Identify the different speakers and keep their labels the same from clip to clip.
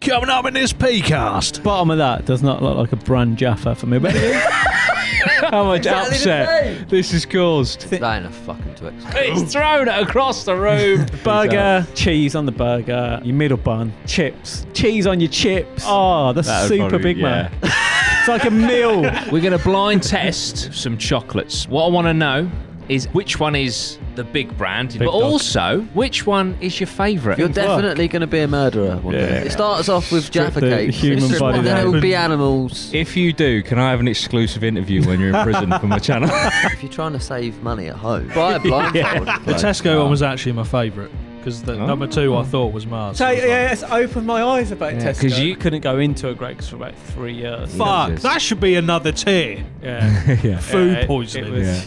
Speaker 1: coming up in this PCast.
Speaker 2: Bottom of that does not look like a brand Jaffa for me. But how much
Speaker 3: Exactly the same.
Speaker 2: upset this has caused.
Speaker 3: That ain't a fucking Twix.
Speaker 2: It's thrown across the room. burger, cheese on the burger, your middle bun, chips, cheese on your chips. Oh, that's
Speaker 4: That would
Speaker 2: super
Speaker 4: probably-
Speaker 2: big man. It's like a meal.
Speaker 4: We're going to blind test some chocolates. What I want to know is which one is the big brand, but
Speaker 2: dog.
Speaker 4: also which one is your favourite.
Speaker 3: You're definitely going to be a murderer one day. It starts off with Jaffa
Speaker 2: the
Speaker 3: cakes,
Speaker 2: human
Speaker 3: it's-
Speaker 2: body
Speaker 3: and then
Speaker 2: down.
Speaker 3: it will be animals.
Speaker 5: If you do, can I have an exclusive interview when you're in prison for my channel?
Speaker 3: If you're trying to save money at home, buy a blindfold.
Speaker 1: The Tesco one was actually my favourite because the number two I thought was Mars.
Speaker 2: So, yeah, it's opened my eyes about
Speaker 4: Yeah,
Speaker 2: Tesco.
Speaker 4: 'cause
Speaker 2: Because
Speaker 4: you-
Speaker 2: you couldn't go into a Greg's for about three years.
Speaker 1: Fuck, that should be another tier.
Speaker 2: Yeah.
Speaker 5: yeah.
Speaker 1: Food
Speaker 2: Yeah, it-
Speaker 1: poisoning.
Speaker 2: it
Speaker 5: Yeah.
Speaker 2: was-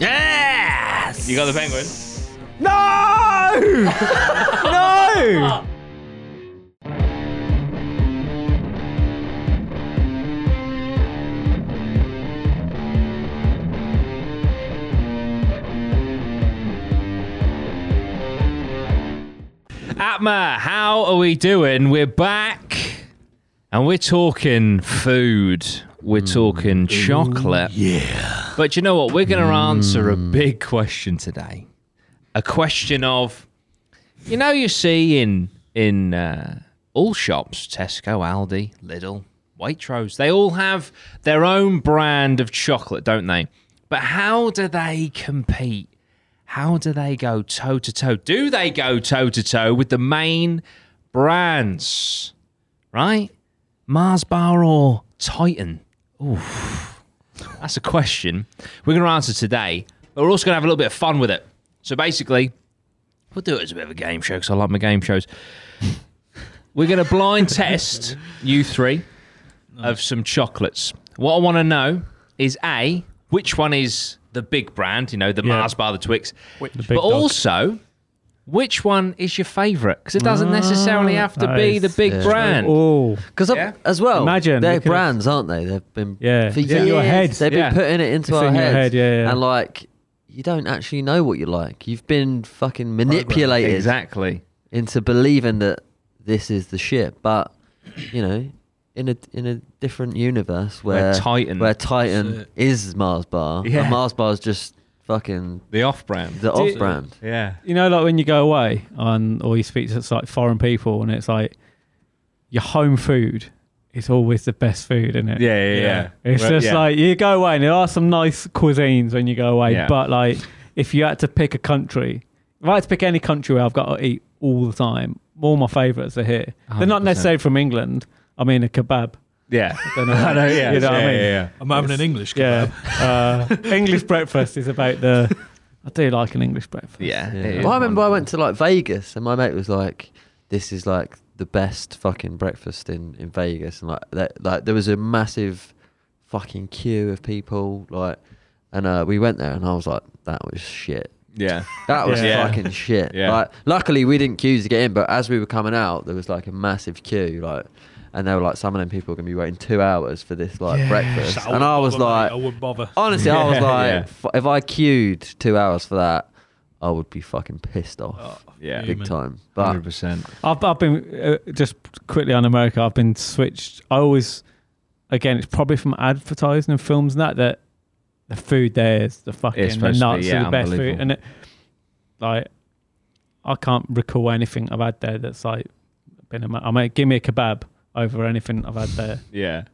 Speaker 3: yes!
Speaker 4: You got the penguin.
Speaker 2: No! no!
Speaker 4: Atma, how are we doing? We're back and we're talking food. We're talking chocolate. Yeah. But you know what? We're going to answer a big question today. A question of, you know, you see in in uh, all shops, Tesco, Aldi, Lidl, Waitrose, they all have their own brand of chocolate, don't they? But how do they compete? how do they go toe to toe? Do they go toe to toe with the main brands? Right? Mars Bar or Titan? Oof. That's a question we're going to answer today, but we're also going to have a little bit of fun with it. So basically, we'll do it as a bit of a game show because I love my game shows. We're going to blind test you three of some chocolates. What I want to know is A, which one is the big brand, you know, the Mars bar, the Twix, but
Speaker 2: dog.
Speaker 4: also which one is your favourite? Because it doesn't necessarily have to be the
Speaker 2: nice.
Speaker 4: big brand.
Speaker 2: Oh.
Speaker 3: Because
Speaker 4: Yeah.
Speaker 3: as well,
Speaker 2: Imagine,
Speaker 3: they're
Speaker 2: look at
Speaker 3: brands, aren't they? They've been
Speaker 2: Yeah,
Speaker 3: for
Speaker 2: it's in your
Speaker 3: years,
Speaker 2: head.
Speaker 3: They've been
Speaker 4: Yeah.
Speaker 3: putting it into
Speaker 2: It's
Speaker 3: our
Speaker 2: in your
Speaker 3: heads,
Speaker 2: head, yeah, yeah.
Speaker 3: and like you don't actually know what you like. You've been fucking manipulated
Speaker 4: Exactly.
Speaker 3: into believing that this is the shit, but you know, in a in a different universe where,
Speaker 4: Titan-
Speaker 3: where Titan
Speaker 1: That's
Speaker 3: is Mars Bar,
Speaker 4: Yeah.
Speaker 3: and Mars Bar's just fucking
Speaker 4: The off brand.
Speaker 3: the off brand.
Speaker 4: Yeah.
Speaker 2: You know, like when you go away and or you speak to like foreign people, and it's like your home food is always the best food, isn't it?
Speaker 4: Yeah, yeah,
Speaker 1: Yeah.
Speaker 4: yeah.
Speaker 2: It's
Speaker 4: Well,
Speaker 2: just
Speaker 4: yeah.
Speaker 2: like you go away, and there are some nice cuisines when you go away,
Speaker 4: Yeah.
Speaker 2: but like if you had to pick a country, if I had to pick any country where I've got to eat all the time, all my favourites are here. They're not
Speaker 4: 100%.
Speaker 2: necessarily from England. I mean, a kebab.
Speaker 4: Yeah.
Speaker 2: Don't know.
Speaker 4: I know, yeah.
Speaker 2: You know
Speaker 4: yeah,
Speaker 2: what I mean?
Speaker 4: yeah, yeah.
Speaker 1: I'm having an English
Speaker 2: Yeah.
Speaker 1: kebab.
Speaker 2: Uh, English breakfast is about the. I do like an English breakfast.
Speaker 4: Yeah, it is
Speaker 3: Well, I remember I
Speaker 4: wonderful.
Speaker 3: went to like Vegas and my mate was like, "This is like the best fucking breakfast in in Vegas," and like that, like there was a massive fucking queue of people, like, and uh, we went there and I was like, "That was shit."
Speaker 4: Yeah.
Speaker 3: That was
Speaker 4: Yeah.
Speaker 3: fucking shit.
Speaker 4: Yeah.
Speaker 3: Like, luckily we didn't queue to get in, but as we were coming out, there was like a massive queue, like, and they were like, "Some of them people are gonna be waiting two hours for this like breakfast,"
Speaker 1: So
Speaker 3: and I was
Speaker 1: wouldn't bother,
Speaker 3: like,
Speaker 1: mate, I wouldn't bother.
Speaker 3: Honestly, I was
Speaker 4: Yeah,
Speaker 3: like,
Speaker 4: yeah.
Speaker 3: f- if I queued two hours for that, I would be fucking pissed
Speaker 1: Oh,
Speaker 3: off
Speaker 4: Yeah.
Speaker 3: big
Speaker 1: human.
Speaker 3: time. But
Speaker 4: 100%.
Speaker 2: I've, I've been uh, just quickly on America. I've been switched. I always, again, it's probably from advertising and films and that that the food there is the fucking the
Speaker 4: supposed to be,
Speaker 2: nuts
Speaker 4: yeah,
Speaker 2: are the best food,
Speaker 4: unbelievable.
Speaker 2: and it, like I can't recall anything I've had there that's like been. Ama- I mean, give me a kebab over anything I've had there.
Speaker 4: Yeah.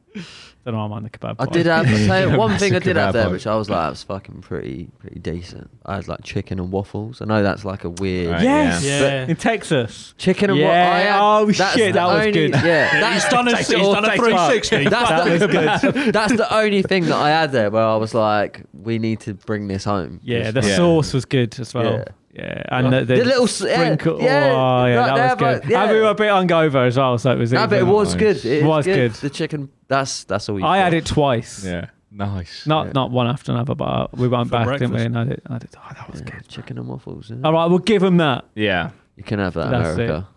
Speaker 2: Don't know why I'm on the kebab.
Speaker 3: I
Speaker 2: part.
Speaker 3: did have I'll tell you one thing I
Speaker 5: massive
Speaker 3: did have
Speaker 5: kebab
Speaker 3: there,
Speaker 5: boat.
Speaker 3: which I was like, that was fucking pretty, pretty decent. I had like chicken and waffles. I know that's like a weird.
Speaker 4: Right.
Speaker 2: Yes,
Speaker 1: Yeah.
Speaker 2: in Texas.
Speaker 3: Chicken and
Speaker 2: Yeah, oh,
Speaker 3: waffles.
Speaker 2: shit, that was good.
Speaker 3: Yeah,
Speaker 1: He's
Speaker 3: that's
Speaker 1: done a, he's done a 360.
Speaker 3: That's
Speaker 2: That was
Speaker 3: the,
Speaker 2: good.
Speaker 3: that's the only thing that I had there where I was like, we need to bring this home.
Speaker 2: Yeah,
Speaker 3: Just
Speaker 2: the
Speaker 4: Yeah.
Speaker 2: sauce was good as well.
Speaker 3: Yeah.
Speaker 2: Yeah. and the, the,
Speaker 3: The little
Speaker 2: little
Speaker 3: s- yeah,
Speaker 2: sprinkle.
Speaker 3: yeah,
Speaker 2: oh, yeah,
Speaker 3: right
Speaker 2: that
Speaker 3: there,
Speaker 2: was
Speaker 3: but-
Speaker 2: good.
Speaker 3: yeah.
Speaker 2: And we were a bit hungover as well, so it was.
Speaker 3: No, but it
Speaker 2: even-
Speaker 3: was good. It
Speaker 2: Was
Speaker 3: was
Speaker 2: good.
Speaker 3: good. The chicken. That's that's all we.
Speaker 2: I
Speaker 3: got.
Speaker 2: had it twice.
Speaker 4: Yeah. Nice.
Speaker 2: Not
Speaker 3: Yeah.
Speaker 2: not one after another, but uh, we went
Speaker 1: For
Speaker 2: back, didn't we?
Speaker 1: breakfast.
Speaker 2: And I did. I did. Oh, that was
Speaker 3: Yeah,
Speaker 2: good.
Speaker 3: chicken and waffles. yeah.
Speaker 2: All right, we'll give him that.
Speaker 4: Yeah.
Speaker 3: You can have that,
Speaker 2: Oh, That's
Speaker 3: America.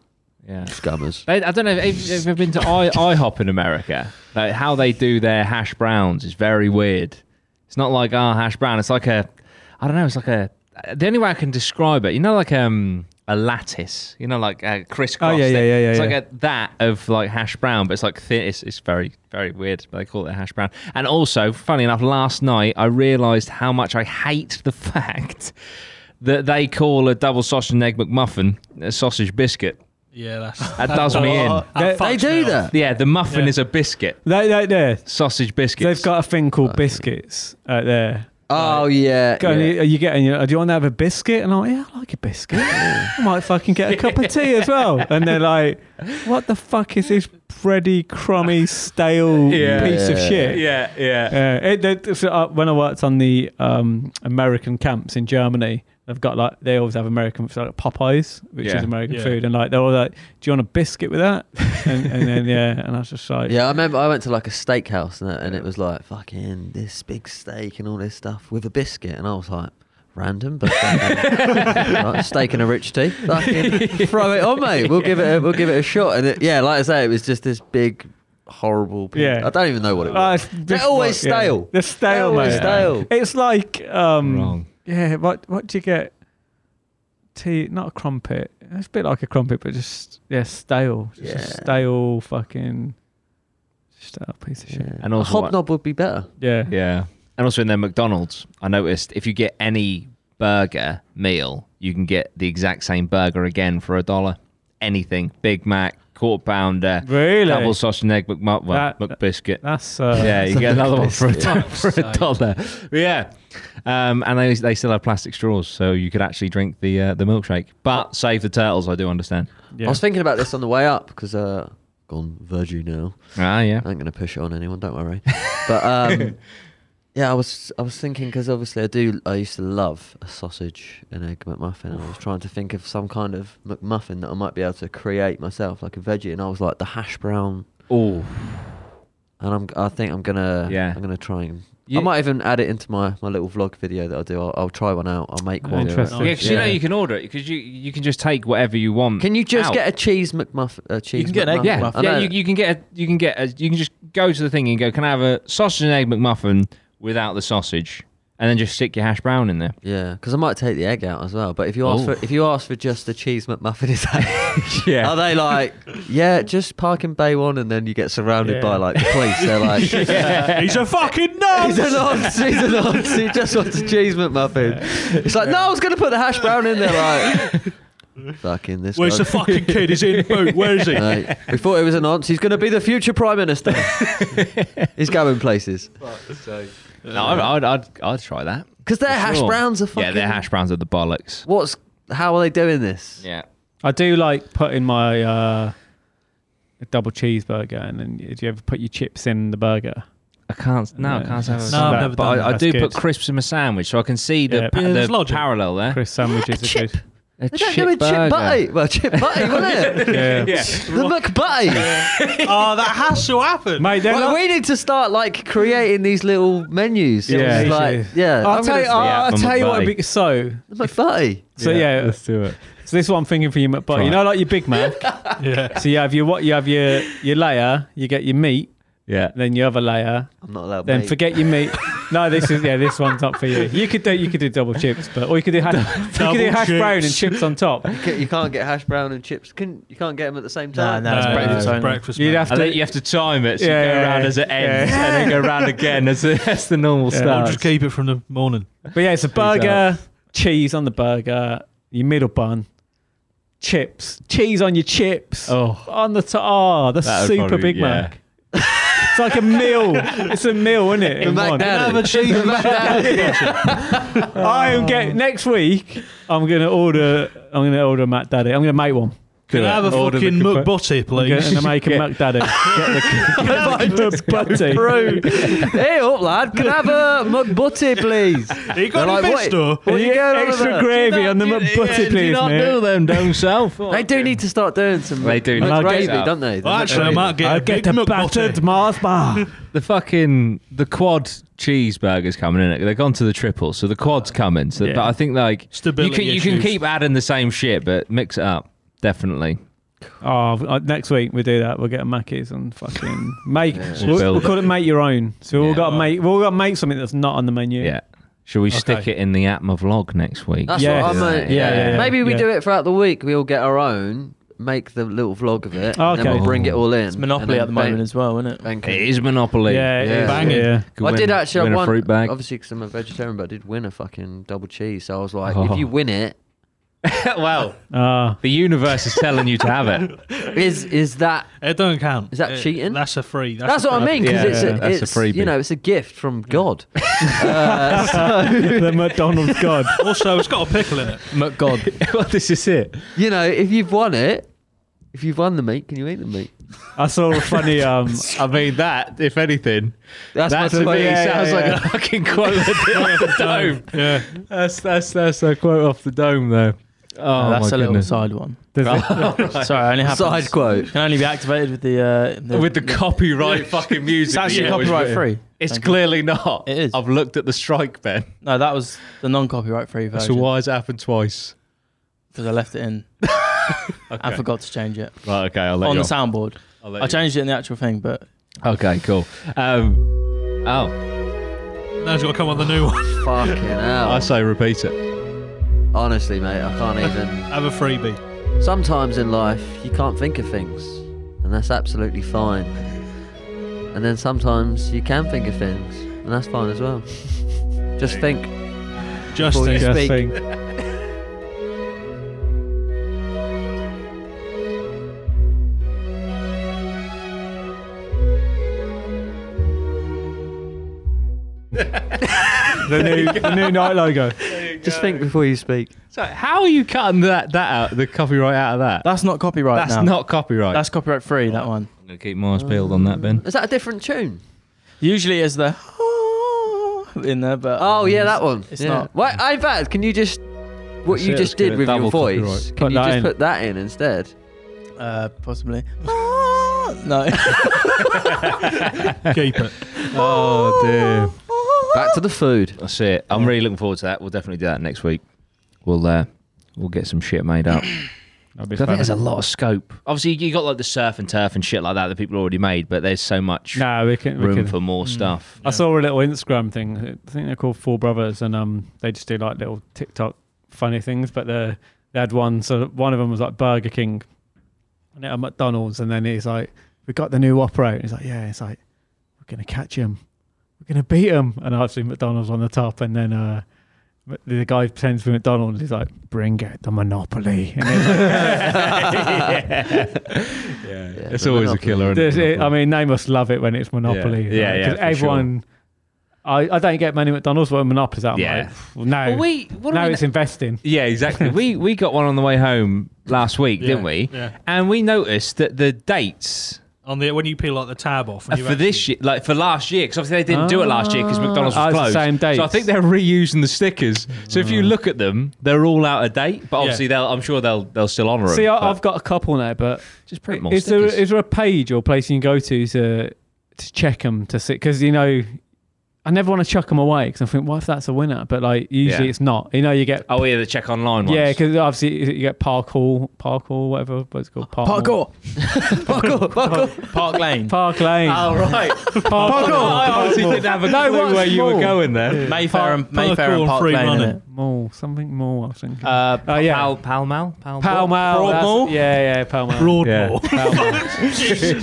Speaker 4: Yeah.
Speaker 3: Scammers.
Speaker 4: They, I don't know if if you've ever been to I, IHOP in America. Like how they do their hash browns is very weird. It's not ah, like our hash brown. It's like a, I don't know. It's like a. The only way I can describe it, you know, like um, a lattice, you know, like a crisscross.
Speaker 2: Oh, yeah,
Speaker 4: thing.
Speaker 2: yeah, yeah, yeah.
Speaker 4: It's
Speaker 2: yeah.
Speaker 4: like a, that of like hash brown, but it's like thin. It's, it's very, very weird. But they call it hash brown. And also, funny enough, last night I realised how much I hate the fact that they call a double sausage and egg McMuffin a sausage biscuit.
Speaker 5: Yeah, that's
Speaker 4: That does me in.
Speaker 3: They- they
Speaker 5: fucks
Speaker 3: do
Speaker 5: me off.
Speaker 3: that.
Speaker 4: Yeah, the muffin
Speaker 5: Yeah.
Speaker 4: is a biscuit.
Speaker 2: they, they, they're-
Speaker 4: Sausage biscuits.
Speaker 2: they've got a thing called
Speaker 3: Okay.
Speaker 2: biscuits out there.
Speaker 3: Oh yeah.
Speaker 2: Go,
Speaker 3: yeah.
Speaker 2: and you, you get, and you, do you want to have a biscuit? And I'm like, yeah, I like a biscuit. I might fucking get a cup of tea as well. And they're like, what the fuck is this bready, crummy, stale
Speaker 4: Yeah.
Speaker 2: piece of
Speaker 3: Yeah.
Speaker 2: shit?
Speaker 4: Yeah, yeah.
Speaker 2: Uh, it, it, so, uh, when I worked on the um, American camps in Germany, they've got like they always have American so, like Popeyes, which
Speaker 4: Yeah.
Speaker 2: is American
Speaker 5: Yeah.
Speaker 2: food, and like they're all like, "Do you want a biscuit with that?" And, and then yeah, and I was just like,
Speaker 3: Yeah, I remember I went to like a steakhouse and, that, and it was like fucking this big steak and all this stuff with a biscuit, and I was like, random, but like, steak and a rich tea, fucking throw it on, mate. We'll give it, a, we'll give it a shot. And it, yeah, like I say, it was just this big horrible. Piece.
Speaker 2: Yeah.
Speaker 3: I don't even know what it
Speaker 2: "Ah,
Speaker 3: was.
Speaker 2: it's
Speaker 3: They're
Speaker 2: just
Speaker 3: always
Speaker 2: like- yeah.
Speaker 3: stale.
Speaker 2: They're stale,
Speaker 3: They're always
Speaker 2: mate.
Speaker 3: stale.
Speaker 2: It's like um,
Speaker 6: Wrong.
Speaker 2: yeah. What what do you get? Tea, not a crumpet. It's a bit like a crumpet, but just yeah, stale. Just
Speaker 3: Yeah.
Speaker 2: a stale fucking stale piece of shit.
Speaker 3: Yeah.
Speaker 4: And also
Speaker 3: a hobnob would be better.
Speaker 2: Yeah.
Speaker 4: Yeah. And also in their McDonald's, I noticed if you get any burger meal, you can get the exact same burger again for a dollar. Anything. Big Mac, quarter pounder,
Speaker 2: Really?
Speaker 4: double sausage and egg McMu- well,
Speaker 2: That-
Speaker 4: McBiscuit.
Speaker 2: That's uh,
Speaker 4: yeah, you get another one for a, do- for a
Speaker 5: Same.
Speaker 4: dollar. But yeah, um, and they, they still have plastic straws, so you could actually drink the uh, the milkshake. But save the turtles, I do understand.
Speaker 2: yeah.
Speaker 3: I was thinking about this on the way up because uh, gone virgin now.
Speaker 4: Ah, yeah,
Speaker 3: I ain't gonna push it on anyone. Don't worry. But um, yeah, I was I was thinking because obviously I do. I used to love a sausage and egg McMuffin. And I was trying to think of some kind of McMuffin that I might be able to create myself, like a veggie. And I was like the hash brown.
Speaker 4: oh,
Speaker 3: And I'm I think I'm gonna
Speaker 4: Yeah.
Speaker 3: I'm gonna try and.
Speaker 4: You-
Speaker 3: I might even add it into my, my little vlog video that I do. I'll, I'll try one out. I'll make
Speaker 2: Oh,
Speaker 3: one.
Speaker 2: interesting.
Speaker 4: yeah. Because you know you can order it because you you can just take whatever you want.
Speaker 3: Can you just
Speaker 4: out.
Speaker 3: get a cheese McMuffin? A cheese
Speaker 5: can get an egg
Speaker 3: McMuffin?
Speaker 4: Yeah,
Speaker 3: I
Speaker 4: yeah.
Speaker 3: know.
Speaker 4: You, you can get a, you can get a, you can just go to the thing and go, can I have a sausage and egg McMuffin without the sausage, and then just stick your hash brown in there.
Speaker 3: Yeah, because I might take the egg out as well. But if you ask
Speaker 4: Oh.
Speaker 3: for if you ask for just the cheese McMuffin, is that
Speaker 4: Yeah.
Speaker 3: Are they like yeah, just park in Bay One, and then you get surrounded by
Speaker 2: Yeah.
Speaker 3: like the police. They're like, he's
Speaker 5: He's a fucking nut.
Speaker 3: a nonce, he's a nonce. He just wants a cheese McMuffin. It's like no, I was gonna put the hash brown in there. Like fucking this.
Speaker 5: Where's the
Speaker 3: nonce.
Speaker 5: fucking kid? He's in boot. Where is he?
Speaker 3: Mate, we thought it was a nonce. He's gonna be the future prime minister. he's going places
Speaker 4: No, I'd, I'd, I'd, I'd try that.
Speaker 3: because their hash
Speaker 4: Sure.
Speaker 3: browns are fucking.
Speaker 4: Yeah, their hash browns are the bollocks.
Speaker 3: What's how are they doing this?
Speaker 4: Yeah.
Speaker 2: I do like putting my uh, double cheeseburger, and then do you ever put your chips in the burger?
Speaker 4: I can't. No, I
Speaker 2: Yeah.
Speaker 4: can't have.
Speaker 5: No,
Speaker 4: a
Speaker 5: I've
Speaker 2: That-
Speaker 5: never
Speaker 4: but
Speaker 5: done
Speaker 4: I, I
Speaker 2: that.
Speaker 4: do
Speaker 2: That's
Speaker 4: put
Speaker 2: good.
Speaker 4: crisps in my sandwich, so I can see the,
Speaker 2: Yeah.
Speaker 4: pa-
Speaker 5: Yeah,
Speaker 4: the
Speaker 5: there's logic.
Speaker 4: parallel there.
Speaker 2: Chris sandwiches.
Speaker 3: A
Speaker 2: are good.
Speaker 3: chip.
Speaker 4: A
Speaker 3: They don't do a chip butty. Well, chip butty, wasn't it?
Speaker 2: Yeah.
Speaker 4: Yeah.
Speaker 3: The McButty.
Speaker 5: oh, that has to happen.
Speaker 2: Mate, they're
Speaker 3: Well,
Speaker 2: not-
Speaker 3: we need to start like creating these little menus.
Speaker 2: Yeah.
Speaker 3: Yeah, like, yeah.
Speaker 2: I'll
Speaker 3: I'm
Speaker 2: tell you,
Speaker 3: gonna-
Speaker 2: I'll,
Speaker 4: Yeah,
Speaker 2: I'll
Speaker 4: I'm
Speaker 2: tell you what.
Speaker 4: McButty.
Speaker 2: It'd be, so,
Speaker 3: the McButty.
Speaker 2: so yeah,
Speaker 6: Let's do it.
Speaker 2: So this is what I'm thinking for you, but
Speaker 6: Try
Speaker 2: you
Speaker 6: it.
Speaker 2: know, like your Big Mac.
Speaker 5: Yeah.
Speaker 2: so you have your what? You have your your layer. You get your meat.
Speaker 6: Yeah.
Speaker 2: Then you have a layer.
Speaker 3: I'm not allowed.
Speaker 2: Then
Speaker 3: Oh, mate.
Speaker 2: forget your meat. No, this is yeah. This one's up for you. You could do you could do double chips, but or you could do hash, you could do
Speaker 5: Double
Speaker 2: hash
Speaker 5: chips.
Speaker 2: brown and chips on top.
Speaker 3: You can't- You can't get hash brown and chips. Can you can't get them at the same time?
Speaker 5: No,
Speaker 7: Nah, it's
Speaker 5: no,
Speaker 7: breakfast
Speaker 5: it's
Speaker 7: only.
Speaker 5: breakfast,
Speaker 2: You'd
Speaker 5: mate.
Speaker 2: have
Speaker 6: I
Speaker 2: to
Speaker 6: think you have to time it. So
Speaker 2: Yeah,
Speaker 6: you go
Speaker 2: yeah,
Speaker 6: around
Speaker 2: yeah.
Speaker 6: as it ends, and then go round again as, it- as the normal
Speaker 2: Yeah.
Speaker 5: We'll
Speaker 6: starts.
Speaker 5: just keep it from the morning.
Speaker 2: But yeah, it's a burger, cheese on the burger, your middle bun, chips, cheese on your chips,
Speaker 6: Oh,
Speaker 2: on the top. Oh, the
Speaker 6: That would
Speaker 2: super
Speaker 6: probably-
Speaker 2: Big
Speaker 6: yeah.
Speaker 2: Mac. it's like a meal. It's a meal, isn't it?
Speaker 3: The
Speaker 2: in one.
Speaker 3: McDaddy.
Speaker 5: Another cheese
Speaker 3: The McDaddy.
Speaker 2: I am getting next week. I'm gonna order. I'm gonna order a Mac Daddy. I'm gonna make one.
Speaker 5: Can I have a
Speaker 6: Order the
Speaker 5: fucking
Speaker 6: compa-
Speaker 5: muck butty,
Speaker 2: I'm
Speaker 5: please?
Speaker 2: gonna make a Mac Daddy.
Speaker 3: Bro, hey up, lad. Can I have a McButty, please?
Speaker 5: He got
Speaker 3: They're
Speaker 5: any
Speaker 3: like,
Speaker 5: missed, though?
Speaker 3: What are you going on
Speaker 2: extra
Speaker 3: about?
Speaker 2: gravy on the
Speaker 4: Do you-
Speaker 2: Mac Butty,
Speaker 4: yeah, do
Speaker 2: please,
Speaker 4: not do
Speaker 2: mate.
Speaker 4: them down south.
Speaker 3: They do need to start doing some
Speaker 4: They do.
Speaker 2: I'll get
Speaker 3: gravy,
Speaker 4: that.
Speaker 3: don't they? The
Speaker 5: Well, actually, I
Speaker 3: McGravy.
Speaker 5: might get
Speaker 2: I'll
Speaker 5: a
Speaker 2: get
Speaker 5: big
Speaker 2: the
Speaker 5: muck
Speaker 2: battered
Speaker 5: butty.
Speaker 2: Mars bar.
Speaker 4: The fucking the quad cheeseburgers coming in. They've gone to the triple, so the quad's coming. So,
Speaker 2: Yeah.
Speaker 4: but I think like
Speaker 5: Stability
Speaker 4: You can you can
Speaker 5: issues.
Speaker 4: keep adding the same shit, but mix it up definitely.
Speaker 2: Oh, uh, next week we do that. We'll get a Mackey's and fucking make.
Speaker 4: We'll
Speaker 2: We'll,
Speaker 4: build
Speaker 2: we'll call it make your own. So we've all
Speaker 4: Yeah.
Speaker 2: got to make. We've all got to make something that's not on the menu.
Speaker 4: Yeah, Should we
Speaker 5: Okay.
Speaker 4: stick it in the Atma vlog next week?
Speaker 3: That's
Speaker 2: Yes.
Speaker 3: what I meant.
Speaker 2: Yeah, yeah, yeah.
Speaker 3: Maybe we
Speaker 2: Yeah.
Speaker 3: do it throughout the week. We all get our own, make the little vlog of it, and then
Speaker 2: Okay.
Speaker 3: we'll bring it all in.
Speaker 8: It's Monopoly at the moment as well, isn't it?
Speaker 3: Bank
Speaker 4: It is Monopoly.
Speaker 2: Yeah,
Speaker 3: Yeah.
Speaker 2: yeah.
Speaker 3: Banging.
Speaker 2: yeah.
Speaker 4: Could
Speaker 3: I
Speaker 4: win-
Speaker 3: did actually.
Speaker 4: win
Speaker 3: I
Speaker 4: a
Speaker 3: won,
Speaker 4: fruit bag.
Speaker 3: Obviously, because I'm a vegetarian, but I did win a fucking double cheese. So I was like,
Speaker 4: Oh.
Speaker 3: if you win it,
Speaker 4: well,
Speaker 2: Ah,
Speaker 4: the universe is telling you to have it.
Speaker 3: is is that?
Speaker 5: It don't count.
Speaker 3: Is that
Speaker 5: It-
Speaker 3: cheating?
Speaker 5: That's a free.
Speaker 3: That's,
Speaker 5: a
Speaker 3: what I
Speaker 5: free.
Speaker 3: mean. Because
Speaker 4: yeah,
Speaker 3: it's,
Speaker 2: yeah,
Speaker 3: a,
Speaker 4: that's a
Speaker 3: it's
Speaker 4: freebie.
Speaker 3: you know, it's a gift from God.
Speaker 2: the McDonald's God.
Speaker 5: Also, it's got a pickle in it.
Speaker 8: McGod.
Speaker 4: well, this is it.
Speaker 3: you know, if you've won it, if you've won the meat, can you eat the meat?
Speaker 2: I saw a funny. Um,
Speaker 4: I mean, that, if anything,
Speaker 3: That's
Speaker 4: that
Speaker 3: my
Speaker 4: to
Speaker 3: tweet.
Speaker 4: me
Speaker 2: yeah,
Speaker 4: sounds
Speaker 2: yeah,
Speaker 4: like
Speaker 2: yeah.
Speaker 4: a fucking quote off the dome.
Speaker 5: Yeah.
Speaker 4: That's, that's, that's a quote off the dome, though. Oh,
Speaker 8: That's
Speaker 4: my
Speaker 8: a little
Speaker 4: goodness.
Speaker 8: side one.
Speaker 2: does it-
Speaker 8: Sorry, I only happens.
Speaker 3: Side quote.
Speaker 8: Can only be activated with the uh, the-
Speaker 4: With the copyright fucking music.
Speaker 8: It's actually
Speaker 4: that you always
Speaker 8: copyright
Speaker 4: put in.
Speaker 8: free.
Speaker 4: It's
Speaker 8: Thank you.
Speaker 4: clearly not.
Speaker 8: It is.
Speaker 4: I've looked at the strike, Ben.
Speaker 8: No, that was the non-copyright free
Speaker 4: So
Speaker 8: version
Speaker 4: why has it happened twice?
Speaker 8: because I left it in. I forgot to change it
Speaker 4: Right, okay, I'll let
Speaker 8: on
Speaker 4: you
Speaker 8: the
Speaker 4: off.
Speaker 8: soundboard.
Speaker 4: I'll let
Speaker 8: I
Speaker 4: you
Speaker 8: changed it in the actual thing, but
Speaker 4: off. Okay, cool. Um, oh,
Speaker 5: Now it's got to come on the new one.
Speaker 3: Fucking
Speaker 4: I
Speaker 3: hell.
Speaker 4: say repeat it.
Speaker 3: Honestly, mate, I can't even.
Speaker 5: Have a freebie.
Speaker 3: Sometimes in life, you can't think of things, and that's absolutely fine. And then sometimes you can think of things, and that's fine as well. Just think.
Speaker 5: Just
Speaker 3: Before you
Speaker 5: in.
Speaker 2: just
Speaker 3: speak.
Speaker 2: think. the new the new night logo.
Speaker 3: Just think before you speak.
Speaker 4: So how are you cutting that, that out, the copyright out of that?
Speaker 8: that's not copyright.
Speaker 4: That's
Speaker 8: now.
Speaker 4: not copyright.
Speaker 8: That's copyright free. That one
Speaker 4: I'm going to keep my eyes peeled on that, Ben.
Speaker 3: Is that a different tune?
Speaker 8: usually is the in there, but
Speaker 3: Oh yeah, that one.
Speaker 8: It's
Speaker 3: yeah.
Speaker 8: not.
Speaker 3: Why? In fact, can you just what
Speaker 4: That's
Speaker 3: you
Speaker 4: it, let's
Speaker 3: just
Speaker 4: get
Speaker 3: did
Speaker 4: it
Speaker 3: with your
Speaker 4: double
Speaker 3: voice?
Speaker 4: copyright.
Speaker 3: Can
Speaker 2: Put
Speaker 3: you
Speaker 2: that
Speaker 3: just
Speaker 2: in.
Speaker 3: put that in instead?
Speaker 8: Uh, possibly. no.
Speaker 5: Keep it.
Speaker 4: Oh, dear.
Speaker 3: Back to the food.
Speaker 4: That's it. I'm really looking forward to that. We'll definitely do that next week. We'll uh, we'll get some shit made up.
Speaker 2: That'd be
Speaker 4: 'Cause I think
Speaker 2: fun.
Speaker 4: there's a lot of scope. Obviously, you got like the surf and turf and shit like that that people already made, but there's so much
Speaker 2: No, we can. We
Speaker 4: room
Speaker 2: can.
Speaker 4: for more stuff.
Speaker 2: I saw a little Instagram thing. I think they're called Four Brothers, and um, they just do like little TikTok funny things. But they they had one. So one of them was like Burger King, and at McDonald's, and then he's like, "We got the new opera." And he's like, "Yeah." It's like, "We're gonna catch him. We're gonna beat him." And obviously McDonald's on the top, and then uh, the guy pretends to be McDonald's. He's like, "Bring out the monopoly." And it's like,
Speaker 4: it's always a killer.
Speaker 2: There's it- I mean, they must love it when it's Monopoly.
Speaker 4: Yeah, yeah, yeah,
Speaker 2: 'cause
Speaker 4: for
Speaker 2: everyone. I, I don't get many McDonald's when Monopoly's out.
Speaker 4: Yeah.
Speaker 2: Yeah. no.
Speaker 4: Well, we- what do
Speaker 2: now
Speaker 4: we
Speaker 2: it's
Speaker 4: know-
Speaker 2: investing.
Speaker 4: yeah, exactly. we we got one on the way home last week, didn't
Speaker 5: Yeah,
Speaker 4: we?
Speaker 5: yeah.
Speaker 4: And we noticed that the dates
Speaker 5: On the when you peel like the tab off.
Speaker 4: are
Speaker 5: And you
Speaker 4: Uh, for this year, like for last year, because obviously they didn't do it last year because McDonald's
Speaker 2: Ah,
Speaker 4: was
Speaker 2: it's the
Speaker 4: closed.
Speaker 2: same dates. Mm.
Speaker 4: So I think they're reusing the stickers. So if you look at them, they're all out of date. But obviously, they'll I'm sure they'll they'll still honour them.
Speaker 2: See,
Speaker 4: but
Speaker 2: I, I've got a couple now, but
Speaker 4: just print more
Speaker 2: is there
Speaker 4: stickers.
Speaker 2: is there a page or place you can go to to to check them to see? Because you know, I never want to chuck them away because I think, what if that's a winner? But like, usually
Speaker 4: Yeah.
Speaker 2: it's not. You know, you get
Speaker 4: oh yeah, the check online ones.
Speaker 2: yeah, because obviously you get parkour, parkour, whatever what's it called, Park-
Speaker 3: Oh.
Speaker 8: Parkour. parkour. Parkour. Park Lane.
Speaker 2: Park Lane,
Speaker 4: Oh right.
Speaker 2: parkour.
Speaker 4: I honestly didn't have a
Speaker 2: No,
Speaker 4: clue
Speaker 2: what's
Speaker 4: where you
Speaker 2: more?
Speaker 4: were going there.
Speaker 8: Mayfair and
Speaker 5: Park-
Speaker 8: Mayfair
Speaker 5: parkour
Speaker 8: and
Speaker 5: and
Speaker 8: Park
Speaker 5: free
Speaker 8: Lane.
Speaker 5: running.
Speaker 8: innit?
Speaker 2: Mall, something more. I think.
Speaker 4: Uh,
Speaker 2: Oh, yeah.
Speaker 4: Pal, Pall Mall? Pall
Speaker 2: Pall Mall.
Speaker 5: Broadmoor?
Speaker 2: that's- Yeah, yeah, Pall Mall.
Speaker 5: Broadmoor.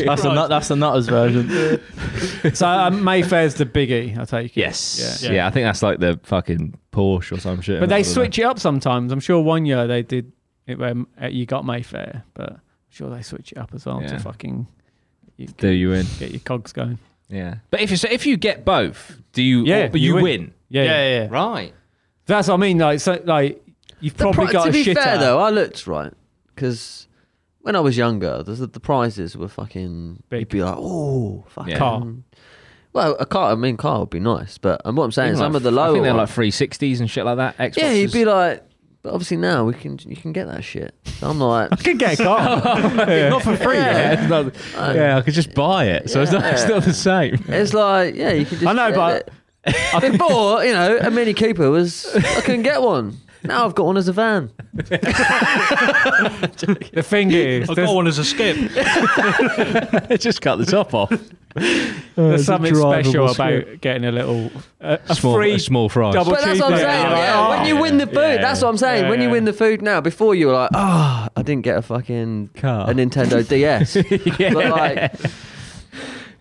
Speaker 8: That's the nut. That's the nutters version.
Speaker 2: so uh, Mayfair's the biggie. I take it.
Speaker 4: Yes. Yeah.
Speaker 5: Yeah.
Speaker 4: I think that's like the fucking Porsche or some shit.
Speaker 2: but
Speaker 4: I
Speaker 2: they
Speaker 4: don't know.
Speaker 2: switch it up sometimes. I'm sure one year they did it where uh, you got Mayfair, but I'm sure they switch it up as well
Speaker 4: Yeah.
Speaker 2: to fucking you get,
Speaker 4: Do you in?
Speaker 2: get your cogs going.
Speaker 4: Yeah. But if you so if you get both, do you?
Speaker 2: Yeah,
Speaker 4: but you,
Speaker 2: you
Speaker 4: win.
Speaker 2: win.
Speaker 8: Yeah,
Speaker 2: Yeah, yeah.
Speaker 8: yeah, yeah.
Speaker 4: Right.
Speaker 2: that's what I mean. Like, so, like you've
Speaker 3: The
Speaker 2: probably
Speaker 3: pri-
Speaker 2: got
Speaker 3: to
Speaker 2: a
Speaker 3: be
Speaker 2: shit
Speaker 3: fair
Speaker 2: out.
Speaker 3: though, I looked right because when I was younger, the, the prizes were fucking.
Speaker 2: Big.
Speaker 3: You'd be like, oh, fucking.
Speaker 2: Car.
Speaker 3: Well, a car. I mean, car would be nice, but and what I'm saying,
Speaker 4: Even
Speaker 3: is some
Speaker 4: like-
Speaker 3: of the
Speaker 4: I
Speaker 3: lower.
Speaker 4: think they're like
Speaker 3: ones-
Speaker 4: 360s and shit like that. Xboxes.
Speaker 3: yeah, you'd be like. But obviously now we can you can get that shit. So I'm like,
Speaker 2: I could get a car.
Speaker 4: not for free. Yeah, it's not- yeah, I could just buy it. So it's, not, it's not the same.
Speaker 3: it's like, yeah, you can just.
Speaker 2: I know,
Speaker 3: get
Speaker 2: but
Speaker 3: it. before you know, a Mini Cooper was I couldn't get one. Now I've got one as a van.
Speaker 2: The thing is,
Speaker 5: I
Speaker 2: there's,
Speaker 5: got one as a skip.
Speaker 9: just cut the top
Speaker 4: Oh,
Speaker 9: off.
Speaker 2: there's something special
Speaker 10: drivable
Speaker 2: about getting a little uh, a
Speaker 4: Small,
Speaker 2: free
Speaker 4: a small fries.
Speaker 2: double
Speaker 3: But that's what I'm
Speaker 2: cheeseburger.
Speaker 3: saying.
Speaker 2: You're like,
Speaker 3: Yeah.
Speaker 2: "Oh,
Speaker 3: When you win the food,
Speaker 9: yeah,
Speaker 3: that's what I'm saying.
Speaker 2: yeah,
Speaker 3: when you
Speaker 2: yeah.
Speaker 3: win the food now, before you were like, oh, I didn't get a fucking
Speaker 10: Car.
Speaker 3: a Nintendo DS. But like,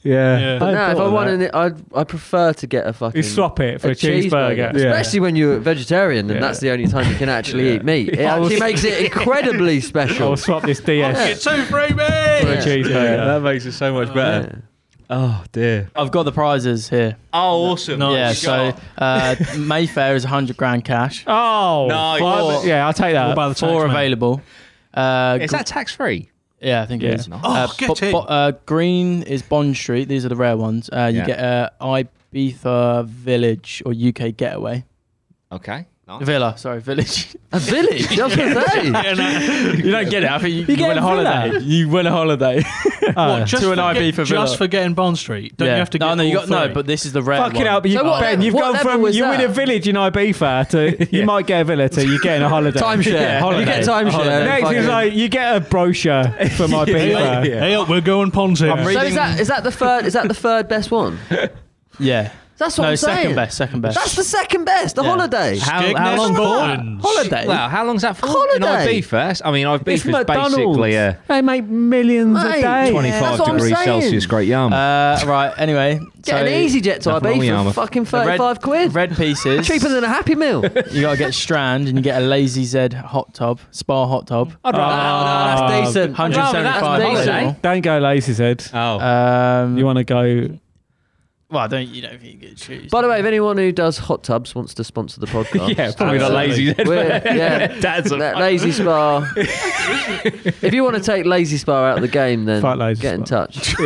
Speaker 10: yeah.
Speaker 5: Yeah.
Speaker 3: but now if I
Speaker 10: thought of
Speaker 3: want
Speaker 10: that.
Speaker 3: an, I'd I prefer to get a fucking.
Speaker 2: You swap it for a, cheeseburger.
Speaker 10: Yeah.
Speaker 3: Especially when you're a vegetarian and
Speaker 2: Yeah.
Speaker 3: that's the only time you can actually eat meat. It
Speaker 2: I was-
Speaker 3: actually makes it incredibly special.
Speaker 2: I'll swap
Speaker 3: Oh,
Speaker 2: this DS
Speaker 5: It's two
Speaker 2: for a
Speaker 5: freebies.
Speaker 3: Yeah.
Speaker 2: cheeseburger.
Speaker 10: that makes it so much better.
Speaker 9: Oh dear.
Speaker 8: I've got the prizes here.
Speaker 9: Oh, awesome.
Speaker 5: Nice.
Speaker 8: yeah, so uh, Mayfair is 100 grand cash.
Speaker 2: Oh,
Speaker 9: Nice.
Speaker 2: fuck. yeah, I'll take
Speaker 8: Oh,
Speaker 2: that.
Speaker 5: by the
Speaker 8: Four
Speaker 5: tax man.
Speaker 8: available. Uh,
Speaker 9: Is
Speaker 8: gr-
Speaker 9: that tax free?
Speaker 8: yeah, I think
Speaker 2: Yeah.
Speaker 8: it is.
Speaker 9: Oh,
Speaker 8: uh,
Speaker 5: get
Speaker 8: bo-
Speaker 5: in.
Speaker 8: bo- uh, green is Bond Street. These are the rare ones. Uh, you
Speaker 9: Yeah.
Speaker 8: get uh, Ibiza Village or UK Getaway.
Speaker 9: Okay. Nice.
Speaker 8: Villa, sorry, village.
Speaker 3: A village? That's what I'm saying.
Speaker 8: you don't get it. I think you,
Speaker 2: get
Speaker 8: win a
Speaker 2: a villa?
Speaker 8: holiday. You win a holiday.
Speaker 2: Oh.
Speaker 5: Just
Speaker 8: To an
Speaker 5: for
Speaker 8: IB
Speaker 5: get-
Speaker 8: for Villa.
Speaker 5: Just for getting Bond Street. Don't
Speaker 8: Yeah.
Speaker 5: you have to get
Speaker 8: no, no, you
Speaker 5: all
Speaker 8: got no.
Speaker 5: three?
Speaker 8: But this is the rare
Speaker 2: Fucking
Speaker 8: one.
Speaker 2: hell, but you,
Speaker 3: So what
Speaker 2: Ben,
Speaker 3: level-
Speaker 2: you've
Speaker 3: what
Speaker 2: gone
Speaker 3: level
Speaker 2: from
Speaker 3: was
Speaker 2: you win
Speaker 3: that?
Speaker 2: a village in Ibiza to you might get a villa to you getting a holiday.
Speaker 3: Timeshare. You
Speaker 2: holiday.
Speaker 3: get timeshare.
Speaker 2: Holiday. Next is
Speaker 3: Fucking-
Speaker 2: like you get a brochure from Ibiza.
Speaker 5: Hey, up, we're going Ponzi.
Speaker 8: I'm
Speaker 3: So
Speaker 8: reading-
Speaker 3: is that, is that the third? Is that the third best one?
Speaker 8: Yeah.
Speaker 3: That's what
Speaker 8: no,
Speaker 3: I'm saying.
Speaker 8: second best. Second best.
Speaker 3: That's the second best. The
Speaker 8: Yeah.
Speaker 3: holiday.
Speaker 9: How, how long for?
Speaker 8: holiday.
Speaker 9: Well, how long's that for? In
Speaker 3: Holiday.
Speaker 9: Ibiza, eh? I mean, Ibiza is
Speaker 2: It's McDonald's.
Speaker 9: basically uh, a
Speaker 2: They make millions
Speaker 3: Mate.
Speaker 2: a day.
Speaker 9: 25
Speaker 3: that's what I'm
Speaker 9: degrees
Speaker 3: saying.
Speaker 9: Celsius great yarm.
Speaker 8: Uh, right. Anyway,
Speaker 3: Get
Speaker 8: so
Speaker 3: an easy jet to
Speaker 9: Nothing wrong with
Speaker 3: Ibiza for
Speaker 9: Yarmouth.
Speaker 3: fucking
Speaker 8: the red-
Speaker 3: 35 quid.
Speaker 8: Red pieces.
Speaker 3: Cheaper than a Happy Meal.
Speaker 8: you gotta get Strand and you get a Lazy Z hot tub, spa hot tub. Oh,
Speaker 9: I'd rather.
Speaker 3: no, that's decent.
Speaker 8: Hundred and seventy-five.
Speaker 3: That's decent.
Speaker 8: available.
Speaker 2: Don't go lazy, Zed.
Speaker 9: oh.
Speaker 8: Um,
Speaker 2: You want to go?
Speaker 8: well, I don't. You don't think you get shoes.
Speaker 3: By the way, if anyone who does hot tubs wants to sponsor the podcast,
Speaker 9: yeah, probably not lazy.
Speaker 5: absolutely.
Speaker 3: we're- yeah,
Speaker 9: Dad's a
Speaker 3: that lazy spa. if you want to take lazy spa out of the game, then
Speaker 2: Fuck Lazy
Speaker 3: get in
Speaker 2: Spa.
Speaker 3: touch.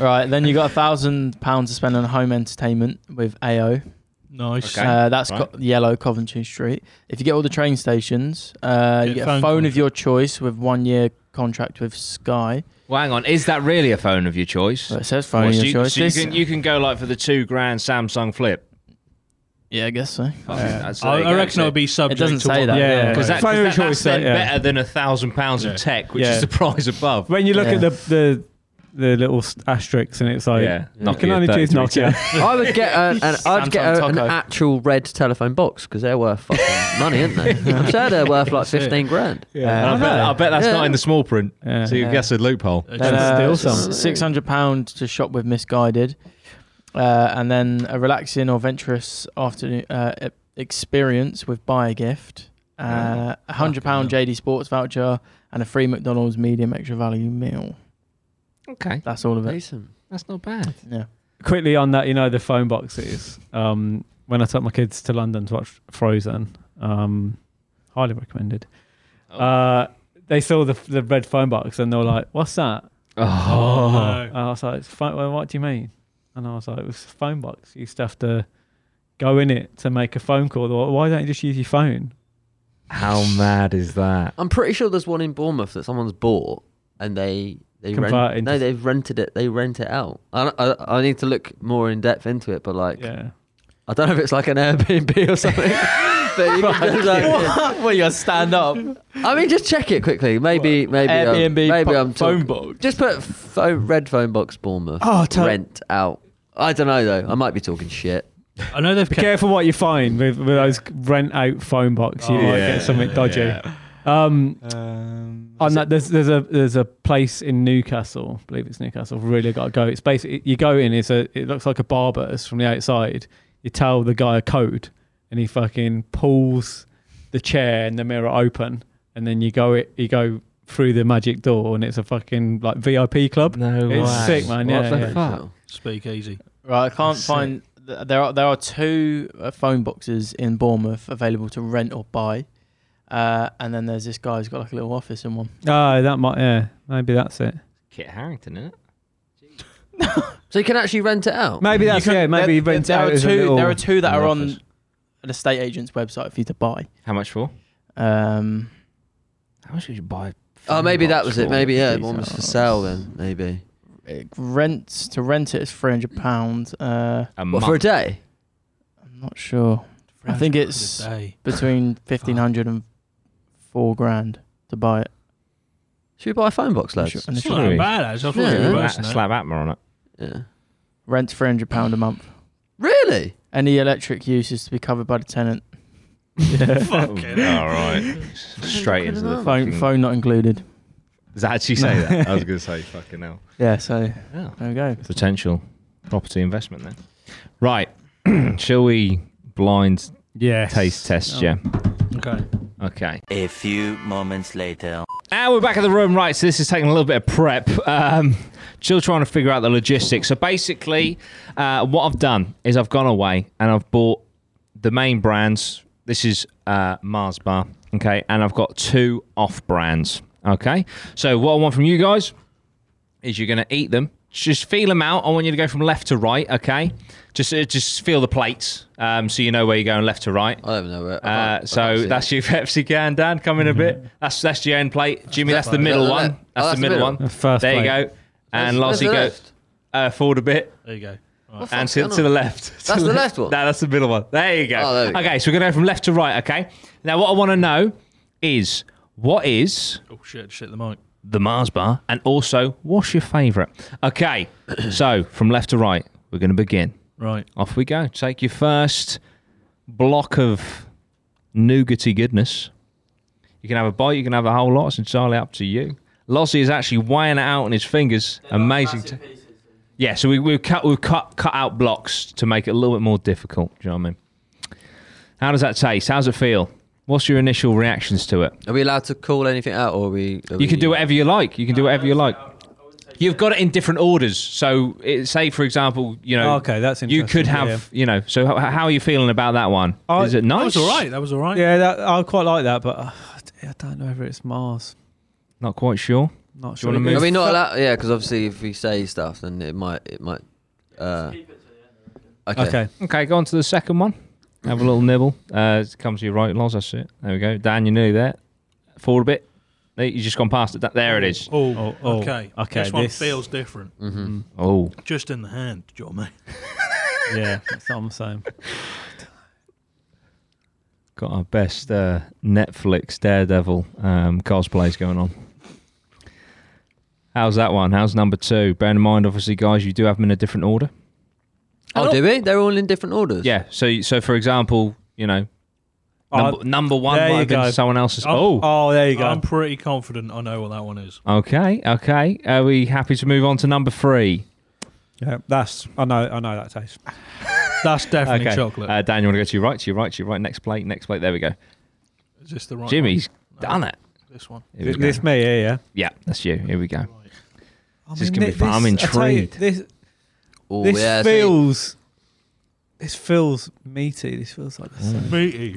Speaker 8: right, then you got a thousand pounds to spend on home entertainment with AO.
Speaker 5: Nice.
Speaker 9: Okay.
Speaker 8: Uh, that's
Speaker 9: right.
Speaker 8: co- yellow Coventry Street. If you get all the train stations, uh,
Speaker 5: Get
Speaker 8: you get
Speaker 5: phone
Speaker 8: a phone of your choice with one year contract with Sky.
Speaker 9: Well, hang on. Is that really a phone of your choice?
Speaker 8: Well, it says phone
Speaker 9: Or
Speaker 8: of
Speaker 9: so
Speaker 8: your
Speaker 9: you,
Speaker 8: choice.
Speaker 9: so you,
Speaker 8: This-
Speaker 9: can, you can go like for the two grand Samsung Flip.
Speaker 8: yeah, I guess so.
Speaker 9: That's- there
Speaker 5: I,
Speaker 9: you
Speaker 5: I
Speaker 9: go,
Speaker 5: reckon
Speaker 9: so-
Speaker 5: it would be subject
Speaker 8: doesn't
Speaker 5: to
Speaker 8: say
Speaker 5: what-
Speaker 8: that.
Speaker 2: Yeah,
Speaker 8: yeah.
Speaker 9: Because that,
Speaker 2: Phone
Speaker 9: 'cause
Speaker 2: of
Speaker 9: that, that's
Speaker 2: choice,
Speaker 9: then
Speaker 2: yeah.
Speaker 9: better than a thousand pounds
Speaker 5: Yeah.
Speaker 9: of tech, which
Speaker 2: Yeah.
Speaker 9: is the price above.
Speaker 2: When you look
Speaker 8: Yeah.
Speaker 2: at the the the little s- asterisks and it's like
Speaker 9: yeah,
Speaker 2: you can only choose
Speaker 9: 33.
Speaker 2: Nokia.
Speaker 3: I would get a, an I'd get
Speaker 8: Samsung
Speaker 3: a, an
Speaker 8: Taco.
Speaker 3: actual red telephone box because they're worth fucking money, aren't they? I'm sure they're worth like 15 grand.
Speaker 9: And I, bet, I bet that's
Speaker 3: Yeah.
Speaker 9: not in the small print.
Speaker 2: Yeah.
Speaker 4: So you guess a loophole.
Speaker 5: Uh,
Speaker 8: Then,
Speaker 5: just-
Speaker 2: steal
Speaker 8: uh,
Speaker 2: some.
Speaker 8: Six hundred pound to shop with Misguided, uh, and then a relaxing or venturous afternoon uh, e- experience with Buy a Gift, uh, a hundred pound JD Sports voucher, and a free McDonald's medium extra value meal.
Speaker 9: Okay,
Speaker 8: That's all of it.
Speaker 3: Decent.
Speaker 9: that's not bad.
Speaker 8: Yeah.
Speaker 2: quickly on that, you know, the phone boxes. Um, when I took my kids to London to watch Frozen, um, highly recommended.
Speaker 4: Oh.
Speaker 2: Uh, they saw the the red phone box and they were like, "What's that?"
Speaker 5: Oh,
Speaker 2: And
Speaker 5: no.
Speaker 2: I was like, it's phone, well, "What do you mean?" And I was like, "It was a phone box. You used to have to go in it to make a phone call. They were like, Why don't you just use your phone?"
Speaker 9: How mad is that?
Speaker 3: I'm pretty sure there's one in Bournemouth that someone's bought and they they
Speaker 2: Converted
Speaker 3: rent, no
Speaker 2: to-
Speaker 3: they've rented it they rent it out. I, I I need to look more in depth into it, but like
Speaker 2: Yeah.
Speaker 3: I don't know if it's like an Airbnb or something. but you can just, like,
Speaker 8: well, you stand up.
Speaker 3: I mean, just check it quickly. Maybe maybe I'm-
Speaker 8: Airbnb
Speaker 3: maybe
Speaker 8: po-
Speaker 3: I'm
Speaker 8: phone
Speaker 3: talk-
Speaker 8: box.
Speaker 3: Just put phone, red phone box Bournemouth
Speaker 2: Oh, tell-
Speaker 3: rent out. I don't know though. I might be talking shit.
Speaker 5: I know they've
Speaker 2: Be
Speaker 5: kept.
Speaker 2: careful what you find with, with those rent out phone box. You
Speaker 5: Oh,
Speaker 2: might
Speaker 5: yeah,
Speaker 2: get something dodgy. Um,
Speaker 10: Um,
Speaker 2: On that, Oh, there's there's a there's a place in Newcastle, I believe it's Newcastle. Really got to go. It's basically you go in. It's a it looks like a barber's from the outside. You tell the guy a code, and he fucking pulls the chair and the mirror open, and then you go it you go through the magic door, and it's a fucking like VIP club.
Speaker 9: No
Speaker 2: it's sick, man. Yeah,
Speaker 9: the
Speaker 2: yeah.
Speaker 9: fuck?
Speaker 5: Speak easy.
Speaker 8: Right, I can't
Speaker 2: Sick.
Speaker 8: find. th- There are there are two uh, phone boxes in Bournemouth available to rent or buy, uh, and then there's this guy who's got like a little office in one.
Speaker 2: Oh, that might yeah, maybe that's it.
Speaker 9: Kit Harrington, isn't it?
Speaker 3: So you can actually rent it out.
Speaker 2: Maybe that's
Speaker 8: You can-
Speaker 2: yeah. Maybe
Speaker 8: there,
Speaker 2: you rent
Speaker 8: there
Speaker 2: out
Speaker 8: are
Speaker 2: as a
Speaker 8: two.
Speaker 2: little-
Speaker 8: there are two that are
Speaker 3: little
Speaker 8: on
Speaker 3: office.
Speaker 8: an estate agent's website for you to buy.
Speaker 9: How much for?
Speaker 8: Um,
Speaker 9: How much would you buy?
Speaker 3: Oh, maybe that
Speaker 9: Fox
Speaker 3: was it.
Speaker 9: for
Speaker 3: Maybe yeah,
Speaker 9: these
Speaker 3: one was for
Speaker 8: hours.
Speaker 3: sale then. Maybe.
Speaker 8: it rents to rent it is three hundred pounds. Uh,
Speaker 9: A
Speaker 3: What for a
Speaker 9: month.
Speaker 3: day?
Speaker 8: I'm not sure. I think it's- between fifteen hundred and four grand to buy it.
Speaker 3: Should we buy a phone box,
Speaker 8: And
Speaker 3: lads?
Speaker 8: sh- and
Speaker 5: It's
Speaker 8: sh-
Speaker 5: not that
Speaker 4: Really?
Speaker 5: bad, actually. I thought
Speaker 3: Yeah.
Speaker 5: it
Speaker 4: Slap-
Speaker 5: was worse than that.
Speaker 4: Slap Atma on it.
Speaker 3: Yeah.
Speaker 8: Rent three hundred pound a month.
Speaker 3: Really?
Speaker 8: Any electric use is to be covered by the tenant.
Speaker 4: Fucking all right. Straight into the
Speaker 8: Phone,
Speaker 4: fucking.
Speaker 8: phone not included.
Speaker 4: Does that actually say that? I was going to say fucking hell.
Speaker 8: Yeah, so
Speaker 4: Yeah.
Speaker 8: there we go.
Speaker 4: Potential property investment then. Right. Shall we blind
Speaker 2: Yes.
Speaker 4: taste test yeah?
Speaker 5: Okay.
Speaker 4: Okay.
Speaker 11: A few moments later.
Speaker 4: And we're back in the room, right? So this is taking a little bit of prep. Um, still trying to figure out the logistics. So basically, uh, what I've done is I've gone away and I've bought the main brands. This is uh, Mars Bar, okay, and I've got two off brands, okay. So what I want from you guys is you're going to eat them. Just feel them out. I want you to go from left to right, okay? Just uh, just feel the plates, um, so you know where you're going left to right.
Speaker 3: I don't know where. I can't- I
Speaker 4: Uh,
Speaker 3: can't
Speaker 4: so
Speaker 3: see it. Mm.
Speaker 4: that's your Pepsi can, Dan. Come in a bit. That's that's your end plate, Jimmy. That's the middle
Speaker 3: Is that the
Speaker 4: one.
Speaker 3: left?
Speaker 4: That's,
Speaker 3: Oh,
Speaker 4: the middle, one.
Speaker 2: First
Speaker 4: There you
Speaker 2: plate.
Speaker 4: go.
Speaker 3: Where's-
Speaker 4: And Lossie
Speaker 3: where's the
Speaker 4: go
Speaker 3: left?
Speaker 4: uh, forward a bit
Speaker 5: There you go.
Speaker 3: What the
Speaker 4: and
Speaker 3: fuck's
Speaker 4: to,
Speaker 3: going
Speaker 4: to the
Speaker 3: on?
Speaker 4: left. To
Speaker 3: That's the
Speaker 4: le-
Speaker 3: left one?
Speaker 4: No, that's the middle one. There you go.
Speaker 3: Oh, there you
Speaker 4: okay, so we're gonna go from left to right. Okay. Now, what I want to know is what is
Speaker 5: Oh shit! Shit the mic.
Speaker 4: the Mars bar, and also what's your favourite? Okay. so from left to right, we're gonna begin.
Speaker 5: Right.
Speaker 4: Off we go. Take your first block of nougaty goodness. You can have a bite, you can have a whole lot. It's entirely up to you. Lossie is actually weighing it out on his fingers. Amazing. To- yeah, so we, we've, cut, we've cut, cut out blocks to make it a little bit more difficult. Do you know what I mean? How does that taste? How does it feel? What's your initial reactions to it?
Speaker 3: Are we allowed to call anything out, or are we? Are
Speaker 4: You can
Speaker 3: we-
Speaker 4: do whatever you like. You can do whatever you like. You've got it in different orders. So, it, say, for example, you know,
Speaker 2: Oh, okay, that's interesting.
Speaker 4: you could have,
Speaker 2: Yeah,
Speaker 4: you know. So, how, how are you feeling about that one?
Speaker 2: I-
Speaker 4: Is it nice?
Speaker 5: That was all right. That was all right.
Speaker 2: yeah that, I quite like that, but uh, I don't know if it's Mars.
Speaker 4: Not quite sure.
Speaker 2: Not
Speaker 4: Do
Speaker 2: sure.
Speaker 4: you wanna
Speaker 3: Are
Speaker 4: move?
Speaker 3: we not allowed? Yeah, because obviously, if we say stuff, then it might. It might. Uh, okay.
Speaker 2: Okay.
Speaker 4: Okay, go on to the second one. Have a little nibble. Uh, it comes to your right, Loz. That's it. There we go. Dan, you're nearly there. Forward a bit. No, You just gone past it. That- There it is.
Speaker 5: Oh,
Speaker 2: Oh, oh, Hmm.
Speaker 5: okay.
Speaker 2: okay,
Speaker 5: This one
Speaker 2: this-
Speaker 5: feels different.
Speaker 3: Mm-hmm.
Speaker 4: Oh,
Speaker 5: Just in the hand. Do you know what I mean?
Speaker 2: Yeah, that's what I'm saying.
Speaker 4: got our best uh, Netflix Daredevil um, cosplays going on. How's that one? How's number two? Bear in mind, obviously, guys, you do have them in a different order.
Speaker 3: Oh, do we? They're all in different orders.
Speaker 4: Yeah. So, so for example, you know,
Speaker 2: Oh,
Speaker 4: number, number one
Speaker 2: there
Speaker 4: might
Speaker 2: you
Speaker 4: have been
Speaker 2: go.
Speaker 4: someone else's.
Speaker 5: Oh.
Speaker 4: Oh,
Speaker 2: Oh, there you go.
Speaker 5: I'm pretty confident I know what that one is.
Speaker 4: Okay, okay. Are we happy to move on to number three?
Speaker 2: yeah, that's. I know. I know that taste.
Speaker 5: That's definitely
Speaker 4: okay.
Speaker 5: chocolate.
Speaker 4: Uh, Dan, you want to go to your right, to your right, to your right. Next plate, next plate. There we go.
Speaker 5: is this the right
Speaker 4: Jimmy's
Speaker 5: one? No,
Speaker 4: done it.
Speaker 5: This one.
Speaker 4: Here we go.
Speaker 2: This me, yeah, yeah.
Speaker 4: yeah, that's you. Here we go.
Speaker 5: Right.
Speaker 2: I
Speaker 4: This is gonna be fun. I'm
Speaker 2: this- I tell you,
Speaker 4: intrigued.
Speaker 2: This,
Speaker 3: Oh,
Speaker 2: this
Speaker 3: yeah, see?
Speaker 2: feels. This feels meaty. This feels like.
Speaker 4: Hmm.
Speaker 2: The
Speaker 5: Meaty.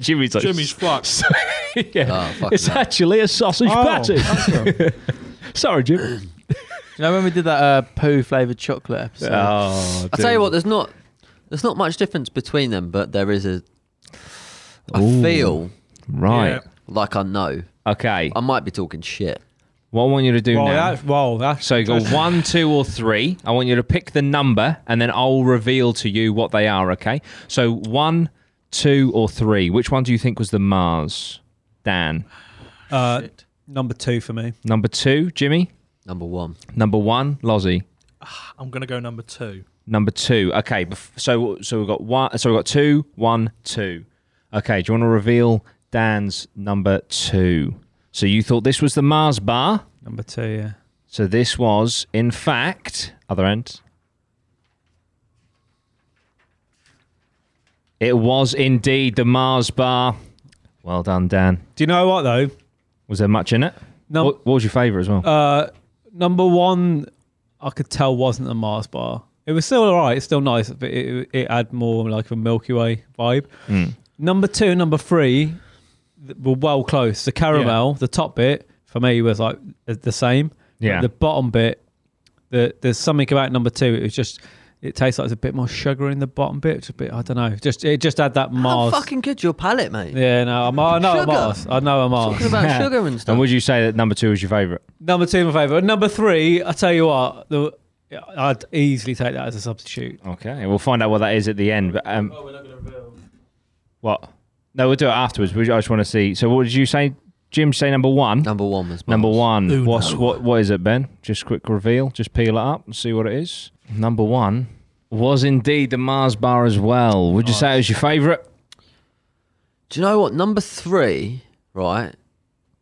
Speaker 4: Jimmy's like,
Speaker 5: Jimmy's fucked.
Speaker 4: yeah.
Speaker 3: Oh, fuck
Speaker 4: It's
Speaker 3: no.
Speaker 4: actually a sausage
Speaker 2: Oh.
Speaker 4: patty. Sorry, Jim.
Speaker 8: You know when we did that uh, poo flavored chocolate episode?
Speaker 4: Oh,
Speaker 3: I tell you what, there's not. There's not much difference between them, but there is a. I
Speaker 4: Ooh.
Speaker 3: feel
Speaker 4: Right.
Speaker 3: like I know.
Speaker 4: Okay.
Speaker 3: I might be talking shit.
Speaker 4: What I want you to do
Speaker 2: well,
Speaker 4: now.
Speaker 2: that's well, that's
Speaker 4: So you go one, two, or three. I want you to pick the number, and then I'll reveal to you what they are. Okay. So one, two, or three. Which one do you think was the Mars? Dan.
Speaker 2: uh, number two for me.
Speaker 4: Number two, Jimmy.
Speaker 3: Number one.
Speaker 4: Number one, Lozzie.
Speaker 5: I'm gonna go number two.
Speaker 4: Number two. Okay. bef- So so we've got one. So we've got two, one, two. Okay. Do you want to reveal Dan's number two? So you thought this was the Mars bar.
Speaker 2: Number two, yeah.
Speaker 4: So this was, in fact, other end. It was indeed the Mars bar. Well done, Dan.
Speaker 2: Do you know what though?
Speaker 4: Was there much in it?
Speaker 2: Num-
Speaker 4: What, what was your favourite as well?
Speaker 2: Uh, number one, I could tell wasn't a Mars bar. It was still alright. It's still nice, but it, it had more like a Milky Way vibe.
Speaker 4: Mm.
Speaker 2: Number two, and number three th- were well close. The caramel, the top bit for me was like th- the same. but
Speaker 4: Yeah.
Speaker 2: The bottom bit, the there's something about number two. It was just it tastes like there's a bit more sugar in the bottom bit. It's a bit I don't know. Just it just had that Mars.
Speaker 3: How fucking good's your palate, mate?
Speaker 2: yeah, no, I'm, I know a
Speaker 3: Sugar.
Speaker 2: Mars. I know a Mars.
Speaker 3: Talking about sugar and stuff.
Speaker 4: and would you say that number two was your favourite?
Speaker 2: Number two, my favourite. Number three, I tell you what, the yeah, I'd easily take that as a substitute.
Speaker 4: Okay, we'll find out what that is at the end. But
Speaker 2: Oh,
Speaker 4: um, what? No, we'll do it afterwards. We, I just want to see. So, what did you say, Jim? Say number one.
Speaker 3: Number one was
Speaker 4: Number
Speaker 3: Miles.
Speaker 4: one.
Speaker 5: Uno.
Speaker 4: What's what? What is it, Ben? Just quick reveal. Just peel it up and see what it is. Number one was indeed the Mars bar as well. Would you say it was your favourite?
Speaker 3: Do you know what? Number three, right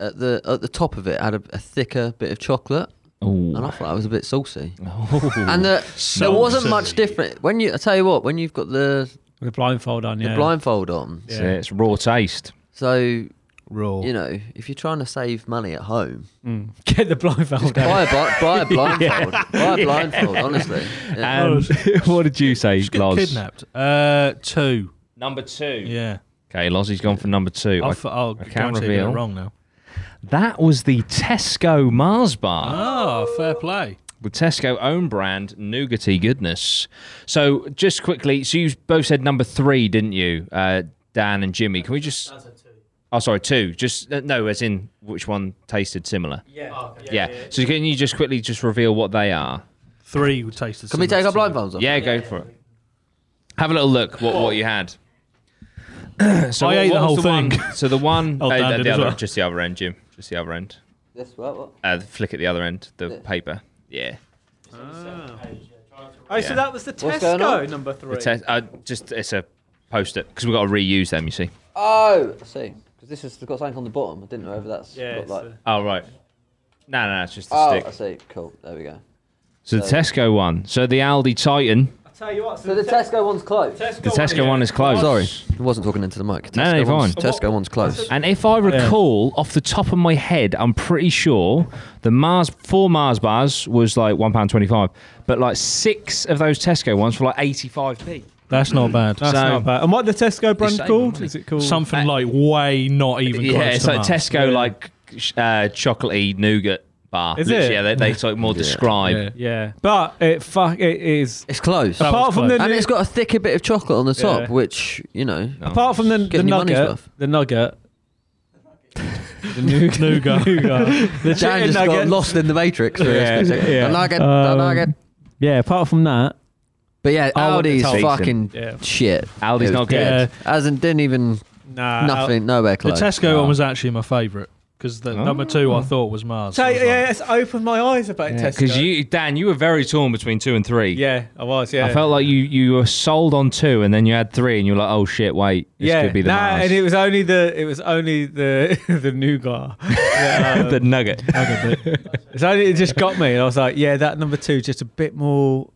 Speaker 3: at the at the top of it had a, a thicker bit of chocolate, and I
Speaker 4: Oh,
Speaker 3: thought that was a bit saucy. And the, there wasn't much
Speaker 5: Saucy.
Speaker 3: different when you. I tell you what, when you've got the,
Speaker 2: With a blindfold on,
Speaker 3: the
Speaker 2: yeah.
Speaker 3: blindfold on,
Speaker 2: Yeah.
Speaker 4: it's raw taste.
Speaker 3: so
Speaker 5: Raw.
Speaker 3: you know if you're trying to save money at home,
Speaker 2: Mm. Get the blindfold out.
Speaker 3: buy a, bli- buy a blindfold. Buy a blindfold. Honestly, Yeah.
Speaker 4: And what did you say,
Speaker 5: Just get
Speaker 4: Loz?
Speaker 5: kidnapped. Uh, two.
Speaker 4: Number two.
Speaker 5: Yeah.
Speaker 4: Okay, Lozzie's gone for number two.
Speaker 5: I'll, f- I'll
Speaker 4: can't
Speaker 5: guarantee I got
Speaker 4: reveal.
Speaker 5: it wrong now.
Speaker 4: That was the Tesco Mars bar.
Speaker 5: Oh, fair play.
Speaker 4: with Tesco own brand nougaty goodness. So just quickly, so you both said number three, didn't you, uh, Dan and Jimmy? Can we just? Oh, sorry, two. Just uh, no, as in which one tasted similar.
Speaker 8: Yeah.
Speaker 5: Oh,
Speaker 4: Yeah. So can you just quickly just reveal what they are?
Speaker 5: Three would taste the
Speaker 3: can we
Speaker 5: same
Speaker 3: take our
Speaker 5: as two.
Speaker 3: blindfolds off?
Speaker 4: Yeah, go for it. Have a little look what what you had. so
Speaker 5: I
Speaker 4: what-
Speaker 5: ate
Speaker 4: what
Speaker 5: the
Speaker 4: was
Speaker 5: whole
Speaker 4: one-
Speaker 5: thing.
Speaker 4: so the one,
Speaker 5: Oh,
Speaker 4: uh,
Speaker 5: Dan
Speaker 4: the,
Speaker 5: did
Speaker 4: the
Speaker 5: as
Speaker 4: other,
Speaker 5: well.
Speaker 4: just the other end, Jim. Just the other end.
Speaker 3: This, what, what?
Speaker 4: Uh, flick at the other end, the paper. Yeah.
Speaker 2: Oh,
Speaker 4: Yeah.
Speaker 2: so that was the
Speaker 3: What's going on?
Speaker 2: Tesco number three.
Speaker 4: The te- uh, just it's a post it because we've got to reuse them. You see.
Speaker 3: Oh, I see. Because this has got something on the bottom. I didn't know whether that's
Speaker 2: yeah,
Speaker 3: got like.
Speaker 2: it's, uh,
Speaker 4: Oh right. No, no, it's just the
Speaker 3: oh, I
Speaker 4: stick.
Speaker 3: see. Cool. There we go.
Speaker 4: So the Tesco one. So the Aldi Titan.
Speaker 2: I tell you what, so,
Speaker 3: So the Tesco one's closed.
Speaker 2: Tesco,
Speaker 4: The Tesco one is closed.
Speaker 3: Sorry, I wasn't talking into the mic.
Speaker 4: No, no,
Speaker 3: Tesco
Speaker 4: you're
Speaker 3: one's,
Speaker 4: fine.
Speaker 3: Tesco one's close.
Speaker 4: And if I recall, off the top of my head, I'm pretty sure the Mars four Mars bars was like one pound twenty five, but like six of those Tesco ones for like eighty five p.
Speaker 5: That's not bad.
Speaker 2: That's
Speaker 4: So-
Speaker 2: not bad. And what the Tesco brand
Speaker 4: saving
Speaker 2: called?
Speaker 4: money.
Speaker 2: Is it called?
Speaker 5: Something like way not even close
Speaker 4: Yeah, it's
Speaker 5: to
Speaker 4: like
Speaker 5: that.
Speaker 4: Tesco like sh- uh, chocolatey nougat bar.
Speaker 2: Is
Speaker 4: Literally,
Speaker 2: it?
Speaker 4: Yeah, they, they sort of more describe.
Speaker 5: Yeah.
Speaker 2: Yeah, but it fuck it is.
Speaker 3: It's close.
Speaker 5: That
Speaker 2: apart
Speaker 5: was
Speaker 2: from
Speaker 5: close.
Speaker 2: the
Speaker 3: And it's got a thicker bit of chocolate on the top,
Speaker 2: Yeah.
Speaker 3: which, you know.
Speaker 4: No.
Speaker 2: apart from the, the
Speaker 3: Getting your money's
Speaker 2: nugget,
Speaker 3: worth.
Speaker 2: the nugget, the nougat,
Speaker 5: Nougat.
Speaker 2: the chicken
Speaker 3: Dan just got
Speaker 2: nugget.
Speaker 3: lost in the matrix. For
Speaker 2: Yeah,
Speaker 3: a second.
Speaker 2: yeah.
Speaker 3: The nugget, the
Speaker 2: Um,
Speaker 3: nugget.
Speaker 2: Yeah, apart from that,
Speaker 3: But yeah,
Speaker 2: I want
Speaker 3: Aldi's
Speaker 2: the top.
Speaker 3: fucking
Speaker 2: yeah,
Speaker 3: shit.
Speaker 4: Aldi's
Speaker 3: It was
Speaker 4: not good.
Speaker 3: dead. Hasn't, didn't even,
Speaker 2: nah,
Speaker 3: nothing, nowhere
Speaker 5: The
Speaker 3: close.
Speaker 5: Tesco
Speaker 4: Oh.
Speaker 5: one was actually my favourite because the
Speaker 4: Oh.
Speaker 5: number two I thought was Mars.
Speaker 2: So
Speaker 5: I was like,
Speaker 2: yeah, it's opened my eyes about Tesco.
Speaker 4: Because you, Dan, you were very torn between two and three.
Speaker 2: yeah, I was, yeah.
Speaker 4: I felt like you you were sold on two, and then you had three, and you were like, "Oh shit, wait, this
Speaker 2: yeah,
Speaker 4: could be the
Speaker 2: nah,
Speaker 4: Mars.
Speaker 2: and it was only the it was only the the nougat. that, um,
Speaker 4: the nugget."
Speaker 2: it's only it just got me, and I was like, yeah, that number two just a bit more,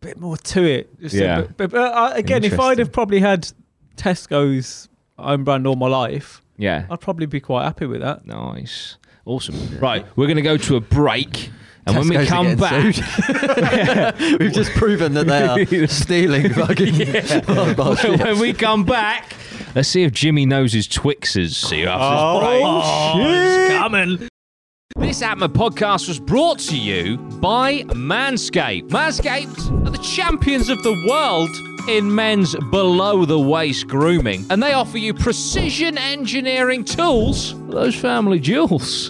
Speaker 2: bit more to it. Just a
Speaker 4: Yeah.
Speaker 2: bit- but but, uh, again, if I'd have
Speaker 4: Interesting.
Speaker 2: probably had Tesco's own brand all my life,
Speaker 4: Yeah,
Speaker 2: I'd probably be quite happy with that.
Speaker 4: nice, awesome. Right, we're gonna go to a break, and when we
Speaker 3: Tesco's
Speaker 4: come
Speaker 3: again
Speaker 4: back,
Speaker 3: soon. We've just proven that they are stealing fucking.
Speaker 4: when we come back, let's see if Jimmy knows his Twixes. See you after
Speaker 2: Oh.
Speaker 4: this break.
Speaker 5: "Oh,
Speaker 4: This Atma podcast was brought to you by Manscaped. Manscaped are the champions of the world in men's below the waist grooming, and they offer you precision engineering tools for those family jewels.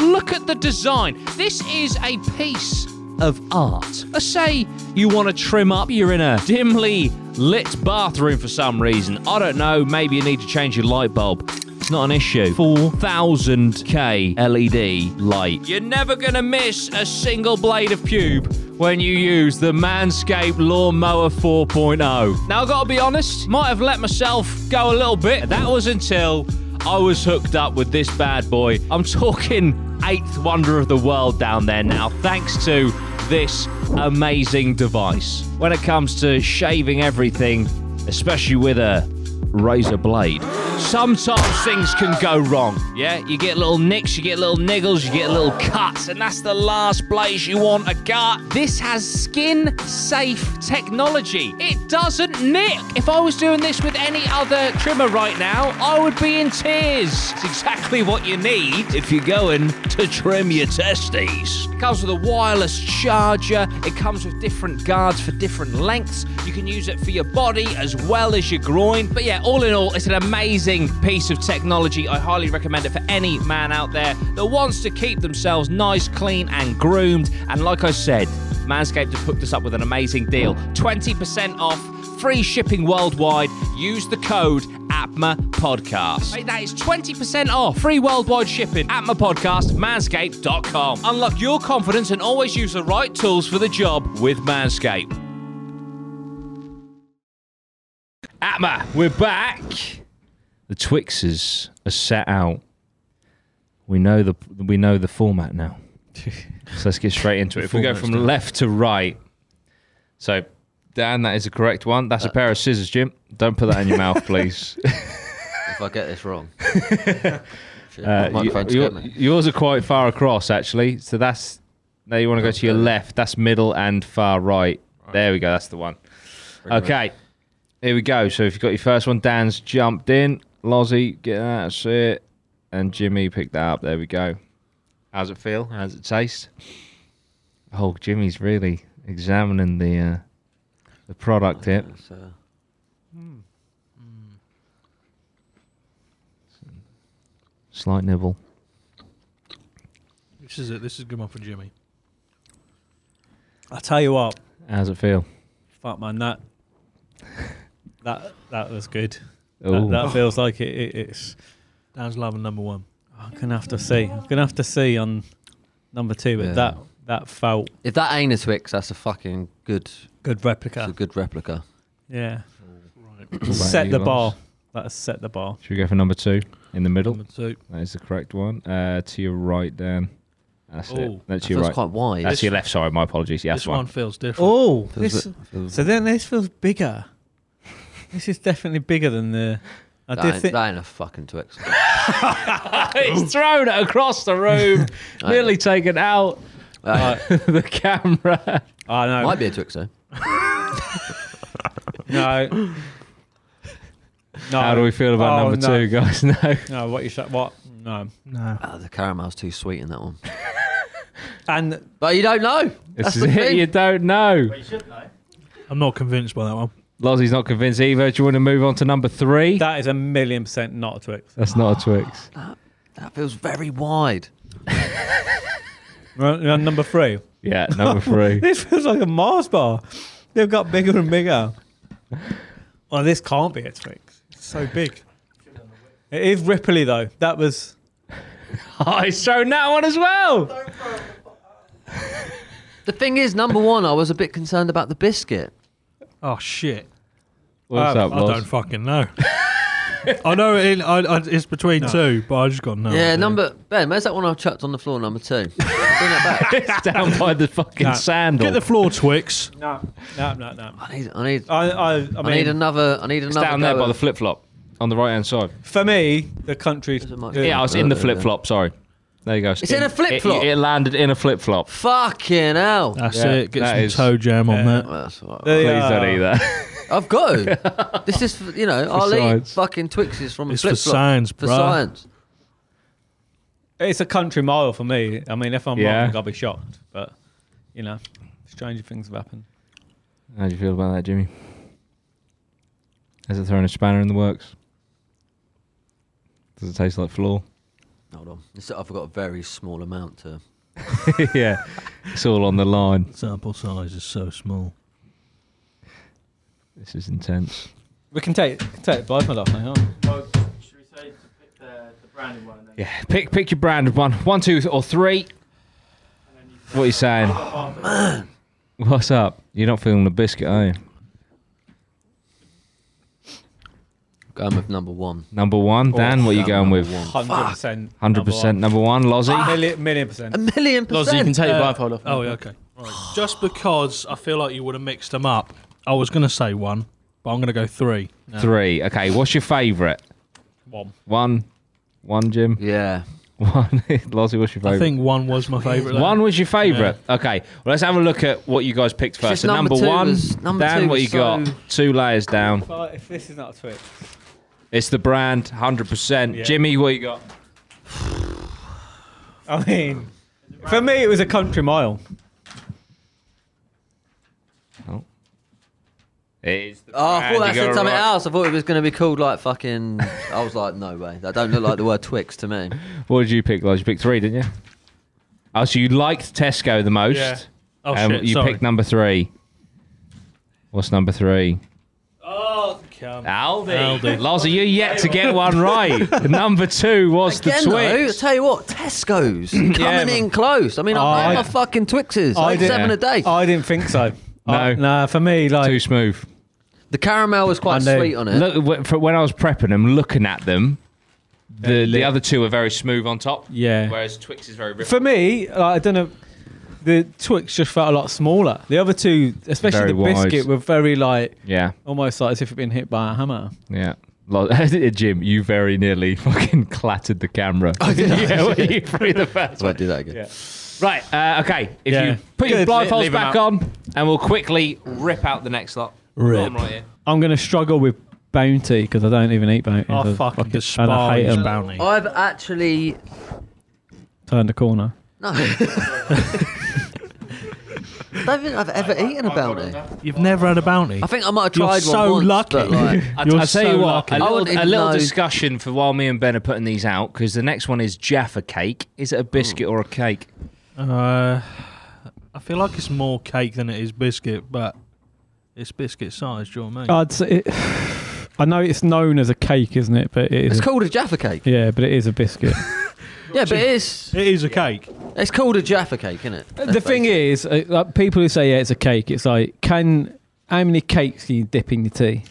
Speaker 4: Look at the design. This is a piece of art. Let's say you want to trim up, you're in a dimly lit bathroom for some reason. I don't know, maybe you need to change your light bulb. It's not an issue. 4000K LED E light. You're never going to miss a single blade of pube when you use the Manscaped Lawnmower 4.0. Now, I've got to be honest, might have let myself go a little bit. That was until I was hooked up with this bad boy. I'm talking eighth wonder of the world down there now, thanks to this amazing device. When it comes to shaving everything, especially with a razor blade, sometimes things can go wrong. Yeah, you get little nicks, you get little niggles, you get little cuts, and that's the last place you want a gut. This has skin safe technology. It doesn't nick. If I was doing this with any other trimmer right now, I would be in tears. It's exactly what you need if you're going to trim your testes. It comes with a wireless charger, it comes with different guards for different lengths. You can use it for your body as well as your groin. But yeah, all in all, it's an amazing piece of technology. I highly recommend it for any man out there that wants to keep themselves nice, clean, and groomed. And like I said, Manscaped have hooked us up with an amazing deal 20% off, free shipping worldwide. Use the code APMA Podcast. Hey, that is 20% off, free worldwide shipping. APMA Podcast, manscaped.com. Unlock your confidence and always use the right tools for the job with Manscaped. Atma, we're back. The Twixers are set out. We know the we know the format now. so let's get straight into it. If we go from left to right, so Dan, that is the correct one. That's a pair of scissors, Jim. Don't put that in your mouth, please.
Speaker 3: If I get this wrong, Shit,
Speaker 4: Uh,
Speaker 3: Oh, my
Speaker 4: you-
Speaker 3: microphone's
Speaker 4: you-
Speaker 3: got me.
Speaker 4: yours are quite far across, actually. So that's now you want to go to your left. That's middle and far right. There we go. That's the one. Okay, here we go. So if you've got your first one, Dan's jumped in. Lozzie, get that. That's it. And Jimmy picked that up. There we go. How's it feel? How's it taste? Oh, Jimmy's really examining the uh, the product here.
Speaker 3: So,
Speaker 5: Mm,
Speaker 4: Slight nibble.
Speaker 5: This is it. This is a good one for Jimmy.
Speaker 2: I tell you what,
Speaker 4: How's it feel?
Speaker 2: fuck man, that that that was good.
Speaker 4: Ooh.
Speaker 2: That, that feels like it, it, it's.
Speaker 5: Dan's loving number one.
Speaker 2: I'm gonna have to see. I'm gonna have to see on number two, but
Speaker 3: Yeah.
Speaker 2: that that felt
Speaker 3: if that ain't a Twix, that's a fucking good,
Speaker 2: good
Speaker 3: it's a
Speaker 2: replica.
Speaker 3: good replica.
Speaker 2: Yeah,
Speaker 4: What about
Speaker 2: set
Speaker 4: you,
Speaker 2: the
Speaker 4: Loz?
Speaker 2: bar. That set the bar.
Speaker 4: Should we go for number two in the middle?
Speaker 5: Number two.
Speaker 4: That is the correct one. Uh, to your right, Dan. That's
Speaker 5: Oh,
Speaker 4: it. That's
Speaker 3: That
Speaker 4: your
Speaker 3: feels
Speaker 4: right.
Speaker 3: quite wide.
Speaker 4: That's your left. Sorry, my apologies. Yeah,
Speaker 5: this
Speaker 4: that's
Speaker 5: one.
Speaker 4: one.
Speaker 5: feels different.
Speaker 2: Oh,
Speaker 3: Feels a
Speaker 2: this,
Speaker 3: bit- feels-
Speaker 2: so then this feels bigger. This is definitely bigger than the. I
Speaker 3: that,
Speaker 2: did
Speaker 3: ain't,
Speaker 2: think.
Speaker 3: that ain't a fucking Twix.
Speaker 4: it's thrown across the room, nearly taken out Oh,
Speaker 3: That
Speaker 4: the camera.
Speaker 2: I know.
Speaker 3: might be a Twix though.
Speaker 2: No. no.
Speaker 4: How do we feel about
Speaker 2: Oh,
Speaker 4: number
Speaker 2: no.
Speaker 4: two, guys? No.
Speaker 2: No, what you said? What? No.
Speaker 8: No.
Speaker 3: Ah, the caramel's too sweet in that one.
Speaker 2: And
Speaker 3: But you don't know. That's
Speaker 4: This is
Speaker 3: the
Speaker 4: it.
Speaker 3: thing.
Speaker 4: You don't know.
Speaker 5: I'm not convinced by that one.
Speaker 4: Lozzie's not convinced either. Do you want to move on to number three?
Speaker 2: that is a million percent not a Twix.
Speaker 4: that's not a Twix.
Speaker 3: That feels very wide.
Speaker 2: We're on- we're on number three.
Speaker 4: Yeah, number three.
Speaker 2: This feels like a Mars bar. They've got bigger and bigger. Oh, this can't be a Twix. It's so big. It is ripply though. That was
Speaker 4: oh, he's thrown that one as well.
Speaker 3: The thing is, number one, I was a bit concerned about the biscuit.
Speaker 5: Oh shit!
Speaker 4: What's
Speaker 2: Um,
Speaker 4: up,
Speaker 5: I
Speaker 4: Loz?
Speaker 5: don't fucking know. I know it, I, I, it's between two, but I just got
Speaker 4: Oh,
Speaker 5: no.
Speaker 3: yeah,
Speaker 5: idea.
Speaker 3: number Ben. Where's that one I chucked on the floor? Number two. Bring that back.
Speaker 4: It's down by the fucking
Speaker 2: No.
Speaker 4: sandal.
Speaker 5: Get the floor, Twix.
Speaker 2: no, no, no, no.
Speaker 3: I need. I need.
Speaker 2: I, I, I mean,
Speaker 3: I need another. I need
Speaker 4: Oh, it's
Speaker 3: another.
Speaker 4: down there
Speaker 3: go
Speaker 4: by
Speaker 3: at-
Speaker 4: the flip flop on the right hand side.
Speaker 2: for me, the country.
Speaker 3: Doesn't matter.
Speaker 4: Yeah,
Speaker 3: Yeah.
Speaker 4: I was in the
Speaker 3: Uh,
Speaker 4: flip flop. Sorry. There you go.
Speaker 3: It's in a flip-flop?
Speaker 4: It, it landed in a flip flop.
Speaker 3: Fucking hell.
Speaker 5: That's
Speaker 4: Yeah,
Speaker 5: it. Get
Speaker 4: that
Speaker 5: some
Speaker 4: is-
Speaker 5: toe jam on
Speaker 2: Yeah.
Speaker 4: Oh.
Speaker 5: that.
Speaker 3: Well, that's all right.
Speaker 2: They
Speaker 4: Please
Speaker 2: are-
Speaker 4: don't eat that.
Speaker 3: I've got. to. this is for- you know. I'll eat
Speaker 4: science.
Speaker 3: fucking Twixes from a
Speaker 5: It's
Speaker 3: flip
Speaker 5: for
Speaker 3: flop
Speaker 5: science,
Speaker 3: for
Speaker 5: bro.
Speaker 3: science.
Speaker 2: It's a country mile for me. I mean, if I'm
Speaker 4: Yeah.
Speaker 2: wrong, I'll be shocked. But you know, stranger things have happened.
Speaker 4: How do you feel about that, Jimmy? Has it thrown a spanner in the works? Does it taste like floor?
Speaker 3: Hold on. This, I've got a very small amount to.
Speaker 4: yeah, it's all on the line.
Speaker 5: Sample size is so small.
Speaker 4: This is intense.
Speaker 2: We can take take it blind off now.
Speaker 8: Well, should we say to pick the, the branded one? And then
Speaker 4: Yeah, pick pick your brand one, one, two, or three. What are you saying? What's up? You're not feeling the biscuit, are you?
Speaker 3: Going with number one.
Speaker 4: Number one, Dan. what are you
Speaker 3: Dan,
Speaker 4: going
Speaker 3: Oh, number
Speaker 4: with?
Speaker 3: one. Ah.
Speaker 2: Hundred percent.
Speaker 4: Hundred percent. Number one, Lozzie.
Speaker 2: Million, million percent.
Speaker 3: A million
Speaker 8: Loz, you can
Speaker 3: percent.
Speaker 8: take your
Speaker 5: Uh,
Speaker 8: blindfold off.
Speaker 5: Oh, yeah, okay. Right. Just because I feel like you would have mixed them up, I was going to say one, but I'm going to go three.
Speaker 4: Three. Okay. What's your favourite?
Speaker 5: One.
Speaker 4: One. One, Jim.
Speaker 3: Yeah.
Speaker 4: One. Lozzie, what's your favourite?
Speaker 5: I think one was my favourite.
Speaker 4: One was your favourite. Okay. Well, let's have a look at what you guys picked first.
Speaker 3: just
Speaker 4: So
Speaker 3: number
Speaker 4: number,
Speaker 3: two
Speaker 4: one,
Speaker 3: was- number
Speaker 4: Dan,
Speaker 3: two
Speaker 4: what
Speaker 3: was
Speaker 4: you got?
Speaker 3: so-
Speaker 4: Two layers down.
Speaker 2: But if this is not a Twix,
Speaker 4: It's the brand, hundred percent. Jimmy, what you got?
Speaker 2: I mean, for me, it was a country mile.
Speaker 4: It's the
Speaker 3: Oh, I
Speaker 4: brand,
Speaker 3: thought that
Speaker 4: you
Speaker 3: said
Speaker 4: gotta
Speaker 3: something
Speaker 4: rock-
Speaker 3: else. I thought it was going to be called like fucking. I was like, no way. That don't look like the word Twix to me.
Speaker 4: What did you pick, Lodge? You picked three, didn't you? Oh, so you liked Tesco the most.
Speaker 5: Yeah. Oh
Speaker 4: and
Speaker 5: shit!
Speaker 4: Um, you
Speaker 5: sorry.
Speaker 4: picked number three. What's number three?
Speaker 5: oh, come.
Speaker 4: Aldi.
Speaker 5: Aldi.
Speaker 4: Loz, you yet to get one right. number two was
Speaker 3: Again,
Speaker 4: the
Speaker 3: though, I
Speaker 4: Twix.
Speaker 3: tell you what, Tesco's coming in close. I mean,
Speaker 2: Oh,
Speaker 3: I
Speaker 2: I-
Speaker 3: buy my fucking Twixes, like
Speaker 2: did-
Speaker 3: seven a day.
Speaker 2: I didn't think so. I-
Speaker 4: No.
Speaker 2: nah, for me, like
Speaker 4: Too smooth.
Speaker 3: the caramel was quite
Speaker 2: I know.
Speaker 3: sweet on it.
Speaker 4: Look, w- for when I was prepping them, looking at them, the the
Speaker 2: lit.
Speaker 4: other two are very smooth on top.
Speaker 2: Yeah.
Speaker 4: Whereas Twix is very ripped.
Speaker 2: for me, like, I don't know. The Twix just felt a lot smaller. The other two, especially
Speaker 4: Very
Speaker 2: the biscuit,
Speaker 4: wide.
Speaker 2: were very like
Speaker 4: Yeah,
Speaker 2: almost like as if it'd been hit by a hammer.
Speaker 4: yeah. Lo- Jim, you very nearly fucking clattered the camera. yeah, well, you threw the first
Speaker 3: So I
Speaker 4: one.
Speaker 3: do that again.
Speaker 4: Right, uh, okay. If
Speaker 2: Yeah.
Speaker 4: you put your
Speaker 2: Good.
Speaker 4: blindfolds
Speaker 2: Leave 'em
Speaker 4: back on, and we'll quickly rip out the next lot. Rip. Right here.
Speaker 2: I'm gonna struggle with bounty because I don't even eat bounty.
Speaker 3: Oh,
Speaker 5: I
Speaker 2: so
Speaker 5: Oh, fucking
Speaker 2: and I hate
Speaker 5: despise
Speaker 2: 'em.
Speaker 5: bounty.
Speaker 3: I've actually
Speaker 2: Turn the corner.
Speaker 3: no. I don't think I've ever eaten a bounty.
Speaker 5: You've never had a bounty.
Speaker 3: I think I might have
Speaker 5: You're
Speaker 3: tried
Speaker 5: so
Speaker 3: one once,
Speaker 5: lucky.
Speaker 3: but like,
Speaker 4: I,
Speaker 5: You're
Speaker 4: I'll tell
Speaker 5: so
Speaker 4: you what,
Speaker 5: lucky.
Speaker 4: a
Speaker 3: I
Speaker 4: little,
Speaker 3: wouldn't
Speaker 4: a
Speaker 3: even
Speaker 4: little
Speaker 3: know.
Speaker 4: discussion for while me and Ben are putting these out because the next one is Jaffa cake. Is it a biscuit or a cake?
Speaker 5: Uh, I feel like it's more cake than it is biscuit, but it's biscuit size. Do you know what I mean?
Speaker 2: I'd say it, I know it's known as a cake, isn't it? But it is.
Speaker 3: it's
Speaker 2: a-
Speaker 3: called a Jaffa cake.
Speaker 2: Yeah, but it is a biscuit.
Speaker 3: Yeah, but it is.
Speaker 2: Oh.
Speaker 5: it is a cake.
Speaker 3: It's called a Jaffa cake, isn't it?
Speaker 2: the thing is, uh, like, people who say yeah, it's a cake, it's like can how many cakes can you dip in your tea?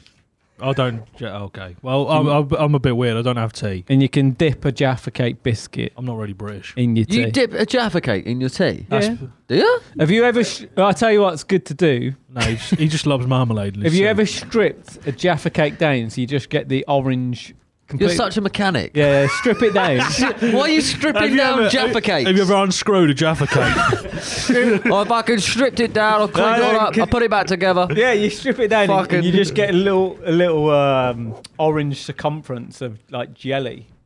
Speaker 5: I don't. yeah, Okay. Well, I'm, I'm, I'm a bit weird. I don't have tea.
Speaker 2: And you can dip a Jaffa cake biscuit
Speaker 5: I'm not really British.
Speaker 2: in your tea.
Speaker 3: you dip a Jaffa cake in your tea.
Speaker 2: Yeah.
Speaker 5: That's-
Speaker 3: Do you?
Speaker 2: Have you ever? Sh- I tell you what's good to do.
Speaker 5: No, he just, he just loves marmalade.
Speaker 2: Have you
Speaker 5: so-
Speaker 2: ever stripped a Jaffa cake down so you just get the orange? Complete-
Speaker 3: You're such a mechanic.
Speaker 2: yeah, yeah, strip it down.
Speaker 3: Why are you stripping
Speaker 5: Have you
Speaker 3: down
Speaker 5: ever-
Speaker 3: Jaffa cakes?
Speaker 5: Have you ever unscrewed a Jaffa cake?
Speaker 3: Oh, if I could stripped it down, I cleaned
Speaker 2: No,
Speaker 3: it
Speaker 2: no,
Speaker 3: all up,
Speaker 2: can-
Speaker 3: I put it back together.
Speaker 2: yeah, you strip it down and,
Speaker 3: Fucking-
Speaker 2: and you just get a little, a little um, orange circumference of like jelly.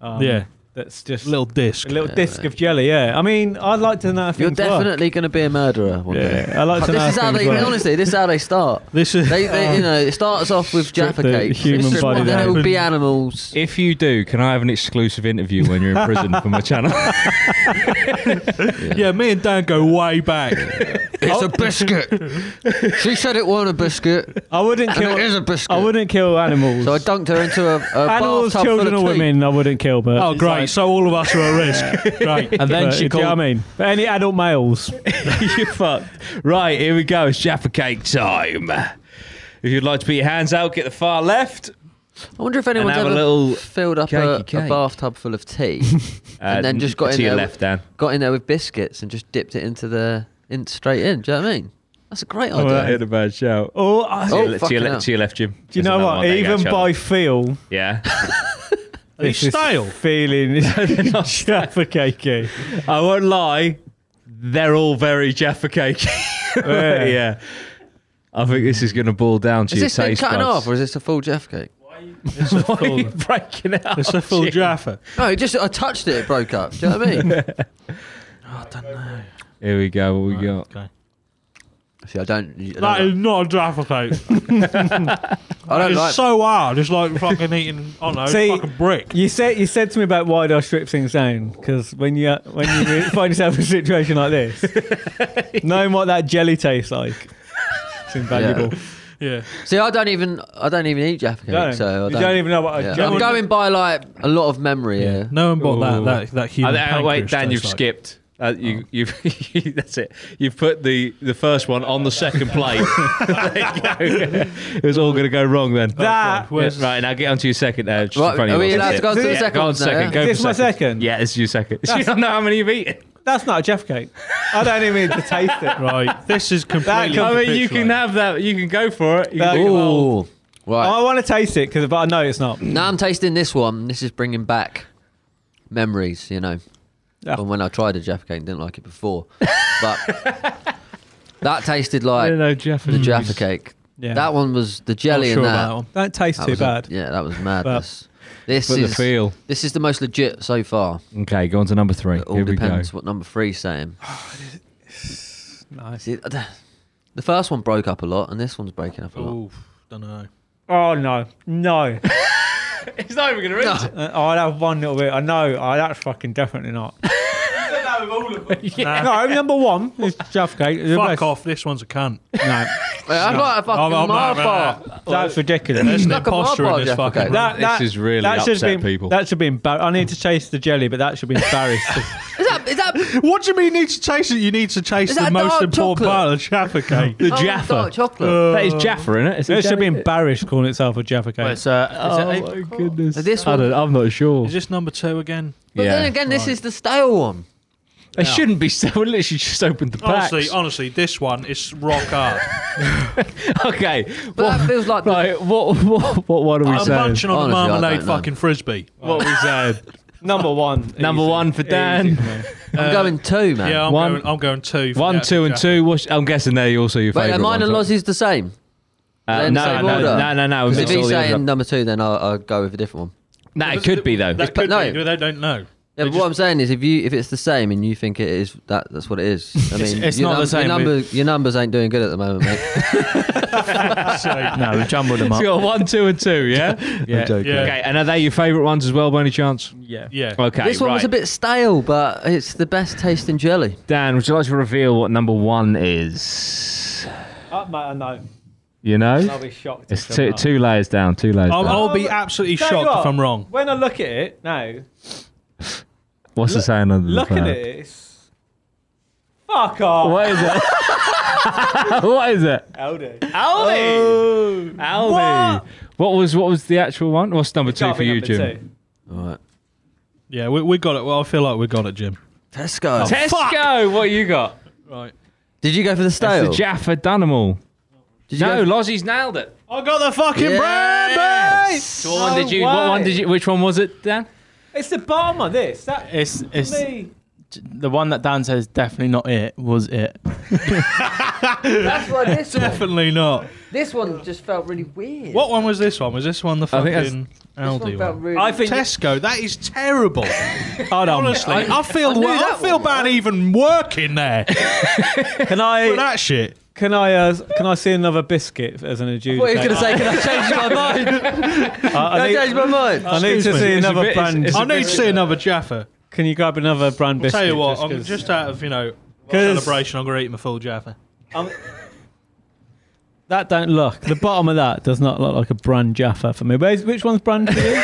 Speaker 2: Um,
Speaker 5: yeah,
Speaker 2: that's just
Speaker 5: little disc.
Speaker 2: a little
Speaker 3: Yeah,
Speaker 2: disc
Speaker 3: mate.
Speaker 2: of jelly. Yeah, I mean, I'd like to know if
Speaker 3: You're
Speaker 2: things work.
Speaker 3: definitely going to be a murderer one day.
Speaker 2: Yeah, I like to know.
Speaker 3: This is
Speaker 2: if
Speaker 3: how
Speaker 2: things
Speaker 3: they
Speaker 2: work.
Speaker 3: honestly. This is how they start.
Speaker 5: This is.
Speaker 3: They, they you know, it starts off with Jaffa
Speaker 2: the
Speaker 3: cakes.
Speaker 2: human
Speaker 3: Strip
Speaker 2: body
Speaker 3: one,
Speaker 5: down.
Speaker 3: then it will be animals.
Speaker 4: If you do, can I have an exclusive interview when you're in prison for my channel?
Speaker 5: yeah, me and Dan go way back.
Speaker 3: It's
Speaker 2: Oh.
Speaker 3: a biscuit. she said it wasn't a biscuit,
Speaker 2: I wouldn't
Speaker 3: and it
Speaker 2: kill.
Speaker 3: is a biscuit.
Speaker 2: I wouldn't kill animals.
Speaker 3: So I dunked her into a, a
Speaker 2: animals,
Speaker 3: bathtub
Speaker 2: children,
Speaker 3: full
Speaker 2: or
Speaker 3: of tea.
Speaker 2: women, I wouldn't kill. But
Speaker 5: Oh, great. so all of us are at risk. Great.
Speaker 2: And
Speaker 8: then she
Speaker 2: do you know
Speaker 8: called-
Speaker 2: what I mean? But any adult males.
Speaker 4: you fucked. Right, here we go. It's Jaffa cake time. If you'd like to put your hands out, get the far left.
Speaker 3: I wonder if anyone's
Speaker 4: have a
Speaker 3: ever
Speaker 4: little
Speaker 3: filled up a,
Speaker 4: cakey
Speaker 3: a
Speaker 4: cake.
Speaker 3: bathtub full of tea, And then just got
Speaker 4: Uh, to
Speaker 3: in
Speaker 4: your
Speaker 3: there.
Speaker 4: left, Dan.
Speaker 3: got in there with biscuits, and just dipped it into the in straight in. Do you know what I mean? That's a great idea.
Speaker 4: a bad shout.
Speaker 2: Oh, I,
Speaker 4: To,
Speaker 3: Oh,
Speaker 4: your, le- to, your
Speaker 3: fucking
Speaker 4: le-
Speaker 3: hell.
Speaker 4: to your left, Jim.
Speaker 2: do you
Speaker 4: There's
Speaker 2: know
Speaker 4: another
Speaker 2: what?
Speaker 4: one. There you go,
Speaker 2: Even
Speaker 4: Charlie.
Speaker 2: by feel,
Speaker 4: Yeah.
Speaker 5: Are you
Speaker 2: this is Oh,
Speaker 5: stale?
Speaker 2: feeling Jaffa cakey.
Speaker 4: I won't lie, they're all very Jaffa cake. yeah. I think this is going to boil down to
Speaker 3: Is
Speaker 4: your
Speaker 3: this thing
Speaker 4: taste
Speaker 3: cutting off,
Speaker 4: buds.
Speaker 3: or is this a full Jaffa cake?
Speaker 5: It's a
Speaker 4: Why are
Speaker 5: full,
Speaker 4: you breaking it up?
Speaker 5: it's a full
Speaker 4: Jim?
Speaker 5: Jaffa.
Speaker 3: No, it just I touched it, it broke up. Do you know what I mean?
Speaker 4: Here we go. What we got?
Speaker 5: Okay.
Speaker 3: See, I don't. I don't,
Speaker 5: That
Speaker 3: like,
Speaker 5: is not a Jaffa cake.
Speaker 3: I don't
Speaker 5: It's
Speaker 3: like.
Speaker 5: so hard. It's like fucking eating, I don't know,
Speaker 2: See-
Speaker 5: fucking brick.
Speaker 2: You said you said to me about why do I strip things down? Because when you when you re- find yourself in a situation like this, knowing what that jelly tastes like, it's invaluable.
Speaker 5: Yeah.
Speaker 3: See, I don't even. I don't even eat Jaffa cake,
Speaker 2: Don't-
Speaker 3: so I
Speaker 2: you
Speaker 3: don't.
Speaker 2: don't, even know what a
Speaker 3: yeah.
Speaker 2: jelly.
Speaker 3: I'm going by like a lot of memory here.
Speaker 5: No one bought
Speaker 4: Ooh.
Speaker 5: that, that, that
Speaker 4: Oh,
Speaker 5: human
Speaker 4: that- oh, wait,
Speaker 5: pancreas
Speaker 4: Dan, you've
Speaker 5: tastes like.
Speaker 4: skipped.
Speaker 2: Oh.
Speaker 4: Uh, you, you've, that's it. You've put the, the first one on the second plate. there you go. it was all going to go wrong then.
Speaker 2: Oh, That-
Speaker 4: Where's- right, now get on to your second. Uh, just in
Speaker 3: Right,
Speaker 4: front of
Speaker 3: are
Speaker 4: you.
Speaker 3: we
Speaker 4: That's
Speaker 3: allowed
Speaker 4: it.
Speaker 3: to go to the
Speaker 4: Yeah,
Speaker 3: second
Speaker 4: Go on
Speaker 3: one now,
Speaker 4: second.
Speaker 3: yeah?
Speaker 4: Go
Speaker 2: Is this
Speaker 4: for
Speaker 2: my
Speaker 4: second.
Speaker 2: second?
Speaker 4: Yeah, it's your second. you don't know how many you've eaten.
Speaker 2: That's not a Jaffa cake. I don't even need to taste it.
Speaker 5: Right. This is completely.
Speaker 2: could-
Speaker 4: I mean, you can
Speaker 5: capitulating.
Speaker 4: have that. You can go for it. You
Speaker 2: That-
Speaker 4: can do it.
Speaker 3: Ooh, right.
Speaker 2: I want to taste it because, but I know it's not.
Speaker 3: Now I'm tasting this one. This is bringing back memories, you know,
Speaker 2: Yeah.
Speaker 3: from when I tried a Jaffa cake and didn't like it before, but that tasted like
Speaker 4: no, Jeff.
Speaker 3: the Jaffa cake.
Speaker 2: Yeah.
Speaker 3: That one was the
Speaker 5: Not
Speaker 3: jelly in
Speaker 5: sure
Speaker 3: that.
Speaker 5: about that one.
Speaker 2: Don't taste
Speaker 3: That
Speaker 2: too
Speaker 3: was a-
Speaker 2: bad.
Speaker 3: yeah, that was madness. this
Speaker 4: But the
Speaker 3: is
Speaker 4: feel.
Speaker 3: this is the most legit so far.
Speaker 4: Okay, go on to number three.
Speaker 3: It all
Speaker 4: Here we go.
Speaker 3: depends what number three's saying.
Speaker 2: Nice.
Speaker 3: See, I don't- The first one broke up a lot, and this one's breaking up a lot.
Speaker 5: Ooh, don't know.
Speaker 2: Oh no, no!
Speaker 4: It's not even going to read it.
Speaker 2: Uh, I'll have one little bit. I know. I that's fucking definitely not.
Speaker 5: Nah,
Speaker 2: No, number one is Jaffgate. The
Speaker 5: fuck
Speaker 2: best-
Speaker 5: off. This one's a cunt.
Speaker 2: No,
Speaker 3: Mate, I'd like a fucking
Speaker 5: I'm not
Speaker 3: Marfa.
Speaker 2: that's ridiculous.
Speaker 5: There's an
Speaker 3: Knock 'em
Speaker 5: imposter
Speaker 3: off,
Speaker 5: in this
Speaker 3: Jeff,
Speaker 5: fucking
Speaker 3: okay.
Speaker 5: room.
Speaker 2: That, that,
Speaker 4: This is really
Speaker 2: that should have
Speaker 4: upset
Speaker 2: been,
Speaker 4: people.
Speaker 2: That should be embar- I need to chase the jelly, but that should be embarrassed.
Speaker 5: What do you mean you need to chase it? You need to chase
Speaker 3: Is
Speaker 5: the
Speaker 3: that
Speaker 5: most
Speaker 3: dark
Speaker 5: important
Speaker 3: chocolate?
Speaker 5: part of Jaffa cake.
Speaker 4: The
Speaker 3: Oh,
Speaker 4: Jaffa.
Speaker 3: dark chocolate.
Speaker 4: that is Jaffa, isn't it? It's a
Speaker 2: it should be
Speaker 4: jelly-
Speaker 2: embarrassed calling itself a Jaffa
Speaker 8: Well,
Speaker 2: cake.
Speaker 8: it's, uh,
Speaker 2: Oh,
Speaker 8: is it apricot?
Speaker 4: goodness.
Speaker 3: So this
Speaker 4: I
Speaker 3: one-
Speaker 4: don't, I'm not sure.
Speaker 5: Is this number two again?
Speaker 3: but
Speaker 4: yeah.
Speaker 3: then again, this is the stale one.
Speaker 4: It shouldn't be so. We literally just opened the packs.
Speaker 5: Honestly, honestly, this one is rock hard.
Speaker 4: okay.
Speaker 3: But
Speaker 4: What,
Speaker 3: that feels like the-
Speaker 4: right, what, what, what, what are we
Speaker 5: I'm
Speaker 4: saying?
Speaker 5: punching on the
Speaker 3: Honestly, I don't
Speaker 5: marmalade
Speaker 3: know.
Speaker 5: fucking frisbee.
Speaker 2: What we said. Number one.
Speaker 4: Number
Speaker 2: Easy.
Speaker 4: one for
Speaker 2: Easy
Speaker 4: Dan.
Speaker 2: for me.
Speaker 3: I'm going two, man.
Speaker 5: Yeah, I'm
Speaker 4: One-
Speaker 5: going. I'm going two. for
Speaker 4: One,
Speaker 5: Jaffa
Speaker 4: two, and
Speaker 5: Jaffa.
Speaker 4: two. What's, I'm guessing they're also your
Speaker 3: Wait,
Speaker 4: favourite.
Speaker 3: are mine and
Speaker 4: ones,
Speaker 3: Lozzie's the same?
Speaker 4: aren't they?
Speaker 3: in the
Speaker 4: Uh,
Speaker 3: same
Speaker 4: no, no,
Speaker 3: order?
Speaker 4: no, no, no.
Speaker 3: Because if
Speaker 4: it's all
Speaker 3: he's
Speaker 4: the
Speaker 3: saying
Speaker 4: other-
Speaker 3: number two, then I'll, I'll go with a different one.
Speaker 4: Nah, it could be though.
Speaker 5: That could
Speaker 3: no.
Speaker 5: be. They don't know.
Speaker 3: Yeah, but what I'm saying is, if you if it's the same and you think it is that, that's what it is. I mean,
Speaker 8: it's
Speaker 3: your
Speaker 8: not the
Speaker 3: num-
Speaker 8: same,
Speaker 3: Your, number, your numbers ain't doing good at the moment, mate.
Speaker 8: No, we jumbled them
Speaker 4: So
Speaker 8: up.
Speaker 4: you got one, two, and two. Yeah.
Speaker 2: Yeah.
Speaker 5: Yeah.
Speaker 4: Okay. And are they your favourite ones as well, by any chance?
Speaker 2: Yeah.
Speaker 5: Yeah.
Speaker 4: Okay.
Speaker 3: this one
Speaker 4: right.
Speaker 3: was a bit stale, but it's the best tasting jelly.
Speaker 4: Dan, would you like to reveal what number one is?
Speaker 2: Oh, mate, I know.
Speaker 4: You know,
Speaker 2: I'll be shocked.
Speaker 4: it's
Speaker 2: if
Speaker 4: two
Speaker 2: I'm not.
Speaker 4: two layers down. Two layers
Speaker 5: I'll,
Speaker 4: down.
Speaker 5: I'll be absolutely
Speaker 2: Tell you
Speaker 5: shocked
Speaker 2: what,
Speaker 5: if I'm wrong.
Speaker 2: When I look at it now,
Speaker 4: What's the saying under the
Speaker 2: look at
Speaker 4: cloud?
Speaker 2: it, it's. Fuck off.
Speaker 4: What is it? what is it?
Speaker 2: Aldi.
Speaker 4: Aldi. Aldi. What? was what was the actual one? What's number two
Speaker 2: Can't
Speaker 4: for
Speaker 2: be
Speaker 4: you,
Speaker 2: number
Speaker 4: Jim?
Speaker 2: two.
Speaker 3: All right,
Speaker 5: Yeah, we, we got it. Well, I feel like we got it, Jim.
Speaker 3: Tesco.
Speaker 4: Tesco. What you got?
Speaker 5: Right.
Speaker 3: Oh. Did you go for the
Speaker 4: It's the
Speaker 3: stale?
Speaker 4: Jaffa Danimal.
Speaker 3: Did you
Speaker 4: No,
Speaker 3: go for-
Speaker 4: Lozzie's nailed it.
Speaker 5: I got the fucking brand, mate.
Speaker 3: Yes!
Speaker 4: So what one did you? What one did you? Which one was it, Dan?
Speaker 2: It's the bottom of this. That
Speaker 8: It's it's
Speaker 2: me.
Speaker 8: the one that Dan says definitely not it was it.
Speaker 3: That's why this one.
Speaker 5: Definitely not.
Speaker 3: This one just felt really weird.
Speaker 5: What one was this one? Was this one the
Speaker 4: I think that's-
Speaker 5: fucking Aldi one?
Speaker 3: really.
Speaker 2: I think.
Speaker 5: Tesco, that is terrible.
Speaker 2: Hold on.
Speaker 5: Honestly, I, feel
Speaker 3: knew
Speaker 5: I,
Speaker 3: that
Speaker 5: feel
Speaker 3: one,
Speaker 5: bad even working there for
Speaker 2: Can I?
Speaker 5: that shit.
Speaker 2: Can I? Uh, can I see another biscuit as an adjudicator?
Speaker 3: What are you going to say? Can I change my mind?
Speaker 2: I, I
Speaker 3: Can I change
Speaker 2: need,
Speaker 3: my mind?
Speaker 2: I need to
Speaker 5: Excuse me.
Speaker 2: see
Speaker 5: It's
Speaker 2: another
Speaker 4: a bit-
Speaker 2: brand.
Speaker 4: it's-
Speaker 5: I need to see another Jaffa.
Speaker 2: can you grab another brand
Speaker 5: I'll
Speaker 2: biscuit?
Speaker 5: tell you what, I'm
Speaker 2: 'cause-
Speaker 5: just out of you know
Speaker 2: 'Cause-
Speaker 5: celebration. I'm gonna eat my full Jaffa.
Speaker 2: That don't look. The bottom of that does not look like a brand Jaffa for me. Where's, which one's brand for you?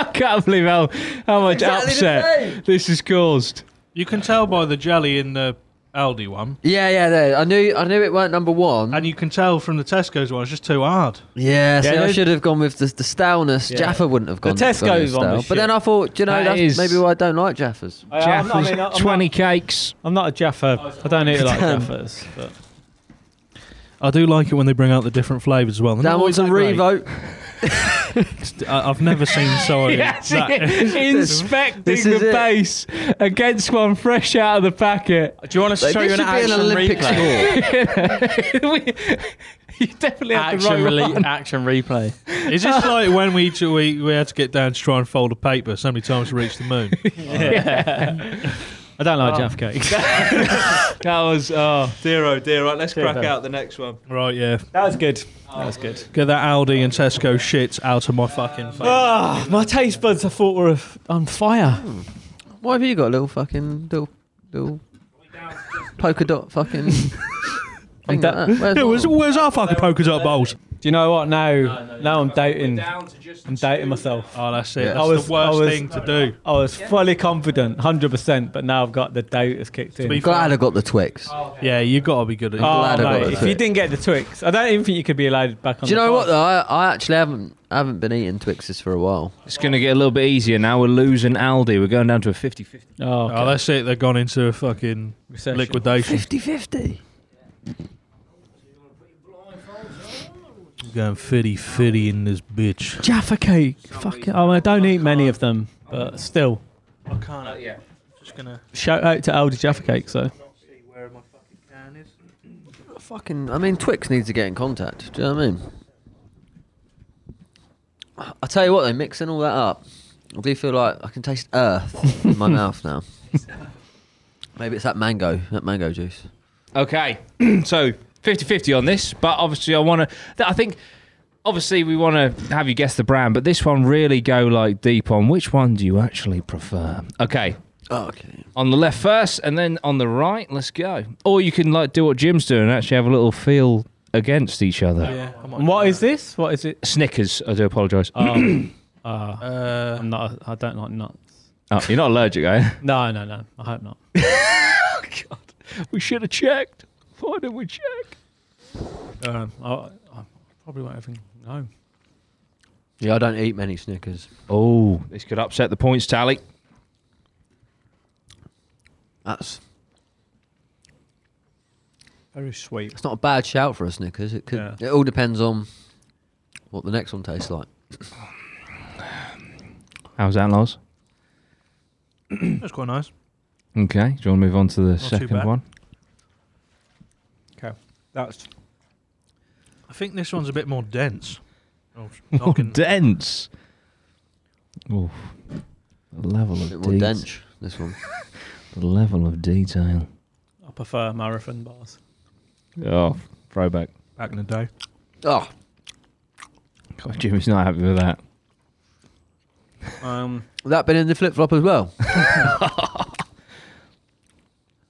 Speaker 4: I can't believe how how much
Speaker 3: Exactly the same.
Speaker 4: upset this has caused.
Speaker 5: You can tell by the jelly in the Aldi one,
Speaker 3: Yeah, yeah, there. I knew, I knew it weren't number one.
Speaker 5: and you can tell from the Tesco's one. It's just too hard.
Speaker 3: Yeah, see,
Speaker 2: Yeah,
Speaker 3: I
Speaker 2: no-
Speaker 3: should have gone with the, the staleness. Jaffa wouldn't have gone.
Speaker 2: Tesco's on
Speaker 3: gone with
Speaker 2: the
Speaker 3: stale.
Speaker 2: shit.
Speaker 3: But then I thought, do you know,
Speaker 4: That
Speaker 3: that's
Speaker 4: is-
Speaker 3: maybe why I don't like Jaffas.
Speaker 2: I- Oh, I'm
Speaker 4: Jaffa's
Speaker 2: not- I mean, I'm not-
Speaker 4: twenty cakes.
Speaker 2: I'm not a Jaffa. I don't eat like Jaffas. But.
Speaker 5: I do like it when they bring out the different flavours as well. They're not
Speaker 3: Dan
Speaker 5: always
Speaker 3: wants a
Speaker 5: that great.
Speaker 3: revote.
Speaker 5: I- I've never seen so.
Speaker 4: Yes,
Speaker 5: that-
Speaker 4: inspecting
Speaker 3: This is
Speaker 4: the
Speaker 3: it.
Speaker 4: base against one fresh out of the packet.
Speaker 8: Do you want us to
Speaker 3: Like,
Speaker 8: show you
Speaker 3: this
Speaker 8: an
Speaker 3: should be
Speaker 8: action
Speaker 3: an Olympic
Speaker 8: replay?
Speaker 3: score.
Speaker 4: We- you definitely have
Speaker 8: Action,
Speaker 4: the right
Speaker 8: rele-
Speaker 4: one.
Speaker 8: action replay.
Speaker 5: Is this like when we, do- we we had to get down to try and fold a paper so many times to reach the moon?
Speaker 2: I don't like
Speaker 8: Oh.
Speaker 2: Jaffa cakes. that
Speaker 4: That was oh,
Speaker 10: Dear, oh dear. Right, let's crack
Speaker 2: fella.
Speaker 10: out the next one.
Speaker 5: right, yeah.
Speaker 2: was good. That was good.
Speaker 5: Get that Aldi and Tesco shit out of my fucking face.
Speaker 2: Ah, my taste buds I thought were on fire.
Speaker 3: Why have you got a little fucking little little polka dot fucking? thing like
Speaker 2: da-
Speaker 3: that? Where's
Speaker 5: Yeah, where's,
Speaker 3: mine?
Speaker 5: where's our fucking polka dot bowls?
Speaker 2: Do you know what? Now, now I'm doubting. I'm doubting myself.
Speaker 5: Oh, that's it.
Speaker 3: Yeah.
Speaker 5: That's
Speaker 2: I was-
Speaker 5: the worst
Speaker 2: I was-
Speaker 5: thing to do.
Speaker 2: I was fully confident, hundred percent, but now I've got the doubt has kicked in.
Speaker 5: be
Speaker 3: I'm glad I got the Twix.
Speaker 5: Yeah, you got to be good at it.
Speaker 2: Oh,
Speaker 3: glad I got
Speaker 2: mate,
Speaker 3: the
Speaker 2: if you
Speaker 3: Twix.
Speaker 2: didn't get the Twix, I don't even think you could be allowed back on.
Speaker 3: Do you
Speaker 2: the
Speaker 3: know
Speaker 2: pod.
Speaker 3: what though? I, I actually haven't haven't been eating Twixes for a while.
Speaker 4: It's going to get a little bit easier now. We're losing Aldi. We're going down to a 50-50.
Speaker 2: Oh,
Speaker 5: Oh, that's it. They've gone into a fucking
Speaker 2: Recession.
Speaker 5: liquidation.
Speaker 3: 50-50.
Speaker 5: Going fitty fitty in this bitch.
Speaker 2: Jaffa cake. Fuck it. Oh, I don't eat many of them, but still.
Speaker 5: I can't. yeah. Just gonna
Speaker 2: Shout out to Aldi Jaffa cake. So
Speaker 5: see where my fucking can is.
Speaker 3: Fucking, I mean, Twix needs to get in contact. Do you know what I mean? I tell you what, though, mixing all that up, I do feel like I can taste earth in my mouth now. Maybe it's that mango, that mango juice.
Speaker 4: Okay, so 50-50 on this, but obviously I want to. I think obviously we want to have you guess the brand, but this one really go like deep on which one do you actually prefer? Okay,
Speaker 3: Oh, okay.
Speaker 4: on the left first, and then on the right. Let's go. Or you can like do what Jim's doing and actually have a little feel against each other.
Speaker 5: Yeah. I might
Speaker 2: And
Speaker 5: do
Speaker 2: what
Speaker 5: that.
Speaker 2: is this? What is it?
Speaker 4: Snickers. I do apologise. Oh,
Speaker 2: Um, uh,
Speaker 5: Uh,
Speaker 2: I'm not. I don't like nuts.
Speaker 4: you're not allergic, are you?
Speaker 2: No, no, no. I hope not.
Speaker 4: We should have checked. Why didn't we check?
Speaker 2: Um, I, I probably won't even know.
Speaker 3: Yeah, I don't eat many Snickers.
Speaker 4: Oh, this could upset the points tally.
Speaker 3: That's
Speaker 2: Very sweet.
Speaker 3: it's not a bad shout for a Snickers. It could.
Speaker 2: Yeah.
Speaker 3: It all depends on what the next one tastes like.
Speaker 4: How's that, Lars?
Speaker 5: that's quite nice.
Speaker 4: Okay. Do you want to move on to the
Speaker 5: too
Speaker 4: second
Speaker 5: bad.
Speaker 4: one?
Speaker 2: That's
Speaker 5: I think this one's a bit more dense. Oh, knocking-
Speaker 4: dense. Oof. The level
Speaker 3: A
Speaker 4: of
Speaker 3: bit more
Speaker 4: det-
Speaker 3: dense. This one.
Speaker 4: the level of detail.
Speaker 2: I prefer marathon bars.
Speaker 4: Oh, throwback.
Speaker 5: back in the day.
Speaker 3: Oh,
Speaker 4: God, Jimmy's not happy with that.
Speaker 2: Um,
Speaker 3: that been in the flip flop as well.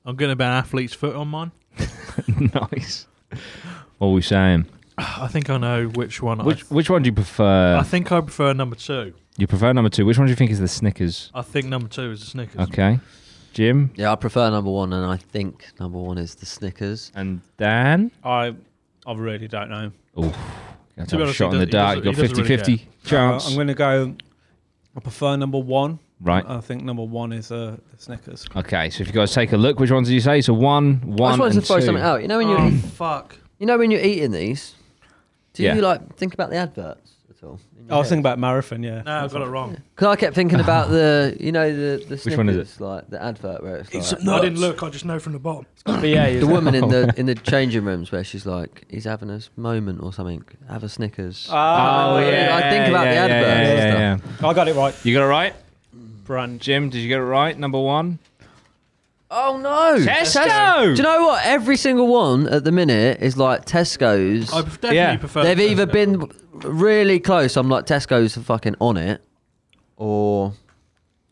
Speaker 5: I'm going to be an athlete's foot on mine.
Speaker 4: nice. What are we saying?
Speaker 5: I think I know which one. I,
Speaker 4: Which uh, which one do you prefer?
Speaker 5: I think I prefer number two.
Speaker 4: you prefer number two. Which one do you think is the Snickers?
Speaker 5: I think number two is the Snickers.
Speaker 4: Okay, Jim
Speaker 3: Yeah, I prefer number one, and I think number one is the Snickers.
Speaker 4: and Dan.
Speaker 2: I I really don't know.
Speaker 4: That's
Speaker 5: To be
Speaker 4: a
Speaker 5: honest,
Speaker 4: shot
Speaker 5: he
Speaker 4: in the
Speaker 5: does- he
Speaker 4: dark. You
Speaker 5: doesn't-
Speaker 4: got
Speaker 5: he doesn't
Speaker 4: 50
Speaker 5: really
Speaker 4: 50 chance.
Speaker 2: I'm going to go. I prefer number one.
Speaker 4: right.
Speaker 2: I think number one is uh, the Snickers.
Speaker 4: Okay, so if you guys take a look, which ones did you say? So one,
Speaker 3: I
Speaker 4: one,
Speaker 3: just wanted
Speaker 4: and
Speaker 3: to throw
Speaker 4: two. Mm.
Speaker 3: something out. You know when you
Speaker 5: Oh, fuck.
Speaker 3: you know when you're eating these, do
Speaker 4: Yeah.
Speaker 3: you like think about the adverts at all? in your
Speaker 2: I was
Speaker 3: head?
Speaker 2: thinking about marathon. Yeah.
Speaker 5: No, I got it wrong.
Speaker 3: Because I kept thinking about the, you know, the, the Snickers,
Speaker 4: Which one is it?
Speaker 3: like the advert where it's, like
Speaker 5: I didn't look. I just know from the bottom.
Speaker 8: BA.
Speaker 3: the woman in the in the changing rooms where she's like, he's having a s- moment or something. Have a Snickers.
Speaker 2: Ah,
Speaker 4: Oh,
Speaker 3: I
Speaker 4: yeah.
Speaker 3: think about
Speaker 4: yeah,
Speaker 3: the
Speaker 4: yeah,
Speaker 3: adverts
Speaker 4: yeah,
Speaker 3: and
Speaker 4: yeah, yeah.
Speaker 2: I got it right.
Speaker 4: You got it right?
Speaker 2: Brand.
Speaker 4: Jim, did you get it right? Number one?
Speaker 3: Oh no,
Speaker 4: Tesco!
Speaker 3: Do you know what? Every single one at the minute is like Tesco's.
Speaker 5: I definitely
Speaker 4: Yeah.
Speaker 5: prefer.
Speaker 3: They've
Speaker 5: the
Speaker 3: either
Speaker 5: Tesco.
Speaker 3: been really close. I'm like Tesco's are fucking on it, or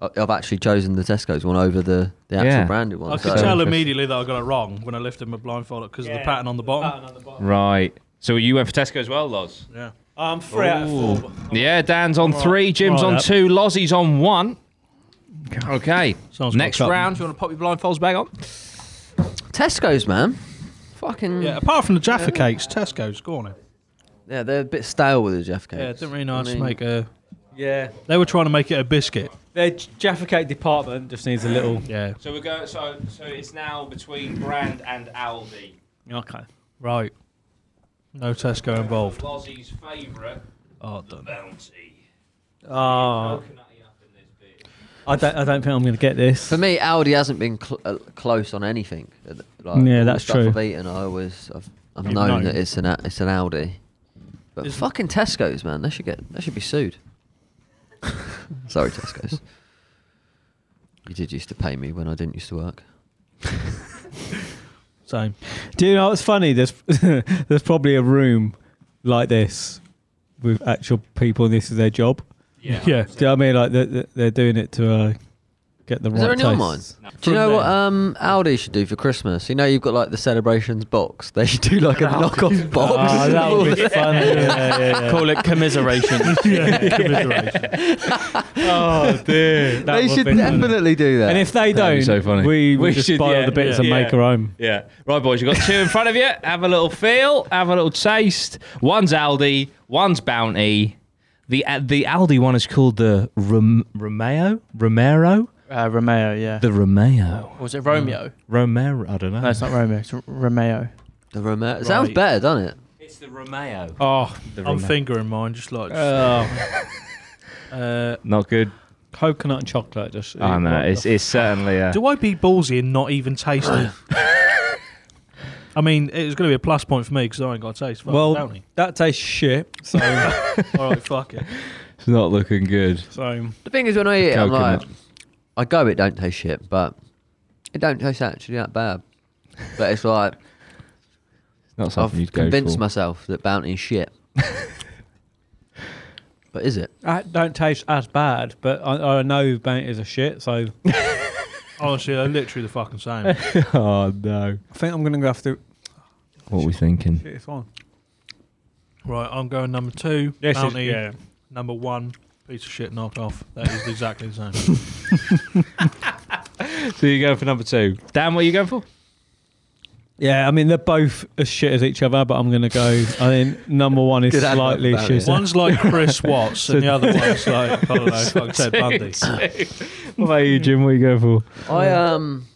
Speaker 3: I- I've actually chosen the Tesco's one over the the actual
Speaker 4: Yeah.
Speaker 3: branded one.
Speaker 5: I could
Speaker 3: so-
Speaker 5: tell immediately that I got it wrong when I lifted my blindfold up because of the pattern on the bottom.
Speaker 4: Right. So you went for Tesco as well, Loz?
Speaker 5: Yeah.
Speaker 2: I'm Um, three out of four.
Speaker 4: Yeah, Dan's on three, Jim's
Speaker 2: Right
Speaker 4: on
Speaker 2: up.
Speaker 4: two, Lozzie's on one. Okay.
Speaker 5: Sounds
Speaker 4: Next
Speaker 5: cocked up.
Speaker 4: round, do you want to pop your blindfolds back on?
Speaker 3: Tesco's, man. Fucking
Speaker 5: Yeah,
Speaker 3: yeah.
Speaker 5: apart from the Jaffa cakes, Tesco's, go on it.
Speaker 3: they're a bit stale with the Jeff cakes.
Speaker 5: Yeah, didn't really know
Speaker 3: I
Speaker 5: how to
Speaker 3: mean-
Speaker 5: make a.
Speaker 2: Yeah.
Speaker 5: They were trying to make it a biscuit.
Speaker 2: Their Jaffa Cake department just needs a little.
Speaker 5: Yeah.
Speaker 4: So we go so so it's now between Brand and Aldi.
Speaker 2: Okay.
Speaker 5: Right. No Tesco involved.
Speaker 4: Lozzie's favourite,
Speaker 5: Oh, done.
Speaker 4: Bounty. Uh,
Speaker 2: Oh, I don't. I don't think I'm going to get this.
Speaker 3: For me, Aldi hasn't been cl- uh, close on anything. Uh, th- Like,
Speaker 2: Yeah,
Speaker 3: all the
Speaker 2: that's
Speaker 3: stuff
Speaker 2: true.
Speaker 3: I've eaten, I always I've, I've
Speaker 5: You've
Speaker 3: known,
Speaker 5: known.
Speaker 3: that it's an a- it's an Aldi. But
Speaker 5: Isn't-
Speaker 3: fucking Tesco's, man, they should get they should be sued. Sorry, Tesco's. You did used to pay me when I didn't used to work.
Speaker 5: Same.
Speaker 2: Do you know what's funny? There's there's probably a room like this with actual people. and This is their job.
Speaker 5: Yeah.
Speaker 2: Do you know what I mean? Like they're, they're doing it to uh, get the
Speaker 3: Is
Speaker 2: right.
Speaker 3: there any on
Speaker 2: tastes.
Speaker 3: Do you
Speaker 2: From
Speaker 3: know what
Speaker 2: there.
Speaker 3: um, Aldi should do for Christmas? You know, you've got like the celebrations box. They should do like a knockoff box.
Speaker 2: Oh, that would be fun. Yeah, yeah, yeah.
Speaker 8: Call it commiseration.
Speaker 2: Oh dear. That
Speaker 3: they
Speaker 2: would
Speaker 3: should
Speaker 2: be fun.
Speaker 3: definitely do that.
Speaker 2: And if they
Speaker 4: That'd
Speaker 2: don't,
Speaker 4: be so funny.
Speaker 2: we, we
Speaker 4: We
Speaker 2: just
Speaker 4: should,
Speaker 2: buy all
Speaker 4: yeah,
Speaker 2: the bits
Speaker 4: yeah,
Speaker 2: and
Speaker 4: yeah.
Speaker 2: make our own.
Speaker 4: Yeah. Right, boys, you've got two in front of you. Have a little feel, have a little taste. One's Aldi, one's Bounty. The uh, the Aldi one is called the Rom- Romeo? Romero?
Speaker 8: uh, Romeo, yeah.
Speaker 4: The Romeo.
Speaker 8: or was it Romeo?
Speaker 4: Romero, I don't
Speaker 8: No,
Speaker 4: know.
Speaker 8: it's not Romeo. It's R- Romeo.
Speaker 3: the Romero. it Sounds
Speaker 5: Right.
Speaker 3: better, doesn't it?
Speaker 4: It's the Romeo.
Speaker 2: Oh,
Speaker 4: The
Speaker 5: I'm
Speaker 4: Romeo.
Speaker 5: fingering mine, just like. Uh,
Speaker 4: Not good.
Speaker 2: coconut and chocolate. Just.
Speaker 4: Oh, no,
Speaker 2: what the
Speaker 4: it's, it's certainly a.
Speaker 5: do I be ballsy and not even taste it? I mean, it's going to be a plus point for me because I ain't got a taste. for
Speaker 2: Well,
Speaker 5: Downey.
Speaker 2: That tastes shit. So,
Speaker 5: all right, fuck it.
Speaker 4: It's not looking good.
Speaker 2: so
Speaker 3: The thing is, when I eat it, I'm
Speaker 4: Coconut.
Speaker 3: like, I go, it don't taste shit, but it don't taste actually that bad. But it's like,
Speaker 4: That's
Speaker 3: I've
Speaker 4: something you'd go
Speaker 3: convinced
Speaker 4: for.
Speaker 3: myself that bounty is shit. but is it?
Speaker 2: I don't taste as bad, but I, I know bounties are shit, so I
Speaker 5: Honestly, they're literally the fucking same.
Speaker 4: oh no!
Speaker 2: think I'm gonna go after
Speaker 4: What are we thinking?
Speaker 2: shit. It's one.
Speaker 5: right, I'm going number two.
Speaker 2: This is,
Speaker 5: bounty.
Speaker 2: yeah.
Speaker 5: Number one, piece of shit knocked off. That is exactly the same.
Speaker 4: So you go for number two. Dan, what are you going for?
Speaker 2: Yeah, I mean they're both as shit as each other, but I'm gonna go. I think number one is
Speaker 3: Good advert
Speaker 2: slightly
Speaker 3: about it.
Speaker 2: shitter.
Speaker 5: One's like Chris Watts, and the other one's like, I don't know, fucking Ted Bundy.
Speaker 4: What about you, Jim? What are you going for?
Speaker 3: I um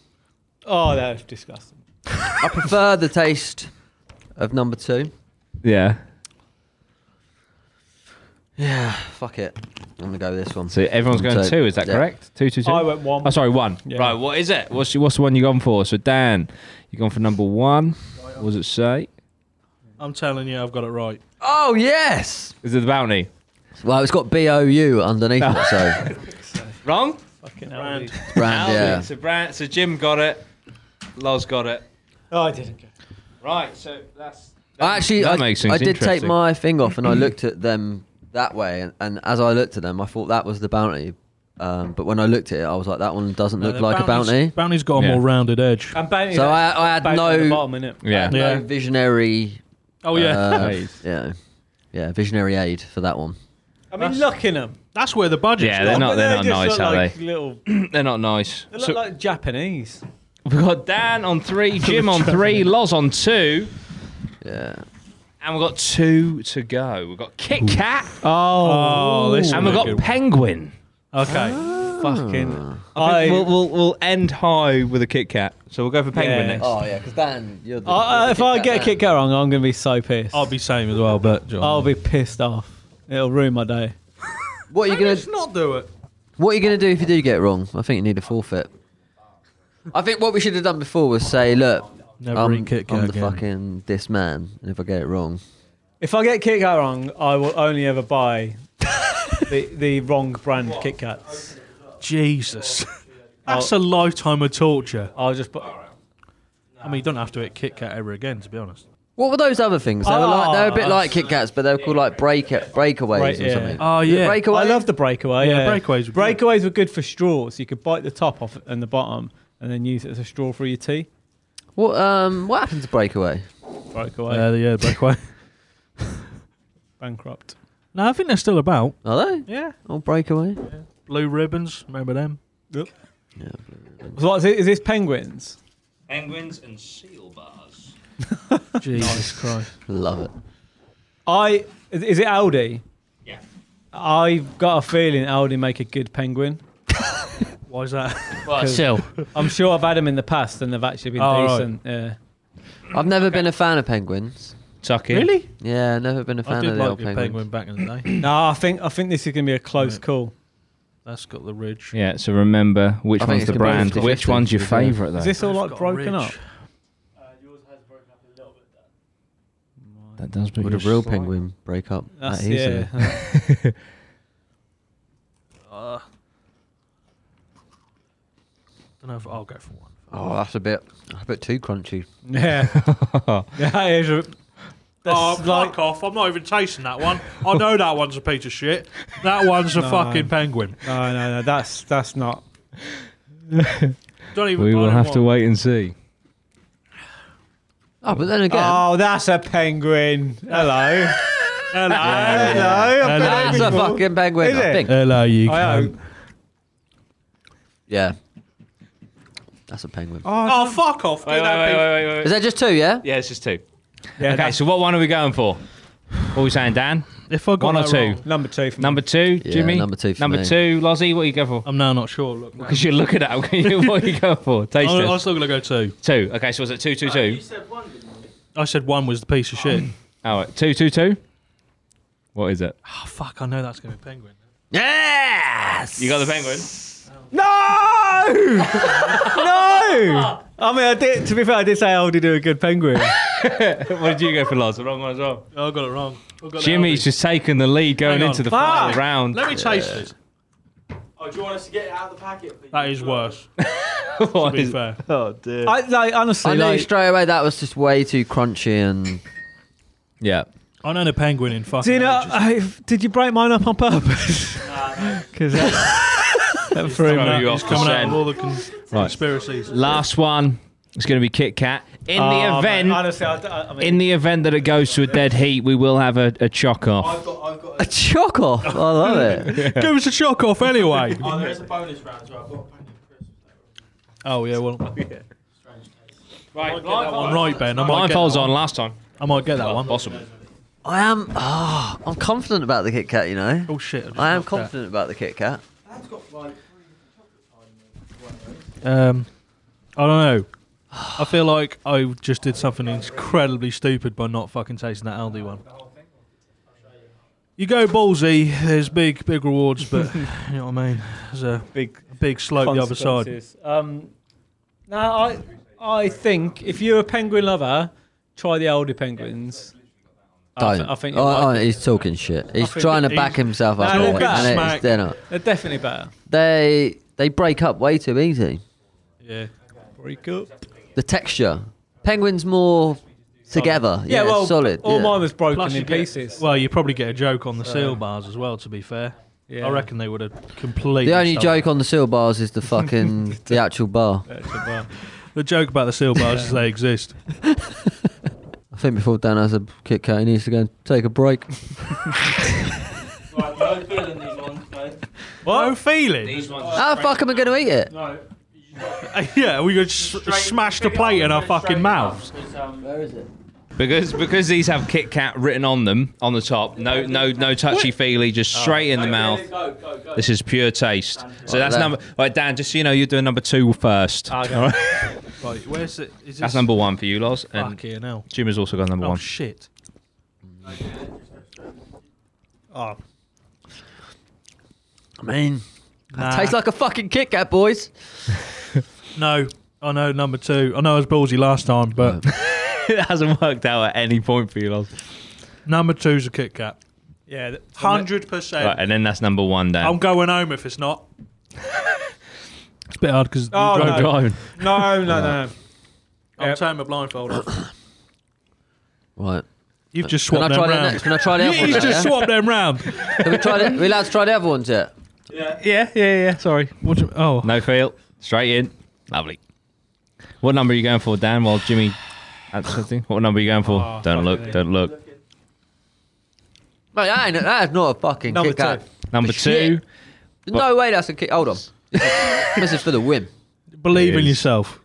Speaker 2: Oh, that's disgusting.
Speaker 3: I prefer the taste of number two.
Speaker 4: Yeah.
Speaker 3: Yeah, fuck it. I'm gonna go this one.
Speaker 4: So everyone's going
Speaker 3: So,
Speaker 4: two. Is that
Speaker 3: yeah.
Speaker 4: correct? Two, two, two.
Speaker 2: I went one.
Speaker 4: Oh, sorry, one.
Speaker 2: Yeah.
Speaker 4: Right, what is it? What's what's the one you gone for? So Dan, you gone for number one. What does it say?
Speaker 5: I'm telling you, I've got it right.
Speaker 3: Oh yes.
Speaker 4: Is it the bounty?
Speaker 3: Well, it's got B O U underneath it, so
Speaker 4: Wrong.
Speaker 2: Fucking hell.
Speaker 5: Brand.
Speaker 3: brand yeah.
Speaker 4: So Brand, so Jim got it. Loz got it.
Speaker 2: Oh, I didn't go.
Speaker 4: Right. So that's.
Speaker 3: I actually,
Speaker 4: that
Speaker 3: I,
Speaker 4: makes things
Speaker 3: I did take
Speaker 4: interesting.
Speaker 3: my thing off and I looked at them that way, and, and as I looked at them, I thought that was the bounty. Um, but when I looked at it, I was like, that one doesn't
Speaker 5: No,
Speaker 3: look
Speaker 5: the
Speaker 3: like
Speaker 5: Uh, bounty's-
Speaker 3: a bounty.
Speaker 5: Bounty's got a
Speaker 4: Yeah.
Speaker 5: more rounded edge.
Speaker 2: And bounty.
Speaker 3: So I, I had
Speaker 2: bounty at the
Speaker 3: no,
Speaker 2: bottom in it.
Speaker 4: Yeah.
Speaker 3: no
Speaker 5: Yeah.
Speaker 3: visionary.
Speaker 5: Oh yeah,
Speaker 3: uh,
Speaker 4: Aid.
Speaker 3: yeah, yeah, visionary aid for that one.
Speaker 2: I mean, look in them.
Speaker 5: that's where the budget's
Speaker 4: Yeah,
Speaker 5: gone.
Speaker 4: they're not- they're not nice,
Speaker 2: look
Speaker 4: are
Speaker 2: like
Speaker 4: they?
Speaker 2: Little,
Speaker 4: They're not nice.
Speaker 2: they look
Speaker 4: So
Speaker 2: like Japanese.
Speaker 4: we've got Dan on three, Jim on three, Loz on two,
Speaker 3: Yeah,
Speaker 4: and we've got two to go. We've got Kit Kat
Speaker 5: Oh, this
Speaker 4: and we've got Penguin.
Speaker 5: okay.
Speaker 2: Ah. Fucking.
Speaker 4: I
Speaker 2: I.
Speaker 4: think we'll, we'll, we'll end high with a Kit Kat. So we'll go for Penguin
Speaker 2: Yeah.
Speaker 4: next.
Speaker 3: Oh yeah, because Dan, you're the,
Speaker 2: I- I- Uh, if I get Kit Kat wrong, I'm going to be so pissed.
Speaker 5: I'll be same as well, but John.
Speaker 2: I'll be pissed off. It'll ruin my day.
Speaker 3: what are you gonna
Speaker 5: Let's not do it.
Speaker 3: What are you going to do if you do get it wrong? I think you need a forfeit. I think what we should have done before was say, look,
Speaker 5: Never
Speaker 3: I'm,
Speaker 5: eat Kit Kat
Speaker 3: I'm the
Speaker 5: again.
Speaker 3: fucking this man, and if I get it wrong,
Speaker 2: If I get Kit Kat wrong, I will only ever buy the, the wrong brand Kit Kats.
Speaker 5: Jesus, that's a lifetime of torture.
Speaker 2: I'll just buy.
Speaker 5: I mean, you don't have to eat Kit Kat ever again, to be honest.
Speaker 3: what were those other things? They were like they were a bit
Speaker 2: Oh.
Speaker 3: like Kit Kats, but they were called like break breakaways
Speaker 2: Right,
Speaker 3: or
Speaker 2: yeah.
Speaker 3: something.
Speaker 5: Oh yeah, Oh,
Speaker 3: Breakaway.
Speaker 2: I love the breakaway.
Speaker 5: Yeah,
Speaker 2: Yeah,
Speaker 5: breakaways were good.
Speaker 2: breakaways were good for straws. You could bite the top off and the bottom, and then use it as a straw for your tea.
Speaker 3: What um what happened to breakaway?
Speaker 2: Breakaway,
Speaker 5: uh, yeah, breakaway.
Speaker 2: bankrupt.
Speaker 5: no, I think they're still about.
Speaker 3: Are they?
Speaker 5: Yeah,
Speaker 3: Oh breakaway.
Speaker 5: blue ribbons. Remember them?
Speaker 2: So what is, it, is this penguins?
Speaker 4: Penguins and seal bars.
Speaker 5: Jesus Christ.
Speaker 3: Love it.
Speaker 2: I is- is it Aldi?
Speaker 4: Yeah.
Speaker 2: I've got a feeling Aldi make a good penguin.
Speaker 5: Why is that?
Speaker 4: Well, seal.
Speaker 2: I'm sure I've had them in the past and they've actually been
Speaker 5: Oh, right.
Speaker 2: decent. Yeah.
Speaker 3: I've never been a fan of penguins.
Speaker 4: Tuck in.
Speaker 3: Yeah, never been a
Speaker 5: I
Speaker 3: fan
Speaker 5: did
Speaker 3: of the
Speaker 5: like
Speaker 3: old
Speaker 5: the penguin.
Speaker 3: penguins.
Speaker 5: back in the day.
Speaker 2: No, I think I think this is gonna be a close
Speaker 5: Right.
Speaker 2: call.
Speaker 5: That's got the ridge.
Speaker 4: Yeah, so remember which
Speaker 3: I think
Speaker 4: one's
Speaker 3: it's
Speaker 4: the
Speaker 3: gonna be
Speaker 4: brand,
Speaker 3: 50-50,
Speaker 4: which one's your
Speaker 3: to be fair.
Speaker 4: favourite, though.
Speaker 2: Is this all
Speaker 5: It's
Speaker 2: like
Speaker 5: got a
Speaker 2: broken up?
Speaker 5: ridge.
Speaker 4: that does make
Speaker 3: Would a
Speaker 4: you
Speaker 3: real
Speaker 4: slightly-
Speaker 3: penguin break up
Speaker 2: That's
Speaker 3: that easily?
Speaker 2: yeah.
Speaker 5: don't know if I'll go for one.
Speaker 3: Oh, that's a bit a bit too crunchy.
Speaker 2: yeah. yeah it is a- that's
Speaker 5: oh,
Speaker 2: like
Speaker 5: fuck off. I'm not even tasting that one. I know that one's a piece of shit. That one's a fucking penguin.
Speaker 2: no, no, no. That's that's not.
Speaker 5: Don't even
Speaker 4: We
Speaker 5: I
Speaker 4: will
Speaker 5: don't
Speaker 4: have to
Speaker 5: want-
Speaker 4: wait and see.
Speaker 3: Oh, but then again,
Speaker 2: Oh, that's a penguin. Hello.
Speaker 5: Hello.
Speaker 2: Hello. I've been
Speaker 3: that's
Speaker 2: here
Speaker 3: a
Speaker 2: before.
Speaker 3: fucking penguin.
Speaker 2: Is
Speaker 3: I
Speaker 2: it?
Speaker 3: think.
Speaker 5: Hello, you
Speaker 2: I
Speaker 5: cunt.
Speaker 2: know.
Speaker 3: Yeah. That's a penguin.
Speaker 5: Oh, fuck off. Get that piece-
Speaker 4: wait, wait,
Speaker 3: Is that just two, yeah?
Speaker 4: Yeah, it's just two.
Speaker 2: Yeah,
Speaker 4: Okay,
Speaker 2: that's
Speaker 4: so what one are we going for? What are we saying, Dan?
Speaker 5: If I got
Speaker 4: One or
Speaker 5: that
Speaker 4: two?
Speaker 5: wrong-
Speaker 2: number two. For me.
Speaker 4: Number two,
Speaker 3: Yeah,
Speaker 4: Jimmy?
Speaker 3: number two for
Speaker 4: Number
Speaker 3: me.
Speaker 4: two, Lozzie, what are you going for?
Speaker 5: I'm now not sure. Look, I'm,
Speaker 4: Because you're looking at him. what are you going for? Taste
Speaker 5: I'm
Speaker 4: it.
Speaker 5: still going to go two.
Speaker 4: Two. Okay, so was it two, two, two?
Speaker 5: I said one was the piece of
Speaker 4: Oh.
Speaker 5: shit.
Speaker 4: All right, two, two, two. What is it?
Speaker 5: Oh, fuck. I know that's going to be penguin.
Speaker 3: Yes!
Speaker 4: You got the penguin?
Speaker 2: No! no! I mean, I did. To be fair, I did say Aldi do a good penguin.
Speaker 4: what did you go for, Loz? The wrong one as well.
Speaker 5: Oh, I got it wrong. I got that
Speaker 4: Jimmy's
Speaker 5: wrong.
Speaker 4: just taken the lead going
Speaker 5: Hang on.
Speaker 4: into the
Speaker 5: Fuck.
Speaker 4: final round.
Speaker 5: Let me taste this.
Speaker 8: Oh, do you want us to get it out of the packet? Please?
Speaker 5: That is worse. to
Speaker 4: What
Speaker 5: be
Speaker 4: is-
Speaker 5: fair.
Speaker 4: oh dear.
Speaker 2: I like honestly
Speaker 3: I knew
Speaker 2: like
Speaker 3: straight away that was just way too crunchy and
Speaker 4: Yeah.
Speaker 5: I know the penguin in fucking.
Speaker 2: Do you know?
Speaker 5: ages.
Speaker 2: I, did you break mine up on purpose? Because that, that threw
Speaker 5: Coming
Speaker 2: me.
Speaker 5: out-
Speaker 4: you
Speaker 5: he's
Speaker 4: off
Speaker 5: coming
Speaker 4: the
Speaker 5: out
Speaker 4: scent.
Speaker 5: of all the con- conspiracies.
Speaker 4: Last one. It's going to be Kit Kat.
Speaker 5: Ah,
Speaker 4: In the
Speaker 2: Oh, man,
Speaker 4: event,
Speaker 2: honestly, I, I- I mean,
Speaker 4: in the event that it goes to a dead heat, we will have a, a chock off.
Speaker 8: got, I've got.
Speaker 3: a chock off. I love it.
Speaker 5: Give us a shock off anyway.
Speaker 8: oh, there is a bonus round as well. I've got a packet of crisps.
Speaker 5: oh yeah, well,
Speaker 4: Right,
Speaker 5: I'm right, Ben. I might, get
Speaker 4: blindfolds
Speaker 5: that
Speaker 4: on
Speaker 5: one.
Speaker 4: last time.
Speaker 5: I might get that one.
Speaker 4: Possible.
Speaker 3: I am. ah, I'm confident about the Kit Kat. You know,
Speaker 5: Oh shit! just
Speaker 3: I am
Speaker 5: knocked that.
Speaker 3: confident about the Kit Kat.
Speaker 8: Dad's got like.
Speaker 5: Um, I don't know. I feel like I just did something incredibly stupid by not fucking tasting that Aldi one. You go ballsy. There's big, big rewards, but you know what I mean. There's a
Speaker 2: big
Speaker 5: big slope the other side.
Speaker 2: consequences. Um, no, I I think if you're a penguin lover, try the older penguins. I,
Speaker 3: Don't.
Speaker 2: th- I think
Speaker 3: oh,
Speaker 2: you'll like
Speaker 3: oh,
Speaker 2: it.
Speaker 3: he's talking shit. He's
Speaker 5: think
Speaker 3: trying to
Speaker 5: he's-
Speaker 3: back himself up,
Speaker 2: No,
Speaker 3: a
Speaker 2: look
Speaker 3: bit,
Speaker 2: at
Speaker 3: and it's-
Speaker 5: smack.
Speaker 3: they're not.
Speaker 2: they're definitely better.
Speaker 3: They they break up way too easy.
Speaker 5: Yeah.
Speaker 2: Break up.
Speaker 3: The texture. Penguins more together. Yeah,
Speaker 2: well,
Speaker 3: solid.
Speaker 2: All
Speaker 3: yeah.
Speaker 2: mine was broken
Speaker 5: Plus
Speaker 2: in
Speaker 5: you get-
Speaker 2: pieces.
Speaker 5: Well, you probably get a joke on the seal bars as well. To be fair,
Speaker 2: Yeah.
Speaker 5: I reckon they would have completely.
Speaker 3: the only
Speaker 5: stolen
Speaker 3: joke on the seal bars is the fucking the actual bar.
Speaker 5: it. The joke about the seal bars is they exist.
Speaker 3: I think before Dan has a Kit Kat, he needs to go and take a break.
Speaker 8: Right, no filling these ones, mate.
Speaker 5: What? No feeling.
Speaker 3: How the fuck am I going to eat it?
Speaker 8: No.
Speaker 5: yeah, we could s- smash the plate in our fucking mouths.
Speaker 3: Where is it?
Speaker 4: Because because these have Kit Kat written on them on the top. No no no touchy feely, just
Speaker 5: Ah.
Speaker 4: straight in the mouth.
Speaker 8: Go, go, go.
Speaker 4: This is pure taste. So that's
Speaker 3: there.
Speaker 4: number. Right, Dan. Just so you know, you're doing number two first.
Speaker 5: Ah, Right, where's it? Is this
Speaker 4: That's number one for you, Loz. And
Speaker 5: Fucking hell.
Speaker 4: Jim has also got number
Speaker 5: Oh
Speaker 4: one.
Speaker 5: shit.
Speaker 3: I mean,
Speaker 2: uh,
Speaker 5: Nah.
Speaker 3: tastes like a fucking Kit Kat, boys.
Speaker 5: No, I know number two. I know I was ballsy last time, but
Speaker 4: it hasn't worked out at any point for you, Loz.
Speaker 5: number two's a Kit Kat.
Speaker 2: yeah, th-
Speaker 5: Hundred percent.
Speaker 4: Right, and then that's number one, Dan.
Speaker 5: I'm going home if it's not. it's a bit hard because
Speaker 2: Oh,
Speaker 5: I'm
Speaker 2: no.
Speaker 4: driving.
Speaker 2: No, no, no. Yep.
Speaker 5: turning my blindfold off.
Speaker 3: Right.
Speaker 5: You've just
Speaker 3: Can I
Speaker 5: swapped them
Speaker 3: try the next?
Speaker 5: round.
Speaker 3: Can I try the other one?
Speaker 5: He's just
Speaker 3: Yeah?
Speaker 5: swapped them round.
Speaker 3: Have we tried it? We allowed to try the other ones yet?
Speaker 4: Yeah, yeah, yeah. Sorry.
Speaker 5: What do, oh,
Speaker 4: No feel. Straight in. Lovely. What number are you going for, Dan? While Jimmy answers something. What number are you going for?
Speaker 5: Oh,
Speaker 4: don't look.
Speaker 5: fucking
Speaker 4: Don't look.
Speaker 3: Mate, that, ain't, that is not a fucking
Speaker 2: Number
Speaker 3: Kit Kat.
Speaker 2: two.
Speaker 4: Number
Speaker 3: Shit.
Speaker 4: two.
Speaker 3: There's No way that's a Kit. Hold on. this is for the win.
Speaker 5: believe in
Speaker 4: Yes.
Speaker 5: yourself.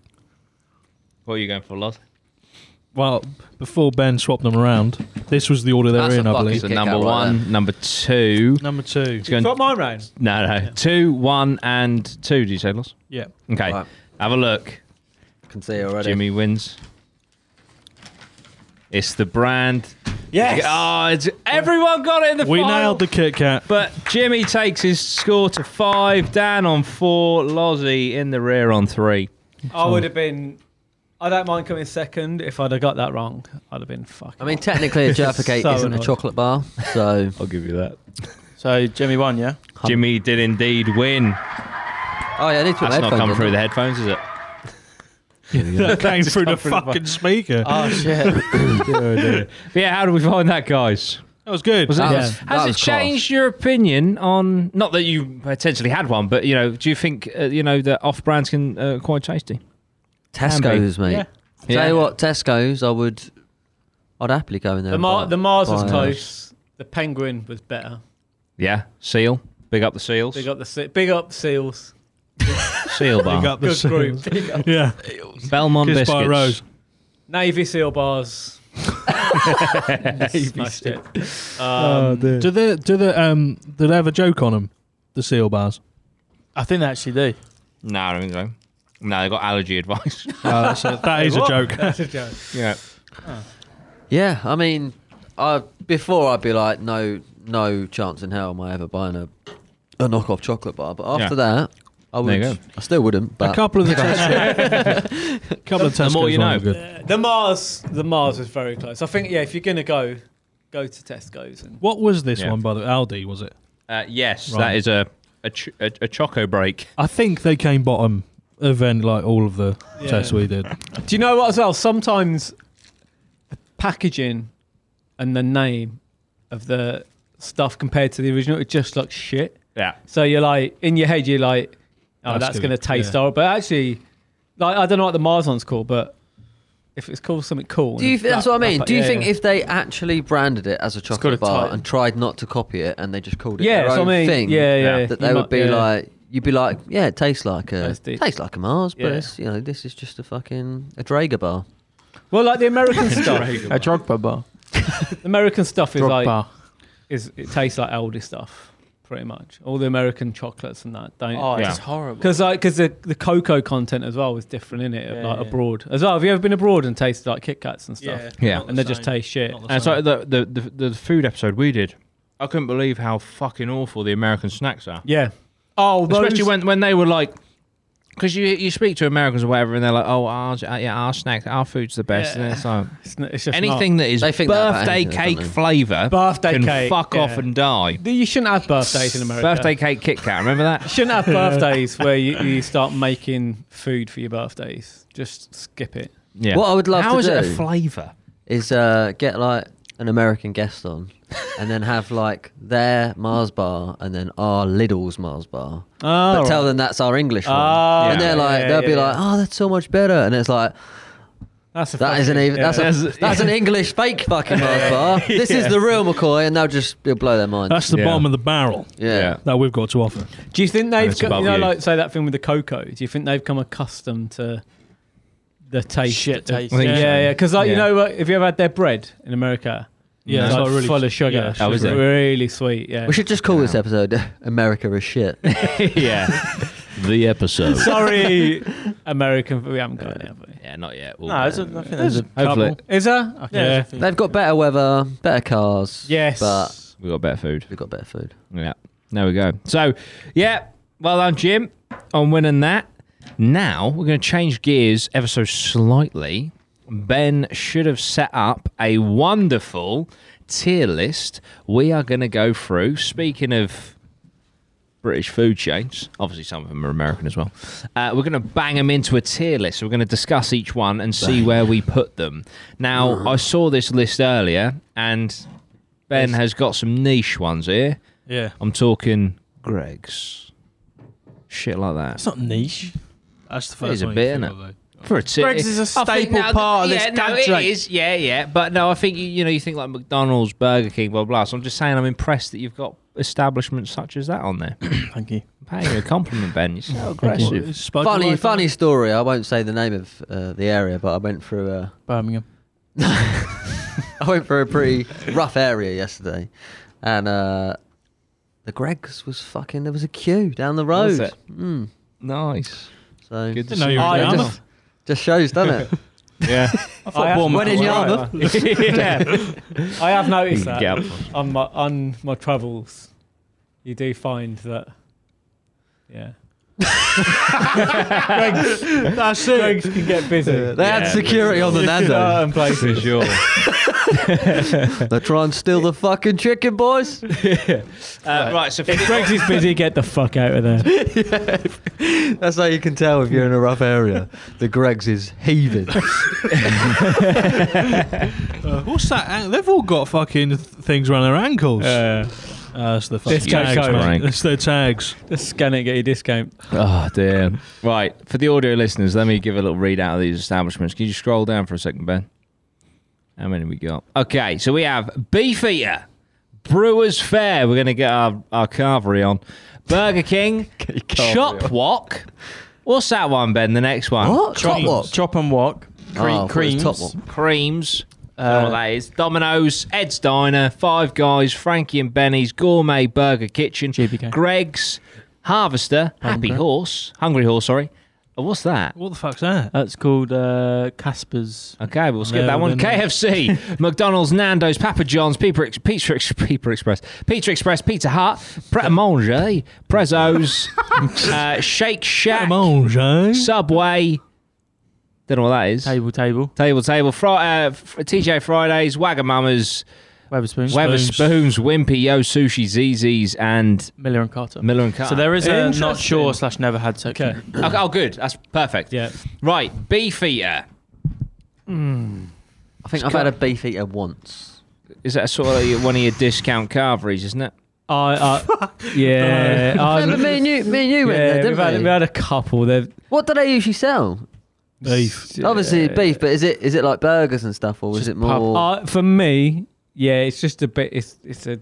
Speaker 4: What are you going for, Loz?
Speaker 5: Well, before Ben swapped them around, this was the order they're
Speaker 3: That's a
Speaker 5: in, I
Speaker 3: fucking-
Speaker 5: believe.
Speaker 4: So
Speaker 3: Kit Kat
Speaker 4: number
Speaker 3: right
Speaker 4: one, number two.
Speaker 5: Number two.
Speaker 4: It's going
Speaker 2: Got mine round.
Speaker 4: no, no. Two, one, and two. Do you say Loz?
Speaker 5: Yeah.
Speaker 4: Okay.
Speaker 3: Right.
Speaker 4: Have a look.
Speaker 3: can see already.
Speaker 4: Jimmy wins. It's the brand.
Speaker 2: Yes.
Speaker 4: Oh, it's, everyone got it in the
Speaker 5: We
Speaker 4: final.
Speaker 5: nailed the Kit Kat.
Speaker 4: But Jimmy takes his score to five. Dan on four. Lozzie in the rear on three.
Speaker 2: I would have been. I don't mind coming second if I'd have got that wrong. I'd have been fucking.
Speaker 3: I mean, technically, a Jaffa Cake
Speaker 2: So
Speaker 3: isn't a
Speaker 2: annoying.
Speaker 3: chocolate bar, so
Speaker 4: I'll give you that.
Speaker 8: So Jimmy won, yeah.
Speaker 4: Jimmy did indeed win.
Speaker 3: oh yeah, I need to put my
Speaker 4: That's not
Speaker 3: headphones
Speaker 4: come
Speaker 3: on.
Speaker 4: through the headphones, is it?
Speaker 5: that came through the fucking speaker.
Speaker 8: Oh shit.
Speaker 4: But yeah, how do we find that, guys?
Speaker 5: that was good.
Speaker 4: Was it,
Speaker 3: That
Speaker 4: has
Speaker 3: was- that
Speaker 4: it
Speaker 3: was
Speaker 4: changed your opinion on? Not that you potentially had one, but you know, do you think uh, you know that off brands can uh, quite tasty?
Speaker 3: Tesco's, mate.
Speaker 2: Yeah.
Speaker 3: Tell
Speaker 4: Yeah.
Speaker 3: you what, Tesco's, I would, I'd happily go in there.
Speaker 2: The,
Speaker 3: and
Speaker 2: Mar-
Speaker 3: buy-
Speaker 2: the Mars was
Speaker 3: buy a-
Speaker 2: close. The Penguin was better.
Speaker 4: Yeah, seal. Big up the seals.
Speaker 2: Big up the se- big up seals.
Speaker 4: seal bar.
Speaker 5: Big up the
Speaker 2: Good group.
Speaker 5: seals. Yeah.
Speaker 4: Belmont
Speaker 5: Kissed
Speaker 4: biscuits.
Speaker 5: by a rose.
Speaker 2: Navy seal bars. Navy seal.
Speaker 3: Oh,
Speaker 2: um,
Speaker 5: Do they do the um do they have a joke on them? The seal bars.
Speaker 8: I think they actually do.
Speaker 4: No, I don't think so. No, they got allergy advice.
Speaker 5: Oh,
Speaker 3: Uh,
Speaker 5: that's a, that is a joke.
Speaker 2: That's a joke.
Speaker 4: yeah.
Speaker 3: Yeah, I mean, I before I'd be like, no, no chance in hell am I ever buying a, a knockoff chocolate bar. But after that, I
Speaker 4: There you
Speaker 3: would,
Speaker 4: go.
Speaker 3: I still wouldn't.
Speaker 5: A
Speaker 3: But
Speaker 5: couple of the Tesco, a couple of Tesco's
Speaker 4: more you
Speaker 5: ones
Speaker 4: know.
Speaker 5: are good.
Speaker 2: The Mars, the Mars was very close. I think yeah, if you're gonna go, go to Tesco's and
Speaker 5: What was this
Speaker 4: Yeah.
Speaker 5: one by the Aldi? Was it?
Speaker 4: Uh, yes,
Speaker 5: Right.
Speaker 4: that is a, a, ch- a, a choco break.
Speaker 5: I think they came bottom of any, like all of the
Speaker 2: Yeah.
Speaker 5: tests we did.
Speaker 2: Do you know what as well? Sometimes the packaging and the name of the stuff compared to the original, it just looks shit.
Speaker 4: Yeah.
Speaker 2: So you're like in your head, you're like, oh,
Speaker 5: That's
Speaker 2: that's, gonna
Speaker 5: good,
Speaker 2: taste
Speaker 5: yeah.
Speaker 2: horrible. But actually, like I don't know what the Mars one's called, but if it's called something cool,
Speaker 3: Do you?
Speaker 2: and
Speaker 3: Th- that's
Speaker 2: wrap-
Speaker 3: what I mean.
Speaker 2: wrap it-
Speaker 3: Do you
Speaker 2: yeah,
Speaker 3: think
Speaker 2: yeah.
Speaker 3: if they actually branded it as a
Speaker 2: got a
Speaker 3: chocolate bar
Speaker 2: type.
Speaker 3: and tried not to copy it, and they just called it
Speaker 2: yeah,
Speaker 3: their
Speaker 2: that's
Speaker 3: own
Speaker 2: what I mean.
Speaker 3: thing,
Speaker 2: yeah, yeah,
Speaker 4: Yeah.
Speaker 3: that
Speaker 2: you
Speaker 3: they would
Speaker 2: might-
Speaker 3: be
Speaker 2: yeah.
Speaker 3: like, you'd be like, yeah, it tastes like a
Speaker 2: Tastes deep.
Speaker 3: tastes like a Mars, but
Speaker 2: Yeah.
Speaker 3: it's you know this is just a fucking a Drager bar.
Speaker 2: well, like the American stuff.
Speaker 3: Uh,
Speaker 8: A Drogba bar.
Speaker 2: The American stuff is
Speaker 8: Drogba.
Speaker 2: like is it tastes like Aldi stuff, pretty much. All the American chocolates and that don't.
Speaker 8: oh,
Speaker 4: Yeah.
Speaker 8: it's horrible.
Speaker 2: Because like, cause the the cocoa content as well was different in it,
Speaker 8: Yeah,
Speaker 2: like
Speaker 8: yeah.
Speaker 2: abroad as well. Have you ever been abroad and tasted like Kit Kats and stuff?
Speaker 4: Yeah.
Speaker 2: and they just taste shit.
Speaker 5: Not the
Speaker 4: And so the, the the the food episode we did, I couldn't believe how fucking awful the American snacks are.
Speaker 2: Yeah. Oh, those,
Speaker 4: Especially when when they were like. Because you you speak to Americans or whatever, and they're like, "Oh, our yeah, our snacks, our food's the best."
Speaker 2: Yeah.
Speaker 4: And it's like
Speaker 2: it's, n- it's just
Speaker 4: anything that is
Speaker 3: They think that about
Speaker 4: birthday
Speaker 3: anything, don't
Speaker 4: cake
Speaker 3: they?
Speaker 4: flavour
Speaker 2: not. birthday
Speaker 4: can
Speaker 2: cake.
Speaker 4: fuck
Speaker 2: yeah.
Speaker 4: off and die.
Speaker 2: you shouldn't have birthdays in America.
Speaker 4: Birthday cake Kit Kat, remember
Speaker 2: You
Speaker 4: that?
Speaker 2: shouldn't have birthdays where you, you start making food for your birthdays. Just skip it.
Speaker 4: Yeah.
Speaker 3: What I would love
Speaker 4: How
Speaker 3: to
Speaker 4: is
Speaker 3: do
Speaker 4: it a flavour?
Speaker 3: is uh, get like an American guest on, and then have like their Mars bar and then our Lidl's Mars bar. but
Speaker 2: Oh,
Speaker 3: tell them that's our English one.
Speaker 2: Oh,
Speaker 3: and
Speaker 2: yeah,
Speaker 3: they're like,
Speaker 2: yeah,
Speaker 3: they'll
Speaker 2: yeah,
Speaker 3: be
Speaker 2: yeah.
Speaker 3: like, oh, that's so much better. And it's like,
Speaker 2: that's a
Speaker 3: that
Speaker 2: fucking-
Speaker 3: isn't even,
Speaker 2: yeah.
Speaker 3: that's, a, that's an English fake fucking Mars bar. This is the real McCoy, and they'll just it'll blow their mind.
Speaker 5: That's the
Speaker 4: Yeah.
Speaker 5: bottom of the barrel
Speaker 3: yeah.
Speaker 5: that we've got to offer.
Speaker 2: Do you think
Speaker 4: And
Speaker 2: they've
Speaker 4: it's
Speaker 2: got,
Speaker 4: above
Speaker 2: you know
Speaker 4: you.
Speaker 2: like say that thing with the cocoa? Do you think they've come accustomed to the taste?
Speaker 8: Shit taste.
Speaker 4: I think
Speaker 2: Yeah,
Speaker 4: so.
Speaker 2: yeah. Because like you
Speaker 4: Yeah.
Speaker 2: know, what, if you ever had their bread in America,
Speaker 5: Yeah,
Speaker 2: it's
Speaker 5: it's
Speaker 2: like
Speaker 5: not really-
Speaker 2: full of sugar.
Speaker 5: yeah.
Speaker 2: It's
Speaker 4: Oh,
Speaker 2: just
Speaker 4: is it?
Speaker 2: really sweet? Yeah.
Speaker 3: We should just call this episode America is shit.
Speaker 4: yeah. The episode.
Speaker 2: Sorry, American. We haven't got any, have we?
Speaker 4: Yeah, not yet.
Speaker 8: No, there's a, I think there's a
Speaker 4: Hopefully.
Speaker 8: couple.
Speaker 2: Is there?
Speaker 8: Yeah, there's a few.
Speaker 3: They've got better weather, better cars.
Speaker 2: Yes.
Speaker 3: But
Speaker 4: we got better food.
Speaker 3: we've got better food.
Speaker 4: Yeah. There we go. So, yeah. Well done, Jim, on winning that. Now, we're going to change gears ever so slightly. Ben should have set up a wonderful tier list we are going to go through. Speaking of British food chains, obviously some of them are American as well. Uh, we're going to bang them into a tier list. We're going to discuss each one and see where we put them. Now, I saw this list earlier, and Ben has got some niche ones here.
Speaker 5: Yeah.
Speaker 4: I'm talking Greg's. Shit like that.
Speaker 8: It's not niche.
Speaker 5: That's the
Speaker 4: It is
Speaker 5: first
Speaker 4: a
Speaker 5: one.
Speaker 4: bit,
Speaker 5: you
Speaker 4: innit?
Speaker 5: think of,
Speaker 4: For a tip.
Speaker 8: Greg's is a staple part of
Speaker 4: yeah,
Speaker 8: this
Speaker 4: no,
Speaker 8: dad
Speaker 4: it
Speaker 8: joke.
Speaker 4: is. Yeah, yeah. But no, I think you, you know you think like McDonald's, Burger King, blah blah. So I'm just saying I'm impressed that you've got establishments such as that on there. I'm
Speaker 8: Thank you.
Speaker 4: paying you a compliment, Ben. You're so
Speaker 5: though. What,
Speaker 4: aggressive.
Speaker 5: it's spoken
Speaker 3: funny,
Speaker 5: like
Speaker 3: funny story. I won't say the name of uh, the area, but I went through a
Speaker 8: Birmingham.
Speaker 3: I went through a pretty rough area yesterday, and uh, the Greg's was fucking. There was a queue down the road.
Speaker 4: Was it?
Speaker 3: Mm.
Speaker 4: Nice.
Speaker 3: So
Speaker 4: Good to
Speaker 5: Didn't know you
Speaker 4: see
Speaker 5: were
Speaker 2: I
Speaker 5: in
Speaker 3: just-
Speaker 5: Yarmouth.
Speaker 3: just shows, doesn't it?
Speaker 4: Yeah.
Speaker 2: I have,
Speaker 3: When in Yarmouth,
Speaker 2: yeah. I have noticed that
Speaker 4: Yeah.
Speaker 2: on my on my travels, you do find that. Yeah. Greg's, That's it. Greg's can get busy.
Speaker 3: they had
Speaker 4: Yeah.
Speaker 3: security on the
Speaker 2: You can
Speaker 3: Nando's.
Speaker 2: earn places.
Speaker 4: For sure.
Speaker 3: They try and steal the fucking chicken, boys.
Speaker 4: Uh, right. So
Speaker 2: If Greg's is busy, get the fuck out of there.
Speaker 3: That's how you can tell if you're in a rough area. The Greg's is heaving.
Speaker 5: Uh, what's that? an- They've all got fucking th- things around their ankles.
Speaker 2: Uh,
Speaker 5: Uh, that's the fucking
Speaker 2: This guy's
Speaker 5: tags,
Speaker 2: so
Speaker 5: mate.
Speaker 4: rank.
Speaker 5: That's their tags.
Speaker 2: just scan it, get your discount.
Speaker 4: Oh dear. Right, for the audio listeners, let me give a little readout of these establishments. Can you scroll down for a second, Ben? How many we got? Okay, so we have Beef Eater, Brewers Fair. We're going to get our, our carvery on. Burger King, Shop Walk. What's that one, Ben? The next one.
Speaker 3: What? Top what?
Speaker 8: Chop and walk.
Speaker 3: Oh, I
Speaker 8: Cre-
Speaker 3: thought it was
Speaker 8: creams.
Speaker 3: top one.
Speaker 4: Creams. I don't know what that is. Domino's, Ed's Diner, Five Guys, Frankie and Benny's, Gourmet Burger Kitchen,
Speaker 8: GBK.
Speaker 4: Greg's, Harvester, Happy Horse, Hungry Horse, sorry. Oh, what's that?
Speaker 5: What the fuck's that?
Speaker 8: That's called uh, Casper's.
Speaker 4: Okay, we'll skip
Speaker 5: No,
Speaker 4: that one.
Speaker 5: we're not.
Speaker 4: KFC, McDonald's, Nando's, Papa John's, Pizza, Ex- Pizza, Ex- Pizza Express, Pizza Express, Pizza Hut, Pret a Manger, Prezzo's, uh, Shake Shack,
Speaker 5: Come on, Jay.
Speaker 4: Subway. Don't know what that is.
Speaker 8: Table, table.
Speaker 4: Table, table. Fri- uh, fr- TJ Fridays, Wagamama's,
Speaker 8: Weatherspoons,
Speaker 4: Weber Spoons, Wimpy Yo, Sushi, ZZ's, and
Speaker 8: Miller and Carter.
Speaker 4: Miller and Carter.
Speaker 8: So there is a not sure
Speaker 2: Interesting.
Speaker 8: slash never had section.
Speaker 2: Okay.
Speaker 4: oh, oh, good. That's perfect.
Speaker 2: Yeah.
Speaker 4: Right, Beefeater.
Speaker 3: I think I've had a beef eater once.
Speaker 4: Is that sort of your- one of your discount carveries, isn't it?
Speaker 2: I, I yeah. I,
Speaker 3: Remember me and you, me and you went there,
Speaker 2: yeah,
Speaker 3: didn't
Speaker 2: we've had,
Speaker 3: we?
Speaker 2: we had a couple. They've
Speaker 3: What do they usually sell?
Speaker 5: Beef.
Speaker 3: Obviously it's beef, but is it is it like burgers and stuff, or is
Speaker 2: Just
Speaker 3: it more?
Speaker 2: uh, pub- uh, for me, yeah, it's just a bit. It's it's a.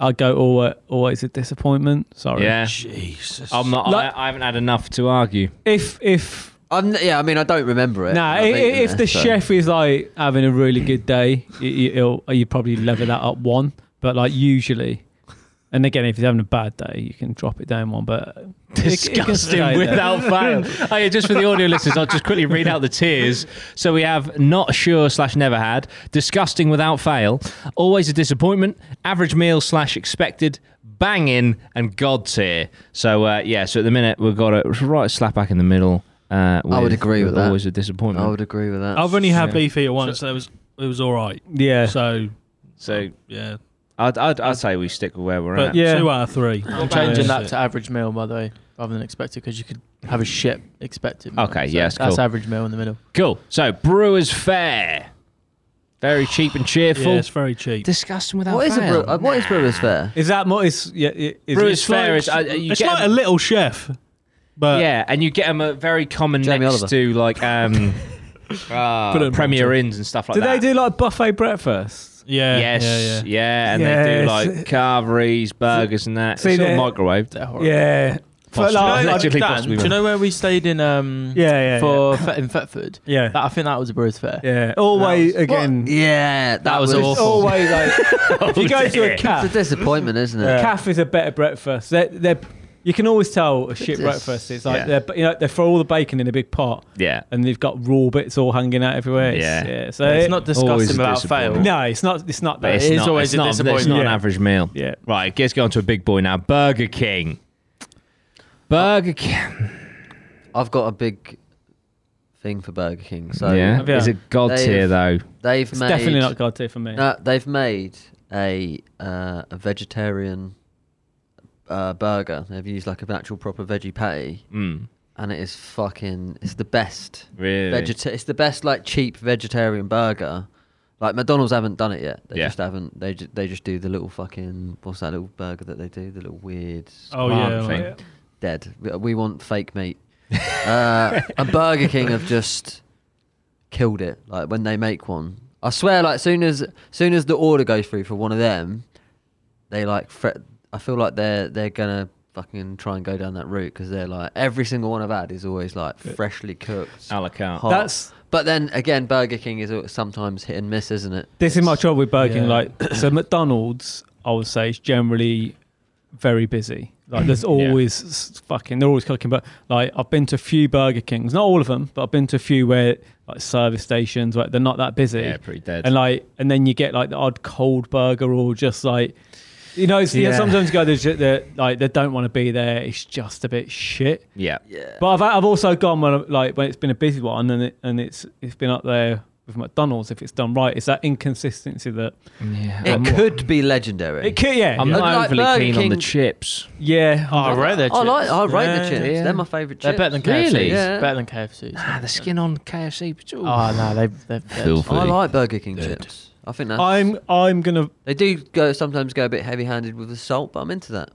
Speaker 2: I go oh, always always a disappointment. Sorry.
Speaker 4: Yeah.
Speaker 5: Jesus.
Speaker 2: Oh,
Speaker 4: I'm not.
Speaker 2: Like-
Speaker 4: I, I haven't had enough to argue.
Speaker 2: If if
Speaker 3: I'm, yeah, I mean I don't remember it.
Speaker 2: nah, i- i-
Speaker 3: I've eaten
Speaker 2: if
Speaker 3: there,
Speaker 2: the
Speaker 3: so-
Speaker 2: chef is like having a really good day, you, you- it'll, you probably level that up one. But like usually, and again, if he's having a bad day, you can drop it down one. But it- it can
Speaker 4: disgusting
Speaker 2: stay there.
Speaker 4: without fail. oh, yeah, just for the audio listeners, I'll just quickly read out the tiers. So we have not sure slash never had, disgusting without fail, always a disappointment, average meal slash expected, banging, and god tier. So uh, yeah, so at the minute we've got a right slap back in the middle. Uh, with,
Speaker 3: I would agree with that.
Speaker 4: Always a disappointment.
Speaker 3: I would agree with that.
Speaker 5: I've only had beef eater once, and it was it was all right.
Speaker 2: Yeah.
Speaker 5: So
Speaker 4: so
Speaker 5: yeah,
Speaker 4: I'd, I'd, I'd say we stick with where we're
Speaker 5: but
Speaker 4: at.
Speaker 2: Yeah.
Speaker 5: two out of three.
Speaker 8: I'm changing that to average meal, by the way, rather than expected, because you could have a shit expected. Meal.
Speaker 4: Okay,
Speaker 8: So
Speaker 4: yes,
Speaker 8: that's
Speaker 4: cool.
Speaker 8: average meal in the middle.
Speaker 4: Cool. So Brewers Fair, very cheap and cheerful.
Speaker 5: Yeah, it's very cheap.
Speaker 4: Disgusting without
Speaker 3: What is a
Speaker 4: fail.
Speaker 3: brew- uh, what is Brewers Fair?
Speaker 2: Is that more? Is yeah? i- Is
Speaker 4: Brewers
Speaker 2: it-
Speaker 4: Fair
Speaker 5: like-
Speaker 4: is uh, you
Speaker 5: it's
Speaker 4: get
Speaker 5: like a
Speaker 4: them-
Speaker 5: little chef, but
Speaker 4: yeah, and you get them a very common
Speaker 3: Jamie
Speaker 4: next
Speaker 3: Oliver.
Speaker 4: to like um, uh,
Speaker 5: Put it in
Speaker 4: Premier
Speaker 5: water.
Speaker 4: Inns and stuff like
Speaker 2: Do they
Speaker 4: that.
Speaker 2: do like buffet breakfast?
Speaker 5: yeah, yeah,
Speaker 4: yes,
Speaker 5: yeah.
Speaker 4: and they do
Speaker 2: Yes.
Speaker 4: like carveries, burgers, and that.
Speaker 2: See
Speaker 4: it's all
Speaker 2: there-
Speaker 4: microwaved.
Speaker 8: They're horrible.
Speaker 2: Yeah. For like,
Speaker 4: Possibly. No,
Speaker 2: like-
Speaker 4: Allegedly
Speaker 8: Dan,
Speaker 4: possibly
Speaker 8: do you
Speaker 4: wrong.
Speaker 8: know where we stayed in um
Speaker 2: Yeah, yeah,
Speaker 8: for Fe- in Thetford?
Speaker 2: yeah.
Speaker 8: That, I think that was a Brewers fair.
Speaker 2: yeah. Always again.
Speaker 3: Yeah, that,
Speaker 8: was
Speaker 3: was
Speaker 8: awful.
Speaker 2: Always like if you go to a
Speaker 3: It's a
Speaker 2: calf,
Speaker 3: disappointment, isn't it?
Speaker 2: a calf is a better breakfast. They're, they're, you can always tell a shit
Speaker 3: is.
Speaker 2: breakfast. It's
Speaker 4: Yeah.
Speaker 2: like they're you know they throw all the bacon in a big pot
Speaker 4: Yeah,
Speaker 2: and they've got raw bits all hanging out everywhere. It's-
Speaker 4: Yeah.
Speaker 2: yeah. So
Speaker 8: It's
Speaker 2: it-
Speaker 8: not
Speaker 4: Always
Speaker 8: disgusting
Speaker 4: a
Speaker 8: without fail.
Speaker 4: disappointment.
Speaker 2: No, it's not. It's not
Speaker 4: but
Speaker 2: that.
Speaker 4: it's
Speaker 8: is
Speaker 4: not,
Speaker 8: always
Speaker 4: it's
Speaker 8: a
Speaker 4: not, It's not
Speaker 8: disappointment.
Speaker 4: an
Speaker 2: Yeah.
Speaker 4: average meal.
Speaker 2: Yeah.
Speaker 4: Right, let's go on to a big boy now. Burger King. Burger King.
Speaker 3: I've got a big thing for Burger King, so
Speaker 4: yeah,
Speaker 2: yeah.
Speaker 4: it's a god
Speaker 3: They-
Speaker 4: tier though.
Speaker 3: they've
Speaker 2: It's
Speaker 3: made
Speaker 2: definitely not God tier for me.
Speaker 3: No, they've made a uh, a vegetarian uh, burger. They've used like an actual proper veggie patty,
Speaker 4: Mm,
Speaker 3: and it is fucking. It's the best.
Speaker 4: really?
Speaker 3: Vegeta- it's the best like cheap vegetarian burger. Like McDonald's haven't done it yet. They
Speaker 4: Yeah.
Speaker 3: just haven't. They ju- they just do the little fucking what's that little burger that they do? The little weird
Speaker 5: Oh yeah,
Speaker 4: Farm
Speaker 5: like-
Speaker 4: thing.
Speaker 3: dead. We, we want fake meat. uh, and Burger King have just killed it. Like when they make one, I swear. Like soon as soon as the order goes through for one of them, they like. Fret, I feel like they're they're gonna fucking try and go down that route because they're like every single one I've had is always like freshly cooked.
Speaker 4: a la carte.
Speaker 3: hot.
Speaker 2: That's
Speaker 3: But then again, Burger King is al- sometimes hit and miss, isn't it?
Speaker 2: this is my trouble with Burger King.
Speaker 5: Yeah.
Speaker 2: Like, so McDonald's, I would say, is generally very busy. Like, there's always s fucking, they're always cooking. But like, I've been to a few Burger Kings, not all of them, but I've been to a few where like service stations, like they're not that busy.
Speaker 4: Yeah, pretty dead.
Speaker 2: And like, and then you get like the odd cold burger or just like, you know, it's, you know,
Speaker 5: Yeah.
Speaker 2: sometimes you go, there's ju- they're, like they don't want to be there. It's just a bit shit.
Speaker 4: yeah.
Speaker 3: Yeah.
Speaker 2: But I've, I've also gone when like when it's been a busy one and it, and it's it's been up there with McDonald's if it's done right. It's that inconsistency that
Speaker 3: It
Speaker 2: Um,
Speaker 3: could be legendary.
Speaker 2: it could yeah
Speaker 4: I'm
Speaker 2: yeah.
Speaker 4: not
Speaker 3: Like
Speaker 4: overly
Speaker 3: Burger
Speaker 4: keen on the
Speaker 3: King-
Speaker 4: chips.
Speaker 2: yeah.
Speaker 8: Oh, I rate their
Speaker 3: I
Speaker 8: chips.
Speaker 3: like. I rate
Speaker 2: Yeah,
Speaker 3: the chips.
Speaker 4: yeah.
Speaker 3: They're my favourite
Speaker 8: They're
Speaker 3: chips.
Speaker 8: better than KFC.
Speaker 4: Really?
Speaker 3: Yeah.
Speaker 8: Better than KFC.
Speaker 4: Ah, the skin on KFC. but- ooh.
Speaker 8: Oh no, they they they're
Speaker 4: Filthy.
Speaker 3: I like Burger King chips. I think that's.
Speaker 2: I'm I'm gonna
Speaker 3: They do go sometimes go a bit heavy-handed with the salt, but I'm into that.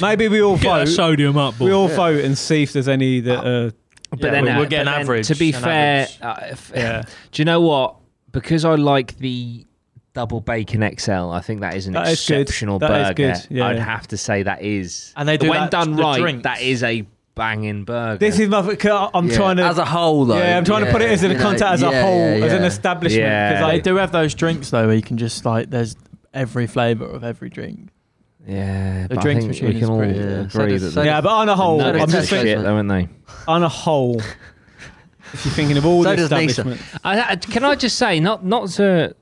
Speaker 2: maybe we all
Speaker 5: Get that
Speaker 2: vote
Speaker 5: sodium up, boy.
Speaker 2: we all
Speaker 3: Yeah.
Speaker 2: vote and see if there's any that uh,
Speaker 4: but
Speaker 8: Yeah, we're-
Speaker 4: uh,
Speaker 8: we're
Speaker 4: but
Speaker 8: getting
Speaker 4: then
Speaker 8: average,
Speaker 4: To be
Speaker 8: an
Speaker 4: fair,
Speaker 8: average.
Speaker 4: uh, if-
Speaker 2: yeah
Speaker 4: do you know what? Because I like the double bacon XL, I think that is an
Speaker 2: That is good.
Speaker 4: exceptional
Speaker 2: That is
Speaker 4: burger.
Speaker 2: good, yeah.
Speaker 4: I'd have to say that is.
Speaker 8: And they do
Speaker 4: when
Speaker 8: that-
Speaker 4: done
Speaker 8: the
Speaker 4: right,
Speaker 8: drinks.
Speaker 4: that is a banging burger.
Speaker 2: this is my 'cause I- I'm
Speaker 3: Yeah.
Speaker 2: trying to
Speaker 3: as a whole though.
Speaker 2: yeah I'm trying to put it as in
Speaker 3: you
Speaker 2: a
Speaker 3: know,
Speaker 2: contact as a
Speaker 3: yeah,
Speaker 2: whole
Speaker 3: yeah,
Speaker 2: as an
Speaker 3: yeah.
Speaker 2: establishment because
Speaker 4: Yeah.
Speaker 8: They
Speaker 2: I
Speaker 8: do have those drinks though, where you can just like there's every flavour of every drink.
Speaker 4: yeah,
Speaker 8: The
Speaker 4: but I
Speaker 8: drinks
Speaker 4: think
Speaker 8: machine
Speaker 4: we can
Speaker 8: is
Speaker 4: all
Speaker 8: pretty-
Speaker 3: Yeah. So
Speaker 4: agree
Speaker 3: does-
Speaker 4: that
Speaker 3: so
Speaker 4: the-
Speaker 2: yeah but on a whole
Speaker 4: the
Speaker 3: does
Speaker 2: I'm
Speaker 4: nuggets are
Speaker 2: just
Speaker 3: Tesco.
Speaker 2: thinking
Speaker 4: shit, though, aren't they?
Speaker 2: on a whole if you're thinking of all
Speaker 3: So
Speaker 2: the
Speaker 3: does Nisa.
Speaker 2: establishments
Speaker 4: I, I- can I just say, not not to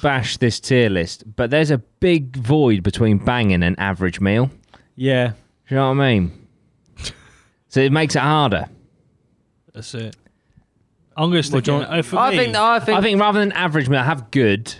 Speaker 4: bash this tier list, but there's a big void between banging and average meal.
Speaker 2: yeah
Speaker 4: Do you know what I mean? So it makes it harder.
Speaker 5: That's it. I'm going to stick. in- uh, for
Speaker 3: I
Speaker 5: me-
Speaker 3: think. I think.
Speaker 4: I think rather than average meal, have good.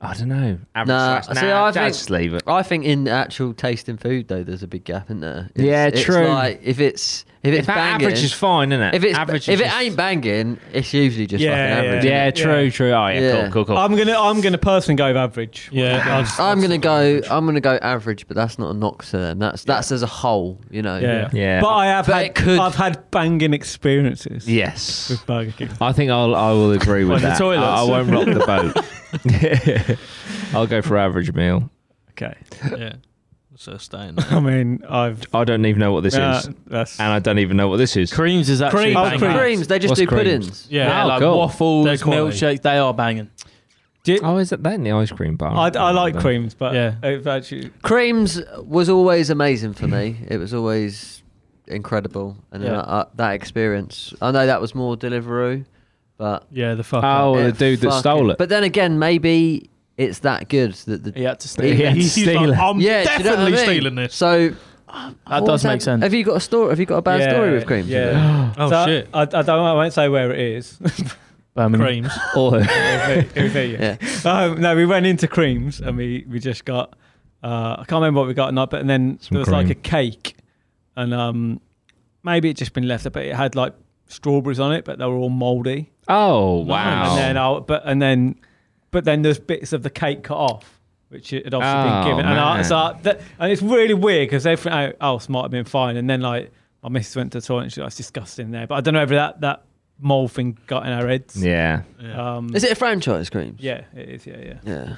Speaker 4: I don't know. Average
Speaker 3: Nah,
Speaker 4: size.
Speaker 3: see,
Speaker 4: nah,
Speaker 3: I
Speaker 4: just
Speaker 3: think-
Speaker 4: leave it.
Speaker 3: I think in actual taste in food though, there's a big gap in there. It's,
Speaker 4: Yeah,
Speaker 3: it's
Speaker 4: true.
Speaker 3: Like if it's if it's
Speaker 4: If that
Speaker 3: banging,
Speaker 4: average is fine, isn't it?
Speaker 3: if it's
Speaker 4: average
Speaker 3: if
Speaker 4: is
Speaker 3: it
Speaker 4: just-
Speaker 3: ain't banging, it's usually just
Speaker 2: Yeah,
Speaker 3: fucking
Speaker 2: yeah.
Speaker 3: average.
Speaker 4: Yeah, true,
Speaker 2: Yeah.
Speaker 4: true. Oh yeah,
Speaker 3: Yeah.
Speaker 4: cool, cool, cool.
Speaker 2: I'm gonna I'm gonna personally go with average.
Speaker 5: Yeah, I'd-
Speaker 3: I'm gonna go. I'm gonna go average, but that's not a knock to them. That's that's as a whole, you know.
Speaker 2: Yeah.
Speaker 4: Yeah.
Speaker 2: But I have
Speaker 3: But
Speaker 2: had
Speaker 3: it could-
Speaker 2: I've had banging experiences
Speaker 4: yes.
Speaker 2: with Burger King.
Speaker 4: I think I'll I will agree with
Speaker 2: On the
Speaker 4: that.
Speaker 2: toilets.
Speaker 4: I, I won't rock the boat. I'll go for average meal.
Speaker 2: Okay.
Speaker 5: yeah. So staying.
Speaker 2: I mean I've
Speaker 4: I don't even know what this
Speaker 2: uh,
Speaker 4: is,
Speaker 2: that's
Speaker 4: and I don't even know what this is.
Speaker 8: Creams is actually
Speaker 5: Cream.
Speaker 2: Oh,
Speaker 8: banging.
Speaker 2: cream.
Speaker 3: creams. They just
Speaker 4: What's
Speaker 3: do
Speaker 4: creams?
Speaker 3: puddings.
Speaker 8: Yeah,
Speaker 5: Yeah.
Speaker 4: Oh,
Speaker 8: like
Speaker 4: cool.
Speaker 8: waffles,
Speaker 5: They're quality.
Speaker 8: milkshakes, they are banging.
Speaker 4: Oh, is it that in the ice cream bar?
Speaker 2: I,
Speaker 3: Oh,
Speaker 2: I like creams, but
Speaker 5: Yeah.
Speaker 2: yeah. I've actually
Speaker 3: Creams was always amazing for me. It was always incredible, and then
Speaker 5: Yeah.
Speaker 3: I, I, that experience. I know that was more Deliveroo, but
Speaker 5: Yeah, the fuck.
Speaker 4: Oh, the
Speaker 3: it
Speaker 4: dude that
Speaker 3: fucking-
Speaker 4: stole it.
Speaker 3: But then again, maybe it's that good that the
Speaker 8: He had to
Speaker 4: He
Speaker 8: steal.
Speaker 4: had to
Speaker 5: He's
Speaker 4: steal
Speaker 5: like,
Speaker 4: it.
Speaker 5: I'm
Speaker 3: yeah, do you know what I
Speaker 5: definitely
Speaker 3: mean?
Speaker 5: stealing this.
Speaker 3: So
Speaker 8: That
Speaker 3: what was
Speaker 8: does make sense.
Speaker 3: Have you got a story? Have you got a bad
Speaker 2: Yeah,
Speaker 3: story with creams?
Speaker 2: Yeah.
Speaker 5: Oh
Speaker 2: So
Speaker 5: shit,
Speaker 2: I, I don't I won't say where it is.
Speaker 8: Birmingham.
Speaker 5: creams.
Speaker 4: Oh.
Speaker 2: it was there, yeah. Um, no, we went into creams and we, we just got uh, I can't remember what we got or not, but and then
Speaker 4: Some
Speaker 2: there was like a
Speaker 4: cream.
Speaker 2: cake and um, maybe it just been left there, but it had like strawberries on it, but they were all mouldy.
Speaker 4: Oh wow!
Speaker 2: And then I but and then but then there's bits of the cake cut off. Which it had obviously
Speaker 4: Oh,
Speaker 2: been given, and I,
Speaker 4: man.
Speaker 2: so I- that, and it's really weird because everything else might have been fine, and then like my missus went to the toilet, and she was like, "It's disgusting there," but I don't know whether that that mole thing got in our heads.
Speaker 4: yeah,
Speaker 2: Um,
Speaker 3: Is it a franchise creams?
Speaker 2: yeah, it is. Yeah, yeah.
Speaker 3: Yeah.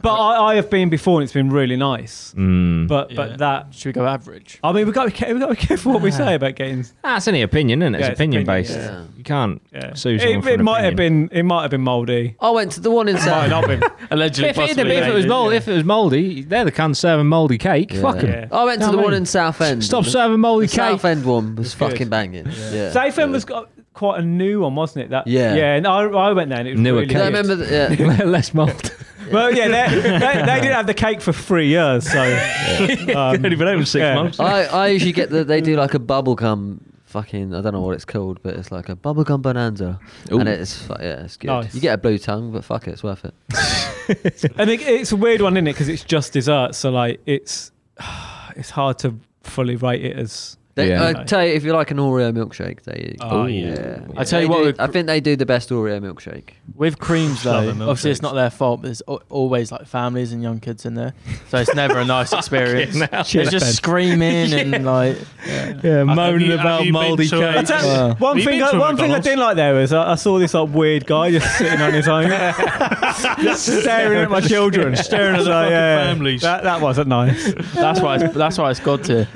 Speaker 2: But I, I have been before, and it's been really nice.
Speaker 4: mm.
Speaker 2: But
Speaker 5: Yeah.
Speaker 2: but that
Speaker 8: Should we go average?
Speaker 2: I mean, we got to be, ca- we got to be careful what we say about getting.
Speaker 4: that's any opinion, isn't it? It's
Speaker 2: Yeah, it's
Speaker 4: opinion
Speaker 2: opinion,
Speaker 4: based.
Speaker 3: yeah.
Speaker 4: You can't
Speaker 2: Yeah.
Speaker 4: sue
Speaker 2: it
Speaker 4: someone for
Speaker 2: it
Speaker 4: an
Speaker 2: might have
Speaker 4: opinion.
Speaker 2: been it might have been mouldy.
Speaker 3: I went to the one in
Speaker 2: Might
Speaker 3: South.
Speaker 2: not have been.
Speaker 8: Allegedly,
Speaker 4: If it,
Speaker 8: possibly.
Speaker 4: if it was mold, if it was moldy, they're the cunts serving moldy cake.
Speaker 3: Yeah.
Speaker 4: Fuck 'em.
Speaker 2: Yeah.
Speaker 3: I went to
Speaker 4: No,
Speaker 3: the one
Speaker 4: mate.
Speaker 3: in South End.
Speaker 4: Stop
Speaker 3: The-
Speaker 4: serving
Speaker 3: The
Speaker 4: moldy cake.
Speaker 3: South End one was
Speaker 2: good.
Speaker 3: fucking banging. Yeah. yeah.
Speaker 2: Safe End was got quite a new one, wasn't it? That
Speaker 3: Yeah.
Speaker 2: yeah. And I, I went there and it was
Speaker 4: Newer
Speaker 2: really
Speaker 4: cake.
Speaker 3: I
Speaker 2: good.
Speaker 3: remember. The, yeah.
Speaker 4: Less mold.
Speaker 2: Well, yeah, they, they, they didn't have the cake for three years, so um,
Speaker 5: Only been open six
Speaker 2: yeah.
Speaker 5: months.
Speaker 3: I, I usually get the they do like a bubblegum fucking I don't know what it's called but it's like a bubblegum bonanza
Speaker 4: Ooh.
Speaker 3: and it's fu- yeah it's good
Speaker 2: Nice.
Speaker 3: you get a blue tongue but fuck it it's worth it
Speaker 2: and it, it's a weird one, isn't it? Because it's just dessert, so like it's it's hard to fully rate it as.
Speaker 3: they,
Speaker 4: Yeah.
Speaker 3: I tell you if you like an Oreo milkshake they
Speaker 5: Oh,
Speaker 4: Ooh.
Speaker 5: yeah.
Speaker 8: I tell you
Speaker 3: They
Speaker 8: what,
Speaker 3: do-
Speaker 8: with-
Speaker 3: I think they do the best Oreo milkshake
Speaker 8: With creams
Speaker 5: Love
Speaker 8: though,
Speaker 5: the milkshakes.
Speaker 8: obviously it's not their fault, but there's al- always like families and young kids in there, so it's never a nice experience. It's just screaming and like
Speaker 2: Yeah,
Speaker 5: moaning you- have about you been mouldy to a- cakes.
Speaker 2: I tell-
Speaker 8: Wow.
Speaker 5: Have
Speaker 2: One
Speaker 5: you
Speaker 2: thing,
Speaker 5: been
Speaker 2: I,
Speaker 5: to a
Speaker 2: one thing I
Speaker 5: McDonald's?
Speaker 2: didn't like there was I, I saw this like weird guy just sitting on his own, just staring at my children, staring at
Speaker 5: the
Speaker 2: like,
Speaker 5: fucking
Speaker 2: yeah,
Speaker 5: families.
Speaker 2: That, that wasn't nice.
Speaker 8: that's why it's, that's why it's God tier.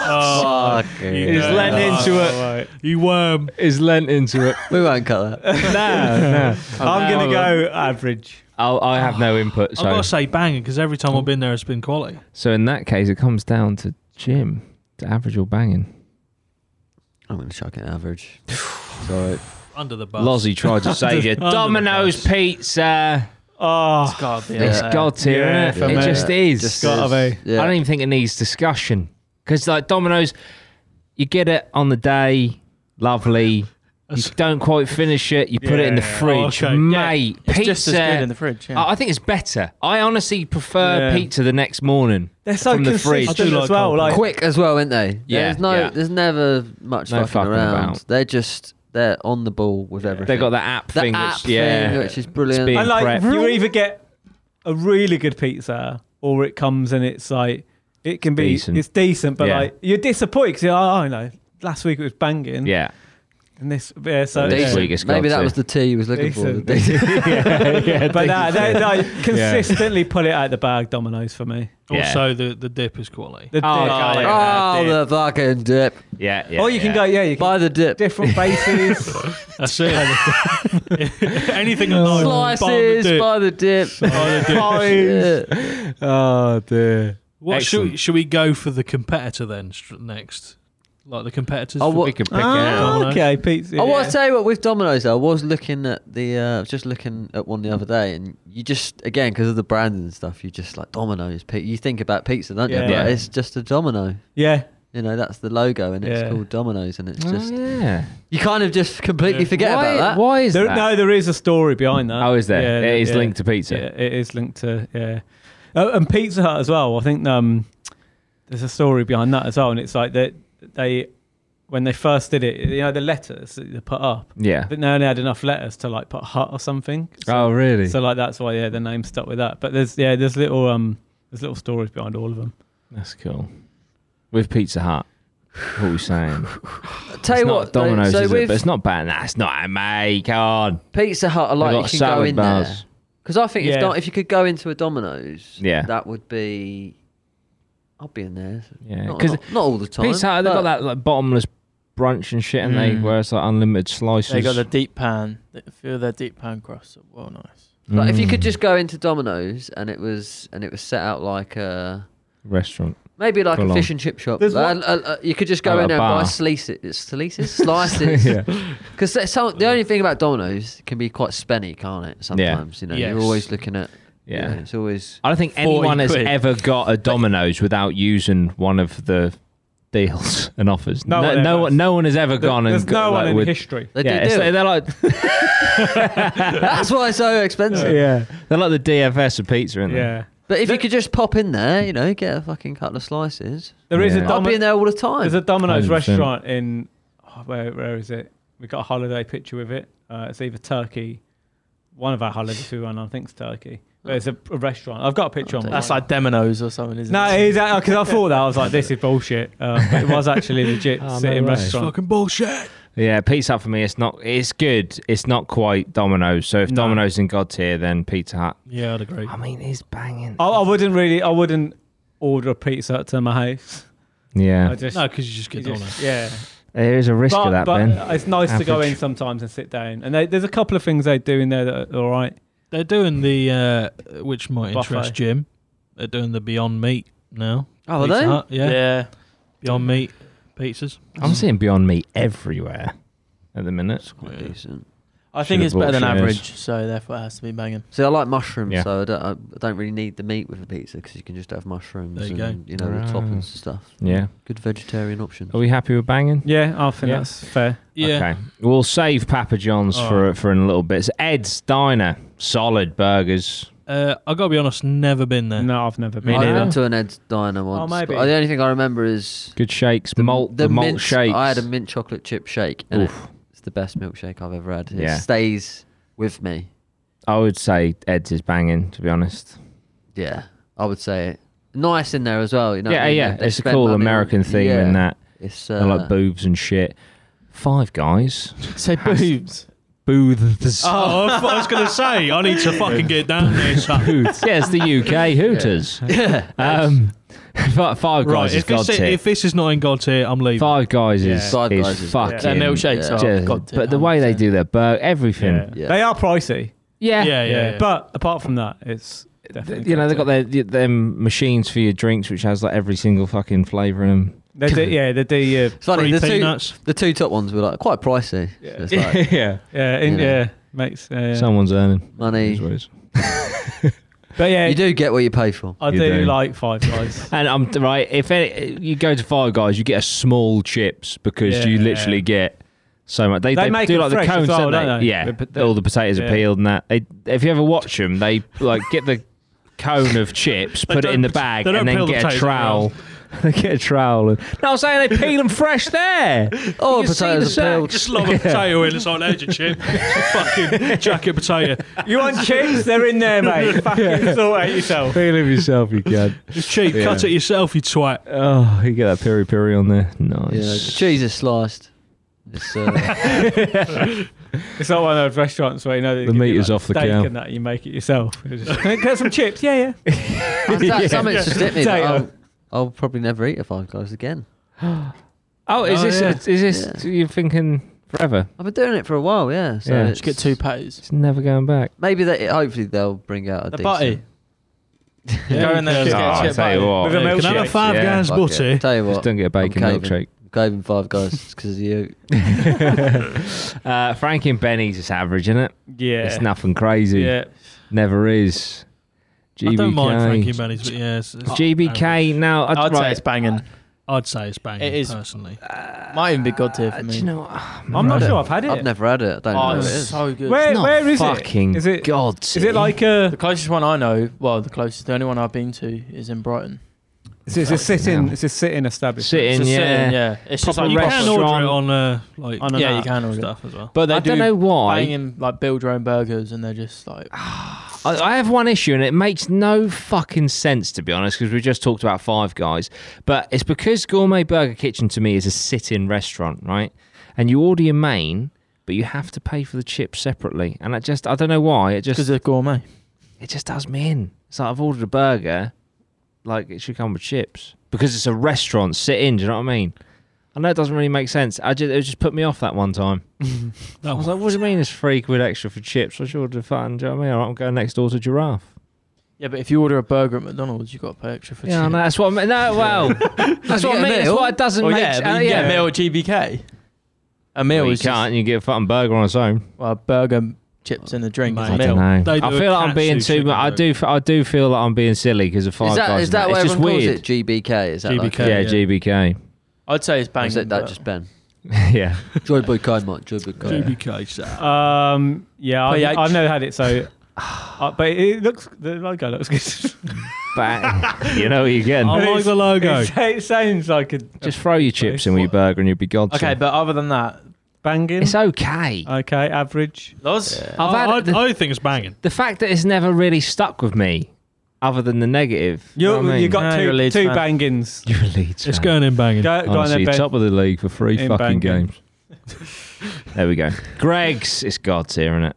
Speaker 5: Oh,
Speaker 3: Fucking
Speaker 5: It's
Speaker 4: Is
Speaker 5: Yeah.
Speaker 4: lent into it.
Speaker 2: Right.
Speaker 5: you um, worm.
Speaker 4: Is lent into it.
Speaker 3: we won't cut that
Speaker 2: I'm gonna go average.
Speaker 4: I'll, I have no input.
Speaker 5: I've got
Speaker 4: So,
Speaker 5: to say banging because every time I've been there, it's been quality.
Speaker 4: so in that case, it comes down to Jim to average or banging.
Speaker 3: I'm gonna chuck it average sorry
Speaker 5: Under the bus.
Speaker 4: Lozzie tried to save you.
Speaker 5: Under the
Speaker 4: Domino's
Speaker 5: bus.
Speaker 4: pizza.
Speaker 2: Oh,
Speaker 8: It's God tier.
Speaker 4: It's God tier,
Speaker 2: Yeah,
Speaker 4: innit?
Speaker 2: for
Speaker 4: it?
Speaker 2: me.
Speaker 4: just is.
Speaker 3: Just
Speaker 2: Gotta
Speaker 3: is. yeah.
Speaker 4: I don't even think it needs discussion because like Domino's, you get it on the day, lovely. You don't quite finish it. You put it in the
Speaker 2: Yeah.
Speaker 4: fridge,
Speaker 5: Okay.
Speaker 4: mate.
Speaker 8: It's
Speaker 4: Pizza.
Speaker 8: just as good in the fridge. Yeah.
Speaker 4: I I think it's better. I honestly prefer
Speaker 2: Yeah.
Speaker 4: pizza the next morning.
Speaker 2: they're so
Speaker 4: From the
Speaker 2: consistent
Speaker 5: fridge. I do like
Speaker 2: Ah, as well.
Speaker 5: cold
Speaker 2: Like,
Speaker 3: quick as well aren't they
Speaker 4: Yeah,
Speaker 3: there's no
Speaker 4: yeah.
Speaker 3: there's never much
Speaker 4: No
Speaker 3: fucking,
Speaker 4: fucking
Speaker 3: around
Speaker 4: about.
Speaker 3: they're just they're on the ball with everything
Speaker 4: They got that app
Speaker 3: the
Speaker 4: thing.
Speaker 3: app
Speaker 4: which, yeah,
Speaker 3: thing which is
Speaker 4: big.
Speaker 3: brilliant
Speaker 2: and like
Speaker 4: prep.
Speaker 2: you either get a really good pizza or it comes and it's like it can be
Speaker 4: Decent.
Speaker 2: it's decent, but
Speaker 4: Yeah.
Speaker 2: like you're disappointed because oh, I know last week it was banging,
Speaker 4: yeah.
Speaker 2: and this yeah, so
Speaker 4: This
Speaker 2: yeah.
Speaker 4: week it's
Speaker 3: maybe
Speaker 4: got
Speaker 3: that
Speaker 4: to.
Speaker 3: was the tea you was looking for
Speaker 2: Decent.
Speaker 3: the decent.
Speaker 2: but nah, they, they consistently pull it out of the bag. Dominoes for me.
Speaker 4: Yeah.
Speaker 5: Also, the, the dip is quality.
Speaker 2: The
Speaker 4: Oh,
Speaker 2: dip.
Speaker 4: God,
Speaker 2: Oh,
Speaker 4: yeah.
Speaker 3: Oh, the fucking dip.
Speaker 4: Yeah, yeah.
Speaker 2: or you can
Speaker 4: yeah.
Speaker 2: go yeah, you can
Speaker 3: Buy the dip.
Speaker 2: different bases.
Speaker 5: That's it. Anything at night.
Speaker 3: Slices, buy the dip. Yeah.
Speaker 2: oh dear.
Speaker 5: What
Speaker 4: Excellent.
Speaker 5: should, should we go for the competitor then st- next? Like the competitors.
Speaker 3: Oh,
Speaker 5: for
Speaker 3: what-
Speaker 5: big-
Speaker 4: We can pick it out. Oh,
Speaker 2: Ah,
Speaker 5: Domino's.
Speaker 2: okay, pizza.
Speaker 3: I want
Speaker 2: yeah.
Speaker 3: to Oh, tell you what, with Domino's, though, I was looking at the, uh, I was just looking at one the other day, and you just, again, because of the branding and stuff, you just like Domino's. pi- You think about pizza, don't you?
Speaker 2: Yeah.
Speaker 3: But
Speaker 4: Yeah.
Speaker 3: It's just a Domino.
Speaker 2: Yeah,
Speaker 3: You know, that's the logo, and
Speaker 2: Yeah. Oh,
Speaker 3: it's called Domino's, and it's just
Speaker 4: Oh, yeah.
Speaker 3: you kind of just completely forget
Speaker 4: why,
Speaker 3: about that.
Speaker 4: Why is
Speaker 2: There,
Speaker 4: that?
Speaker 2: no, there is a story behind that.
Speaker 4: Oh, is there?
Speaker 2: Yeah,
Speaker 4: it is
Speaker 2: yeah.
Speaker 4: linked to pizza.
Speaker 2: Yeah, it is linked to yeah, oh, and Pizza Hut as well. I think um, there's a story behind that as well, and it's like that they when they first did it, you know, the letters that they put up.
Speaker 4: Yeah.
Speaker 2: But they only had enough letters to like put hut or something. So,
Speaker 4: oh, really?
Speaker 2: so like that's why yeah, the name stuck with that. But there's yeah, there's little um, there's little stories behind all of them.
Speaker 4: That's cool. With Pizza Hut. What are we saying?
Speaker 3: Tell
Speaker 4: it's
Speaker 3: you
Speaker 4: not
Speaker 3: what, though,
Speaker 4: Domino's,
Speaker 3: so
Speaker 4: is it?
Speaker 3: with
Speaker 4: But it's not bad. Nah, it's not. Mate, come on.
Speaker 3: Pizza Hut, I
Speaker 4: They've
Speaker 3: like
Speaker 4: got
Speaker 3: you can go
Speaker 4: salad
Speaker 3: in there
Speaker 4: bars.
Speaker 3: because I think
Speaker 2: Yeah.
Speaker 3: if not, if you could go into a Domino's,
Speaker 4: Yeah.
Speaker 3: that would be. I'll be in there.
Speaker 4: Yeah,
Speaker 3: not,
Speaker 4: 'cause
Speaker 3: not, not all the time.
Speaker 4: Pizza Hut, they've
Speaker 3: but-
Speaker 4: got that like, bottomless brunch and shit, and they
Speaker 2: Mm.
Speaker 4: where it's like unlimited slices.
Speaker 8: They got the deep pan. A few of their deep pan crusts are well nice.
Speaker 3: Like if you could
Speaker 4: Mm.
Speaker 3: just go into Domino's and it was and it was set out like a
Speaker 4: restaurant.
Speaker 3: maybe like
Speaker 4: Full
Speaker 3: a
Speaker 4: on.
Speaker 3: fish and chip shop.
Speaker 2: There's
Speaker 3: Like, uh, uh, you could just go
Speaker 4: Oh, a
Speaker 3: in there and
Speaker 4: bar.
Speaker 3: buy slices, slices, slices. Because the only thing about Domino's can be quite spenny, can't it? Sometimes you know
Speaker 2: Yes.
Speaker 3: you're always looking at yeah.
Speaker 4: Yeah.
Speaker 3: it's always
Speaker 4: I don't think
Speaker 8: 40
Speaker 4: anyone has
Speaker 8: quid.
Speaker 4: ever got a Domino's without using one of the deals and offers.
Speaker 2: No
Speaker 4: No,
Speaker 2: one ever
Speaker 4: no,
Speaker 2: has.
Speaker 4: one, no one has ever gone and
Speaker 2: there's
Speaker 4: got,
Speaker 2: no
Speaker 4: like,
Speaker 2: one in
Speaker 4: with-
Speaker 2: history.
Speaker 3: they
Speaker 4: yeah,
Speaker 3: do
Speaker 4: it's
Speaker 3: do
Speaker 4: like-
Speaker 3: it.
Speaker 4: they're like
Speaker 3: That's why it's so expensive.
Speaker 2: Yeah,
Speaker 4: they're like the DFS of pizza, aren't they?
Speaker 2: yeah.
Speaker 3: But if you could just pop in there, you know, get a fucking couple of slices.
Speaker 2: There is
Speaker 4: Yeah.
Speaker 2: a
Speaker 3: I'd be
Speaker 2: Domino-
Speaker 3: in there all the time.
Speaker 2: There's a Domino's
Speaker 4: 100%.
Speaker 2: restaurant in oh, where where is it? We got a holiday picture with it. Uh, it's either Turkey, one of our holidays we went on. I think it's Turkey. But it's a, a restaurant. I've got a picture on. my
Speaker 8: That's
Speaker 2: phone.
Speaker 8: like Domino's or something, isn't
Speaker 2: no,
Speaker 8: it?
Speaker 2: exactly. Because I thought that I was like, this is bullshit. Um, but it was actually legit
Speaker 4: Oh, no
Speaker 2: sitting
Speaker 4: way.
Speaker 5: It's
Speaker 2: restaurant.
Speaker 5: fucking bullshit.
Speaker 4: Yeah, Pizza Hut for me, it's not. It's good. It's not quite Domino's. So if
Speaker 2: No.
Speaker 4: Domino's in God's tier, then Pizza Hut.
Speaker 5: Yeah, I'd agree.
Speaker 4: I mean, it's banging.
Speaker 2: I, I wouldn't really. I wouldn't order a pizza to my house. I
Speaker 4: Yeah,
Speaker 2: just.
Speaker 5: No, because you just
Speaker 2: you
Speaker 5: get
Speaker 2: just-
Speaker 5: Domino's.
Speaker 2: yeah,
Speaker 4: there is a risk
Speaker 2: but,
Speaker 4: of that,
Speaker 2: but uh,
Speaker 4: Ben.
Speaker 2: it's nice to go in
Speaker 4: Average.
Speaker 2: sometimes and sit down. And they, there's a couple of things they do in there that are all right.
Speaker 5: They're doing the uh, which might
Speaker 2: Buffet.
Speaker 5: interest Jim. They're doing the Beyond Meat now.
Speaker 3: oh, are
Speaker 5: Pizza
Speaker 3: they?
Speaker 5: Hut, yeah.
Speaker 8: Yeah.
Speaker 5: Beyond Meat pizzas.
Speaker 4: I'm seeing Beyond Meat everywhere at the minute.
Speaker 3: Quite decent.
Speaker 8: I think
Speaker 4: Should've
Speaker 8: it's better than
Speaker 4: bought shares.
Speaker 8: average, so therefore it has to be banging.
Speaker 3: See, I like mushrooms,
Speaker 4: Yeah.
Speaker 3: so I don't, I don't really need the meat with a pizza because you can just have mushrooms
Speaker 5: There you
Speaker 3: and
Speaker 5: go.
Speaker 3: you know the
Speaker 4: Ah. Oh,
Speaker 3: toppings and stuff.
Speaker 4: Yeah.
Speaker 3: Good vegetarian options.
Speaker 4: Are we happy with banging?
Speaker 2: Yeah, I think
Speaker 4: Yeah.
Speaker 2: that's fair.
Speaker 5: Yeah.
Speaker 4: Okay. We'll save Papa John's
Speaker 5: All
Speaker 4: for for in a little bit. So Ed's Diner, solid burgers.
Speaker 5: Uh, I gotta be honest, never been there.
Speaker 2: No, I've never
Speaker 4: Me
Speaker 2: been.
Speaker 3: I
Speaker 4: neither.
Speaker 3: went to an Ed's diner once.
Speaker 2: maybe.
Speaker 3: But the only thing I remember is
Speaker 4: Good shakes, malt, the, malt
Speaker 3: mint,
Speaker 4: shakes.
Speaker 3: I had a mint chocolate chip shake, and it-
Speaker 4: Oof.
Speaker 3: it's the best milkshake I've ever had. It
Speaker 4: Yeah.
Speaker 3: stays with me.
Speaker 4: I would say Ed's is banging, to be honest.
Speaker 3: Yeah, I would say it. Nice in there as well. You know. what
Speaker 4: yeah,
Speaker 3: I mean?
Speaker 4: yeah.
Speaker 3: They
Speaker 4: It's a
Speaker 3: spent
Speaker 4: cool
Speaker 3: money on-
Speaker 4: American theme
Speaker 3: yeah.
Speaker 4: in that.
Speaker 3: It's
Speaker 4: I
Speaker 3: uh,
Speaker 4: like boobs and shit. Five guys.
Speaker 8: Say boobs.
Speaker 4: Booths.
Speaker 5: Oh, I, thought- I was gonna say I need to fucking get down there. Son.
Speaker 4: Booths. yeah, it's the UK Hooters.
Speaker 3: yeah.
Speaker 4: Um, fi- five guys
Speaker 5: Right,
Speaker 4: is
Speaker 5: if this,
Speaker 4: God's
Speaker 5: is,
Speaker 4: tier.
Speaker 5: if this is not in God's tier, I'm leaving.
Speaker 4: Five guys is,
Speaker 3: Five
Speaker 4: is
Speaker 3: Guys is-
Speaker 4: fucking.
Speaker 8: Their milkshakes
Speaker 3: Yeah.
Speaker 8: are
Speaker 4: just-
Speaker 8: god tier,
Speaker 4: but the way they
Speaker 8: 100%.
Speaker 4: do their burger, everything.
Speaker 2: Yeah.
Speaker 3: Yeah.
Speaker 2: They are pricey.
Speaker 5: Yeah, yeah, yeah.
Speaker 2: But apart from that, it's
Speaker 4: Th-
Speaker 2: definitely
Speaker 4: You know they've got
Speaker 2: good.
Speaker 4: their y- them machines for your drinks, which has like every single fucking flavour in them.
Speaker 2: They do, yeah, they do. Yeah,
Speaker 3: It's funny.
Speaker 5: Three
Speaker 3: The two,
Speaker 5: peanuts.
Speaker 3: the two top ones were like quite pricey.
Speaker 2: Yeah.
Speaker 3: So it's like
Speaker 4: yeah,
Speaker 2: yeah, in,
Speaker 3: You know.
Speaker 2: yeah, makes. Uh,
Speaker 4: someone's earning. is
Speaker 3: money.
Speaker 4: what it is.
Speaker 2: but yeah,
Speaker 3: You do get what you pay for.
Speaker 2: I
Speaker 4: You
Speaker 2: do,
Speaker 4: do.
Speaker 2: like Five Guys.
Speaker 4: And I'm right. If any, you go to Five Guys, you get a small chips because you
Speaker 2: Yeah.
Speaker 4: literally get so much. They,
Speaker 2: They
Speaker 4: they,
Speaker 2: make
Speaker 4: do
Speaker 2: it
Speaker 4: like
Speaker 2: fresh
Speaker 4: the
Speaker 2: as
Speaker 4: cones,
Speaker 2: well, don't they?
Speaker 4: Yeah,
Speaker 2: They put the-
Speaker 4: all the potatoes
Speaker 2: yeah.
Speaker 4: are peeled and that. They, if you ever watch them, they like get the cone of chips,
Speaker 5: They
Speaker 4: put it in the
Speaker 5: don't-
Speaker 4: bag,
Speaker 5: they don't
Speaker 4: and
Speaker 5: peel
Speaker 4: then
Speaker 5: the
Speaker 4: get a
Speaker 5: potatoes,
Speaker 4: trowel. They get a trowel. And, no, I'm saying they peel them fresh there.
Speaker 3: Oh,
Speaker 4: You can see
Speaker 3: potatoes
Speaker 4: the
Speaker 3: are peeled.
Speaker 5: Just lob a potato in. It's like there's your chip. fucking jacket potato.
Speaker 2: you want chips? They're in there, mate. Fucking sort out yourself.
Speaker 4: Peel them yourself, you can.
Speaker 5: It's cheap.
Speaker 4: Yeah.
Speaker 5: Cut it yourself, you twat.
Speaker 4: Oh, you get that peri peri on there.
Speaker 3: Yeah, the
Speaker 4: Nice.
Speaker 3: cheese is sliced. It's, uh,
Speaker 2: It's not one of those restaurants where you know they
Speaker 4: The
Speaker 2: give
Speaker 4: meat
Speaker 2: you,
Speaker 4: is
Speaker 2: like,
Speaker 4: off the
Speaker 2: steak
Speaker 4: cow.
Speaker 2: And that you make it yourself. It's just, Can I get some chips. Yeah, yeah.
Speaker 3: that, Something's just hit me. that
Speaker 2: Potato.
Speaker 3: I'll, I'll probably never eat a Five Guys again.
Speaker 4: Oh, is
Speaker 5: Oh,
Speaker 4: this?
Speaker 5: yeah.
Speaker 4: Is this? You're thinking forever.
Speaker 3: I've been doing it for a while, yeah. So
Speaker 4: Yeah.
Speaker 3: it's-
Speaker 8: Just get two patties.
Speaker 4: It's never going back.
Speaker 3: Maybe they. Hopefully they'll bring out a
Speaker 8: The
Speaker 3: decent-
Speaker 8: butty. Go in there and
Speaker 5: Yeah.
Speaker 8: just get a
Speaker 4: Oh, I
Speaker 8: chip
Speaker 4: tell you
Speaker 8: butty.
Speaker 4: what,
Speaker 2: With a
Speaker 5: Can I have a
Speaker 2: milkshake,
Speaker 5: five
Speaker 4: yeah.
Speaker 5: guys
Speaker 3: Fuck it.
Speaker 5: butty?
Speaker 3: Tell you
Speaker 4: Just
Speaker 3: what,
Speaker 4: don't get a bacon
Speaker 3: I'm
Speaker 4: milkshake.
Speaker 3: craving Five Guys because of you.
Speaker 4: Uh, Frank and Benny's is average, isn't it?
Speaker 2: Yeah,
Speaker 4: It's nothing crazy.
Speaker 2: Yeah,
Speaker 4: Never is. GBK.
Speaker 5: I don't mind Frankie Manny's, but yeah, it's, it's
Speaker 4: GBK. Now, I,
Speaker 8: I'd
Speaker 4: right,
Speaker 8: say it's banging.
Speaker 5: I'd say it's banging.
Speaker 8: It is-
Speaker 5: personally.
Speaker 8: Might even be God tier for
Speaker 4: Uh,
Speaker 8: me.
Speaker 4: do you know? what?
Speaker 2: I'm not sure I've had it.
Speaker 3: I've never had it. I don't
Speaker 8: oh,
Speaker 3: know. What it
Speaker 8: it's
Speaker 3: is.
Speaker 8: so good.
Speaker 2: Where,
Speaker 4: It's not
Speaker 2: where is
Speaker 4: fucking
Speaker 2: it? Is it
Speaker 4: God?
Speaker 2: is it like
Speaker 8: The
Speaker 2: a
Speaker 8: closest one I know, well, the closest, the only one I've been to is in Brighton.
Speaker 2: is it a sit in? Is a sit in establishment?
Speaker 4: sitting?
Speaker 8: It's a
Speaker 4: yeah.
Speaker 8: sit-in, yeah. It's just
Speaker 4: Proper
Speaker 8: like
Speaker 5: you can order it
Speaker 4: restaurant.
Speaker 5: on uh, like
Speaker 2: On an
Speaker 8: yeah, you
Speaker 2: app.
Speaker 8: can order it.
Speaker 5: stuff as well.
Speaker 8: But they
Speaker 4: I
Speaker 8: do
Speaker 4: don't know why.
Speaker 8: bang in, like build your own burgers, and they're just like
Speaker 4: I, I have one issue, and it makes no fucking sense to be honest, because we just talked about Five Guys, but it's because Gourmet Burger Kitchen to me is a sit-in restaurant, right? And you order your main, but you have to pay for the chips separately, and I just I don't know why it
Speaker 8: because
Speaker 4: just
Speaker 8: they're gourmet.
Speaker 4: it just does me in. It's like I've ordered a burger, like it should come with chips because it's a restaurant sit-in. Do you know what I mean? I know it doesn't really make sense. I just it just put me off that one time. I was like, what do you mean it's three quid extra for chips? I should order fun. Do you know what I mean? All right, I'm going next door to Giraffe.
Speaker 8: Yeah, but if you order a burger at McDonald's, you got to pay extra for
Speaker 4: Yeah,
Speaker 8: chips.
Speaker 4: no, that's what I mean. No, well, that's what I mean. That's why it doesn't
Speaker 8: Well,
Speaker 4: make
Speaker 8: yeah,
Speaker 4: sense.
Speaker 8: but
Speaker 4: Uh,
Speaker 8: you
Speaker 4: yeah,
Speaker 8: get a meal at GBK. A meal
Speaker 4: Well, you
Speaker 8: is just-
Speaker 4: can't. You get a fucking burger on its own.
Speaker 8: well, a burger, chips, and a drink.
Speaker 5: Mate,
Speaker 8: is
Speaker 5: I
Speaker 8: a
Speaker 4: I
Speaker 8: meal.
Speaker 4: don't know.
Speaker 5: They do
Speaker 4: I
Speaker 5: a
Speaker 4: feel like I'm
Speaker 5: katsu
Speaker 4: being too
Speaker 5: chicken
Speaker 4: much. I
Speaker 5: burger.
Speaker 4: do. f- I do feel like I'm being silly because of five
Speaker 3: Is that
Speaker 4: guys.
Speaker 3: is
Speaker 4: and
Speaker 3: that
Speaker 4: It's
Speaker 3: what
Speaker 4: just
Speaker 3: everyone
Speaker 4: weird.
Speaker 3: calls it? GBK? Is that like
Speaker 5: GBK.
Speaker 4: yeah,
Speaker 5: Yeah.
Speaker 4: GBK.
Speaker 8: I'd say it's
Speaker 3: Or
Speaker 8: banging.
Speaker 3: is it that
Speaker 8: but-
Speaker 3: just Ben?
Speaker 4: yeah.
Speaker 3: Joy Boy Kai, Mike. Joy Boy Kai.
Speaker 5: GBK, sir.
Speaker 2: Um, yeah, I,
Speaker 8: PH.
Speaker 2: I've never had it, so. uh, but it looks the logo looks good.
Speaker 4: Bang. you know what you're
Speaker 5: I
Speaker 4: getting.
Speaker 5: like the logo.
Speaker 2: It, it sounds like a
Speaker 4: Just throw your chips in with your burger and you'll be god.
Speaker 8: okay, but other than that,
Speaker 2: banging.
Speaker 4: it's okay.
Speaker 2: okay, average.
Speaker 8: Loz,
Speaker 4: I've
Speaker 5: I, I,
Speaker 4: had the,
Speaker 5: I think it's banging.
Speaker 4: the fact that it's never really stuck with me, other than the negative.
Speaker 2: You,
Speaker 4: know what I mean?
Speaker 2: you got
Speaker 8: No, you're a
Speaker 2: two
Speaker 8: Leeds
Speaker 2: two
Speaker 8: fan.
Speaker 2: bangings.
Speaker 4: You're a Leeds
Speaker 5: It's
Speaker 4: fan.
Speaker 5: going in banging.
Speaker 2: Go, go on
Speaker 4: Honestly,
Speaker 2: then, Ben.
Speaker 4: top of the league for three
Speaker 2: In
Speaker 4: fucking
Speaker 2: banking.
Speaker 4: games. there we go. Greg's, it's God's here, isn't it?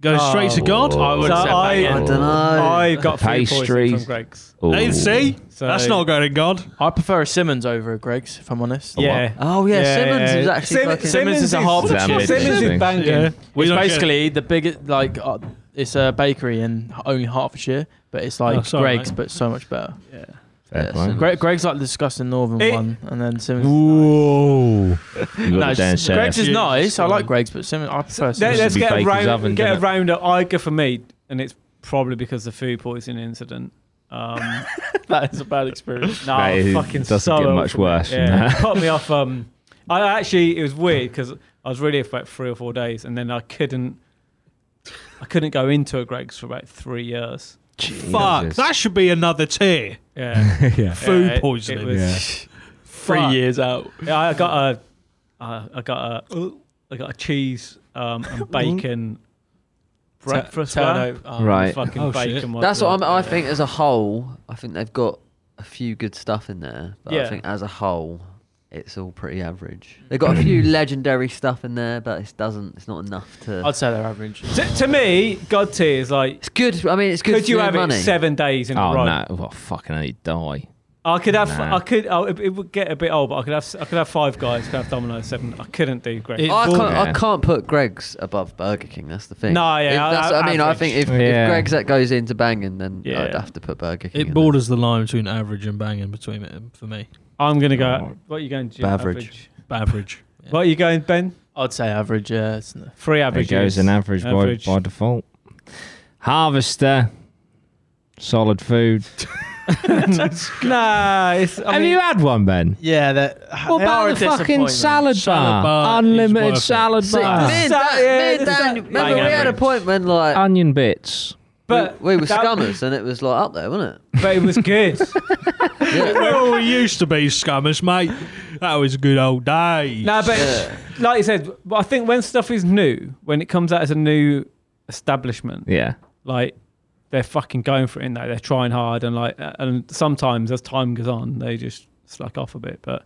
Speaker 5: Go straight to God.
Speaker 4: I
Speaker 2: So I,
Speaker 3: I don't know.
Speaker 2: I've got food poisoning
Speaker 4: Pastries.
Speaker 2: from Greg's.
Speaker 4: Ooh.
Speaker 5: Hey, see,
Speaker 2: So
Speaker 5: that's not going in God.
Speaker 8: I prefer a Simmons over a Greg's, if I'm honest.
Speaker 2: Yeah.
Speaker 3: Oh yeah,
Speaker 2: Yeah,
Speaker 3: Simmons
Speaker 2: yeah.
Speaker 3: was actually.
Speaker 2: Sim-
Speaker 3: fucking-
Speaker 8: Simmons is a hard-
Speaker 4: Damn
Speaker 2: Simmons is
Speaker 4: it.
Speaker 2: banging.
Speaker 5: Yeah, we
Speaker 8: It's
Speaker 5: don't care.
Speaker 8: basically the biggest, like, uh, it's a bakery in h- only Hertfordshire, but it's like
Speaker 5: Oh, sorry,
Speaker 8: Greg's,
Speaker 5: mate.
Speaker 8: but so much better.
Speaker 4: Fair
Speaker 3: Yeah,
Speaker 4: play.
Speaker 3: Simmons.
Speaker 8: Gre- Greg's like the disgusting northern
Speaker 2: It-
Speaker 8: one, and then Simmons.
Speaker 4: Whoa. You
Speaker 8: No,
Speaker 4: got the
Speaker 8: s-
Speaker 4: downstairs.
Speaker 8: Greg's is
Speaker 5: Yeah,
Speaker 8: nice. I
Speaker 5: sorry.
Speaker 8: like Greg's, but Simmons, I prefer
Speaker 2: Let,
Speaker 8: Simmons.
Speaker 2: let's
Speaker 4: be
Speaker 2: get a
Speaker 4: baker's
Speaker 2: round.
Speaker 4: oven,
Speaker 2: get a
Speaker 4: doesn't it?
Speaker 2: round. I go for me, and it's probably because of the food poisoning incident. Um,
Speaker 8: that is a bad experience.
Speaker 2: No,
Speaker 4: Right, it
Speaker 2: fucking
Speaker 4: doesn't
Speaker 2: so
Speaker 4: get
Speaker 2: ill
Speaker 4: much
Speaker 2: for me.
Speaker 4: worse than
Speaker 2: Yeah,
Speaker 4: that.
Speaker 2: it put me off. Um, I actually it was weird because I was really ill for about three or four days, and then I couldn't. I couldn't go into a Greg's for about three years.
Speaker 5: Fuck, that should be another tier.
Speaker 2: Yeah,
Speaker 4: yeah.
Speaker 5: Food
Speaker 2: Yeah, it- it
Speaker 5: poisoning.
Speaker 2: was-
Speaker 8: Three
Speaker 2: Fuck.
Speaker 8: years out.
Speaker 2: Yeah, I got a, uh, I I got a, I got a cheese um,
Speaker 8: Mm.
Speaker 2: and bacon breakfast. wrap.
Speaker 8: Turnover. Oh,
Speaker 4: Right.
Speaker 2: Fucking
Speaker 5: Oh, shit.
Speaker 2: bacon. was
Speaker 3: That's what I'm,
Speaker 2: good.
Speaker 3: I think as a whole. I think they've got a few good stuff in there, but I
Speaker 2: Yeah.
Speaker 3: think as a whole, it's all pretty average. They've got a few legendary stuff in there, but it doesn't. It's not enough to.
Speaker 8: I'd say they're average.
Speaker 2: To, to me, God tier is like.
Speaker 3: It's good. I mean, it's good.
Speaker 2: Could
Speaker 3: for
Speaker 2: you
Speaker 3: their
Speaker 2: have
Speaker 3: money.
Speaker 2: it seven days in
Speaker 4: Oh,
Speaker 2: a row?
Speaker 4: no. Well, fucking hell, you die.
Speaker 2: I could have,
Speaker 4: Nah.
Speaker 2: I could, I, it would get a bit old, but I could have, I could have five guys, I could have Domino's seven. I couldn't do Greg.
Speaker 5: It-
Speaker 3: I can't, I
Speaker 4: Yeah.
Speaker 3: can't put Greg's above Burger King. That's the thing.
Speaker 2: No, yeah,
Speaker 3: If
Speaker 2: I-
Speaker 3: that's what I, mean. I
Speaker 2: average.
Speaker 3: think if,
Speaker 4: Yeah.
Speaker 3: if Greg's that goes into banging, then
Speaker 2: Yeah.
Speaker 3: I'd have to put Burger King. in
Speaker 5: It
Speaker 3: there.
Speaker 5: borders the line between average and banging between it for me.
Speaker 2: I'm gonna
Speaker 4: Oh.
Speaker 2: go. What are you going? Jim?
Speaker 3: Average.
Speaker 5: Average.
Speaker 2: What are you going, Ben?
Speaker 8: I'd say average. Yeah, it's n-
Speaker 2: Three
Speaker 4: There
Speaker 2: averages.
Speaker 4: goes an average, by-
Speaker 2: Average.
Speaker 4: By, default. Harvester. Solid food.
Speaker 2: Nah, it's, I
Speaker 4: Have
Speaker 2: mean,
Speaker 4: you had one, Ben?
Speaker 8: yeah. That
Speaker 4: What
Speaker 8: they are
Speaker 4: about
Speaker 8: a
Speaker 4: the fucking
Speaker 8: disappointment.
Speaker 4: salad bar?
Speaker 5: Salad bar is worth
Speaker 4: Unlimited
Speaker 5: it.
Speaker 4: salad
Speaker 3: See,
Speaker 4: bar.
Speaker 3: me and
Speaker 2: Sa-
Speaker 3: Dan-
Speaker 2: yeah,
Speaker 3: me and
Speaker 2: sa-
Speaker 3: Dan- remember we
Speaker 2: bang
Speaker 3: had a
Speaker 2: average. Uh,
Speaker 3: point when like
Speaker 4: Onion bits.
Speaker 2: but
Speaker 3: we were
Speaker 2: that-
Speaker 3: scummers and it was like up there, wasn't it?
Speaker 2: But it was good.
Speaker 5: Well, we used to be scammers, mate. That was good old days.
Speaker 2: no, but like you said, but I think when stuff is new, when it comes out as a new establishment,
Speaker 4: Yeah.
Speaker 2: like they're fucking going for it in there. They're trying hard, and like, uh, and sometimes as time goes on, they just slack off a bit. But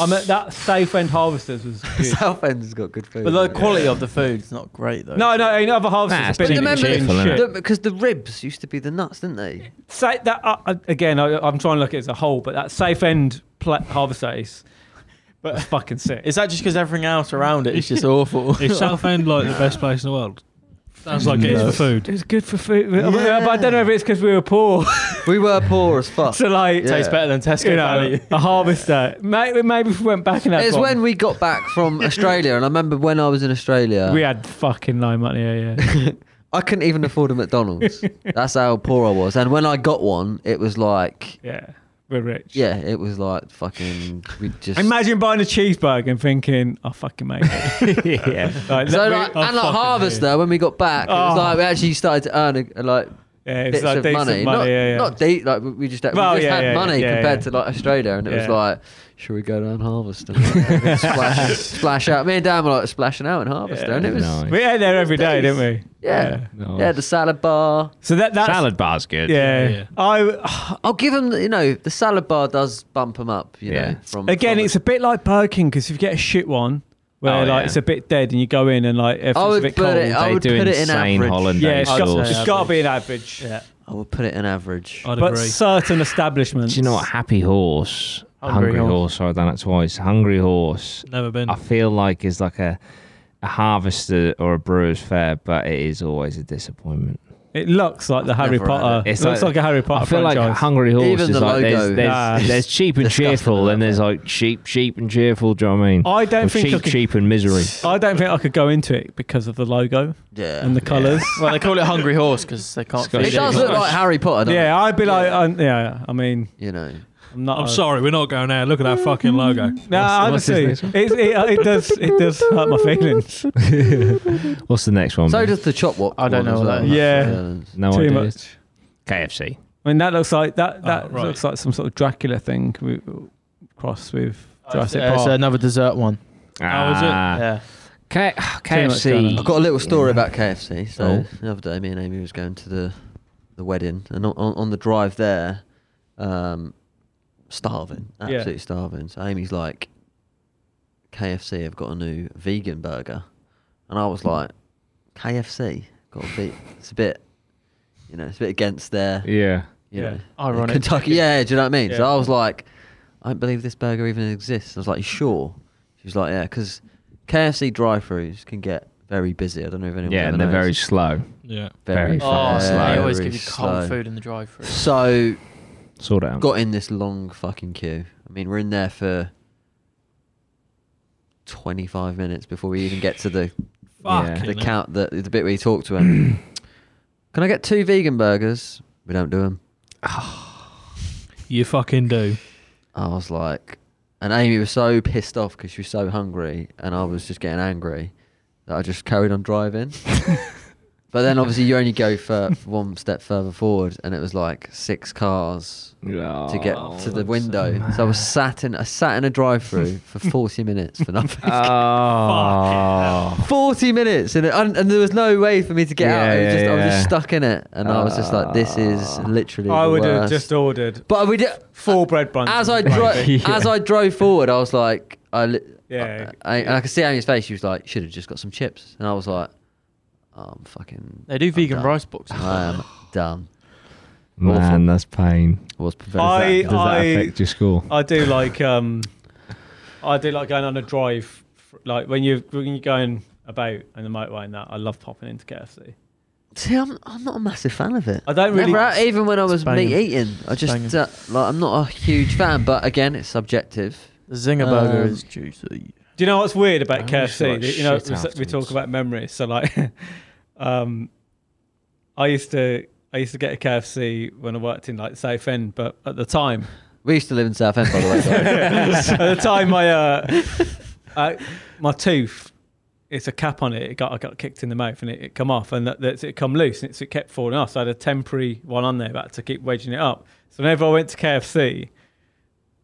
Speaker 2: I mean, that Safe End Harvesters was good.
Speaker 3: Southend's got good food.
Speaker 8: But the
Speaker 3: yeah.
Speaker 8: quality of the food's not great though.
Speaker 2: no, no, any other
Speaker 4: Nah,
Speaker 2: harvesters
Speaker 4: it's
Speaker 2: have been in
Speaker 4: pretty much
Speaker 2: shit.
Speaker 4: cheerful, innit?
Speaker 3: The- because the ribs used to be the nuts, didn't they?
Speaker 2: Say that uh, uh, again. I, I'm trying to look at it as a whole, but that Safe End pla- Harvest Days, but fucking sick.
Speaker 8: Is that just because everything else around it is just awful?
Speaker 5: Is Southend like the best place in the world? Sounds like it is for
Speaker 2: It
Speaker 5: food.
Speaker 2: was good for food, I mean,
Speaker 3: Yeah.
Speaker 2: but I don't know if it's because we were poor.
Speaker 3: We were poor as fuck.
Speaker 2: so like,
Speaker 3: Yeah.
Speaker 8: Tastes better than Tesco.
Speaker 2: you know,
Speaker 8: value.
Speaker 2: a harvester. Maybe, maybe if we went back in that.
Speaker 3: It's
Speaker 2: one,
Speaker 3: when we got back from Australia, and I remember when I was in Australia,
Speaker 2: we had fucking no money. Yeah, yeah.
Speaker 3: I couldn't even afford a McDonald's. That's how poor I was. And when I got one, it was like
Speaker 2: yeah. We're rich.
Speaker 3: Yeah, it was like fucking. We just
Speaker 2: Imagine buying a cheeseburger and thinking, "Oh, "I fucking made it." yeah. Like,
Speaker 3: So
Speaker 2: we-
Speaker 3: like,
Speaker 2: oh,
Speaker 3: and like
Speaker 2: fucking
Speaker 3: harvest
Speaker 2: yeah.
Speaker 3: though, when we got back, it was
Speaker 2: Oh.
Speaker 3: like we actually started to earn a, a, like
Speaker 2: Yeah,
Speaker 3: bits
Speaker 2: it's like
Speaker 3: of
Speaker 2: decent
Speaker 3: money.
Speaker 2: money.
Speaker 3: not
Speaker 2: yeah, yeah.
Speaker 3: not deep, like we we just, we
Speaker 2: Well,
Speaker 3: just
Speaker 2: yeah,
Speaker 3: had
Speaker 2: yeah,
Speaker 3: money
Speaker 2: yeah,
Speaker 3: compared
Speaker 2: yeah.
Speaker 3: to like Australia, and it was
Speaker 2: Yeah.
Speaker 3: like, should we go down harvester? splash, splash out. Me and Dan were like splashing out in harvester,
Speaker 2: Yeah.
Speaker 3: and it was
Speaker 2: we ate there every day,
Speaker 3: days.
Speaker 2: didn't we?
Speaker 3: yeah, yeah, the salad bar.
Speaker 2: So that that's
Speaker 4: Salad bar's good.
Speaker 2: Yeah.
Speaker 5: Yeah.
Speaker 2: I
Speaker 3: I'll give them, you know, the salad bar does bump them up, you
Speaker 4: Yeah.
Speaker 3: know. From
Speaker 2: again,
Speaker 3: from
Speaker 2: it's a bit like Burger King because if you get a shit one where
Speaker 4: Oh,
Speaker 2: like
Speaker 4: yeah.
Speaker 2: it's a bit dead and you go in and like if it's
Speaker 3: I
Speaker 2: a
Speaker 3: would
Speaker 2: bit
Speaker 3: put
Speaker 2: cold,
Speaker 3: it. I
Speaker 4: They
Speaker 3: would
Speaker 4: do
Speaker 3: put it in
Speaker 4: insane
Speaker 3: average.
Speaker 4: Hollandaise
Speaker 2: yeah, it's got,
Speaker 4: sauce.
Speaker 2: it's got to be an average.
Speaker 5: Yeah,
Speaker 3: I would put it in average.
Speaker 5: I'd
Speaker 2: But
Speaker 5: agree.
Speaker 2: certain establishments,
Speaker 4: Do you know what? Happy Horse.
Speaker 8: Hungry
Speaker 4: Hungry,
Speaker 8: Horse.
Speaker 4: horse. Sorry, I've done it twice. Hungry Horse.
Speaker 5: Never been.
Speaker 2: Mm.
Speaker 4: I feel like is like a, a harvester or a brewer's fair, but it is always a disappointment.
Speaker 2: It looks like the Harry
Speaker 3: never had
Speaker 2: Potter.
Speaker 4: it.
Speaker 2: It
Speaker 4: It's
Speaker 2: looks like,
Speaker 4: like-
Speaker 2: a Harry Potter
Speaker 4: I feel
Speaker 2: franchise.
Speaker 4: like Hungry Horse
Speaker 3: Even
Speaker 4: is
Speaker 3: the
Speaker 4: like
Speaker 3: logo.
Speaker 4: there's, there's,
Speaker 2: Nah.
Speaker 4: there's cheap and
Speaker 3: Disgusting,
Speaker 4: cheerful, and there's like cheap, cheap and cheerful. Do you know what I mean?
Speaker 2: Oh, I don't
Speaker 4: Or
Speaker 2: think I
Speaker 4: cheap,
Speaker 2: could-
Speaker 4: cheap and misery.
Speaker 2: I don't think I could go into it because of the logo
Speaker 3: Yeah.
Speaker 2: and the colours.
Speaker 8: Well, they call it Hungry Horse because they can't feed
Speaker 3: it does look like Harry Potter, doesn't
Speaker 2: yeah, I'd be
Speaker 3: Yeah.
Speaker 2: like, um, yeah. I mean,
Speaker 3: it? You know.
Speaker 2: I'm not.
Speaker 5: I'm
Speaker 2: a-
Speaker 5: sorry, we're not going there. Look at that fucking logo.
Speaker 2: No,
Speaker 4: What's- what's his
Speaker 2: Mm. honestly,
Speaker 4: next
Speaker 2: it, it, it does it does hurt my feelings.
Speaker 4: What's the next one?
Speaker 3: So
Speaker 4: Ben?
Speaker 3: does the chop what?
Speaker 8: I don't know what that is.
Speaker 2: Yeah.
Speaker 4: no
Speaker 2: Too
Speaker 4: idea.
Speaker 2: much.
Speaker 4: KFC.
Speaker 2: I mean, that looks like that that
Speaker 5: Oh, right.
Speaker 2: looks like some sort of Dracula thing we, cross with Jurassic
Speaker 8: Uh, it's
Speaker 2: Park.
Speaker 8: another dessert one.
Speaker 5: How is it?
Speaker 4: Ah.
Speaker 8: yeah.
Speaker 4: K-
Speaker 2: going
Speaker 4: KFC.
Speaker 3: I've got a little story about KFC. So
Speaker 4: Oh.
Speaker 3: the other day, me and Amy was going to the the wedding, and on, on on the drive there, um, starving,
Speaker 2: Yeah.
Speaker 3: absolutely starving. So Amy's like, KFC have got a new vegan burger, and I
Speaker 2: Hmm.
Speaker 3: was like, KFC got a bit. It's a bit, you know, it's a bit against their,
Speaker 4: Yeah.
Speaker 3: you
Speaker 2: Yeah.
Speaker 3: know,
Speaker 8: Ironic.
Speaker 3: Kentucky. Yeah, do you know what I mean? So
Speaker 2: Yeah.
Speaker 3: I was like, I don't believe this burger even exists. I was like, you sure? She was like, yeah, because KFC drive-throughs can get very busy. I don't know if anyone.
Speaker 4: Yeah,
Speaker 3: ever
Speaker 4: and they're
Speaker 3: knows.
Speaker 4: very slow.
Speaker 5: Yeah.
Speaker 4: very
Speaker 8: Oh,
Speaker 4: fast.
Speaker 8: so they
Speaker 4: Very
Speaker 8: always give you cold
Speaker 3: slow.
Speaker 8: food in the drive-through.
Speaker 3: So
Speaker 4: Sort out.
Speaker 3: got in this long fucking queue. I mean, we're in there for twenty-five minutes before we even get to the
Speaker 5: Fuck.
Speaker 4: Yeah.
Speaker 3: the count that the bit where you talk to him. Can I get two vegan burgers? We don't do them.
Speaker 5: You fucking do.
Speaker 3: I was like, and Amy was so pissed off because she was so hungry, and I was just getting angry that I just carried on driving. but then obviously you only go for one step further forward, and it was like six cars to get
Speaker 4: Oh,
Speaker 3: to the window. So I was sat in, I sat in a drive-through for forty minutes for nothing.
Speaker 4: Oh.
Speaker 3: Forty minutes, and, it, and, and there was no way for me to get out. It was
Speaker 4: Yeah,
Speaker 3: just, I was
Speaker 4: yeah, Ah.
Speaker 3: just
Speaker 4: yeah.
Speaker 3: stuck in it, and I was just like, "This is literally."
Speaker 2: I
Speaker 3: the
Speaker 2: would have
Speaker 3: worst.
Speaker 2: just ordered
Speaker 3: But we did.
Speaker 2: four bread buns.
Speaker 3: Uh, as I
Speaker 2: and
Speaker 3: dro-
Speaker 2: gravy.
Speaker 3: as I drove forward, I was like, I, li-
Speaker 2: Uh, Yeah.
Speaker 3: I, I, and I could see Amy's face. She was like, should have just got some chips, and I was like, oh, I'm fucking.
Speaker 8: They do
Speaker 3: I'm
Speaker 8: vegan
Speaker 3: done.
Speaker 8: rice boxes.
Speaker 3: I am done.
Speaker 4: Man, that's pain.
Speaker 3: It was
Speaker 2: I-
Speaker 3: very
Speaker 4: Does that affect your score?
Speaker 2: I do like um, I do like going on a drive, like when you when you're going about and the motorway and that. I love popping into KFC.
Speaker 3: See, I'm, I'm not a massive fan of it.
Speaker 2: I don't really.
Speaker 3: Never, even when I was
Speaker 8: banging.
Speaker 3: meat eating, I
Speaker 8: It's
Speaker 3: just
Speaker 8: banging.
Speaker 3: uh, like I'm not a huge fan. But again, it's subjective.
Speaker 8: The Zinger burger
Speaker 3: Um,
Speaker 8: is juicy.
Speaker 2: Do you know what's weird about
Speaker 4: I always feel
Speaker 2: KFC?
Speaker 4: like
Speaker 2: That, you know,
Speaker 4: shit
Speaker 2: we, s- we
Speaker 4: afterwards.
Speaker 2: talk about memories. So like, um, I used to I used to get a KFC when I worked in like South End, but at the time,
Speaker 3: We used to live in Southend, by the way. though.
Speaker 2: at the time my uh, uh, my tooth, it's a cap on it. It got I got kicked in the mouth and it, it come off and that, that's it come loose and it's, it kept falling off. So I had a temporary one on there, but to keep wedging it up. So whenever I went to KFC.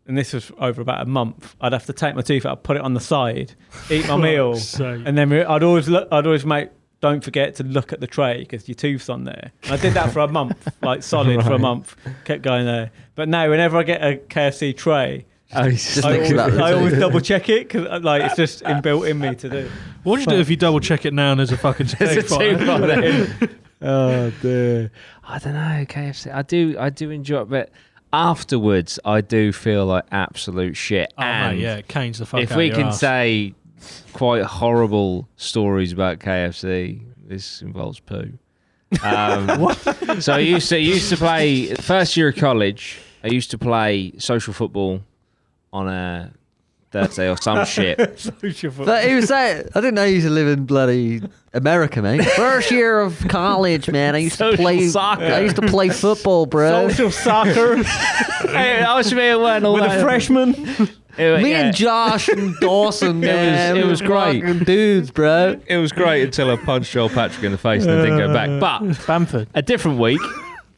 Speaker 2: And this was over about a month. I'd have to take my tooth out, put it on the side, eat my meal,
Speaker 5: So,
Speaker 2: and then we- I'd always look, I'd always make don't forget to look at the tray because your tooth's on there. And I did that for a month, like solid for a month. Kept going there, but now whenever I get a KFC tray,
Speaker 3: just
Speaker 2: I
Speaker 3: think
Speaker 2: always,
Speaker 3: about
Speaker 2: I always
Speaker 3: it.
Speaker 2: double check it because like it's just inbuilt in me to do.
Speaker 5: what do you do if you double check it now and there's a fucking tooth on it?
Speaker 2: Oh dear!
Speaker 4: I don't know. KFC. I do. I do enjoy it, but afterwards, I do feel like absolute shit.
Speaker 5: Oh,
Speaker 4: and
Speaker 5: mate, yeah, it canes the fuck
Speaker 4: if
Speaker 5: out
Speaker 4: we
Speaker 5: your
Speaker 4: can
Speaker 5: arse.
Speaker 4: say quite horrible stories about KFC, this involves poo. Um, So I used to used to play first year of college. I used to play social football on a Thursday or some shit.
Speaker 3: But he was saying, I didn't know you used to live in bloody America, mate. First year of college, man. I used to
Speaker 4: Social
Speaker 3: play
Speaker 4: soccer.
Speaker 3: I used to play football, bro.
Speaker 2: Social soccer with
Speaker 4: hey, I was being one all
Speaker 2: a freshman.
Speaker 4: It,
Speaker 3: Me
Speaker 4: yeah,
Speaker 3: and Josh and Dawson, man.
Speaker 4: it
Speaker 3: we
Speaker 4: was
Speaker 3: were
Speaker 4: great.
Speaker 3: fucking dudes, bro.
Speaker 4: it was great until I punched Joel Patrick in the face and I didn't go back. But
Speaker 8: Bamford.
Speaker 4: a different week.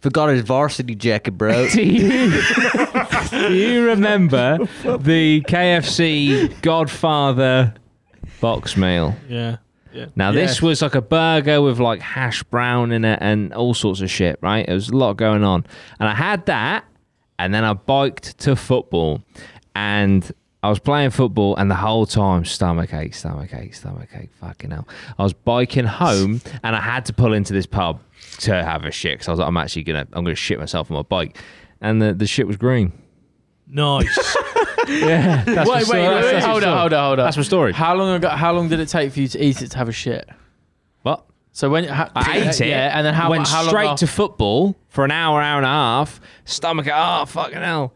Speaker 3: Forgot his varsity jacket, bro.
Speaker 4: Do you, do you remember the KFC Godfather box meal?
Speaker 5: Yeah.
Speaker 4: Now this was like a burger with like hash brown in it and all sorts of shit, right? There was a lot going on. And I had that and then I biked to football and I was playing football and the whole time stomach ache, stomach ache, stomach ache, fucking hell. I was biking home and I had to pull into this pub to have a shit because I was like, I'm actually gonna I'm gonna shit myself on my bike. And the, the shit was green.
Speaker 5: Nice.
Speaker 4: Yeah. That's my
Speaker 8: Wait, wait,
Speaker 4: story.
Speaker 8: wait,
Speaker 4: That's-
Speaker 8: wait,
Speaker 4: that's my
Speaker 8: hold
Speaker 4: story.
Speaker 8: on, hold on, hold on.
Speaker 4: That's my story.
Speaker 8: How long ago, How long did it take for you to eat it to have a shit?
Speaker 4: What?
Speaker 8: So when how,
Speaker 4: I ate it.
Speaker 8: yeah, and then how
Speaker 4: went
Speaker 8: how long
Speaker 4: straight
Speaker 8: after-
Speaker 4: to football for an hour, hour and a half. Stomach, ah, fucking hell,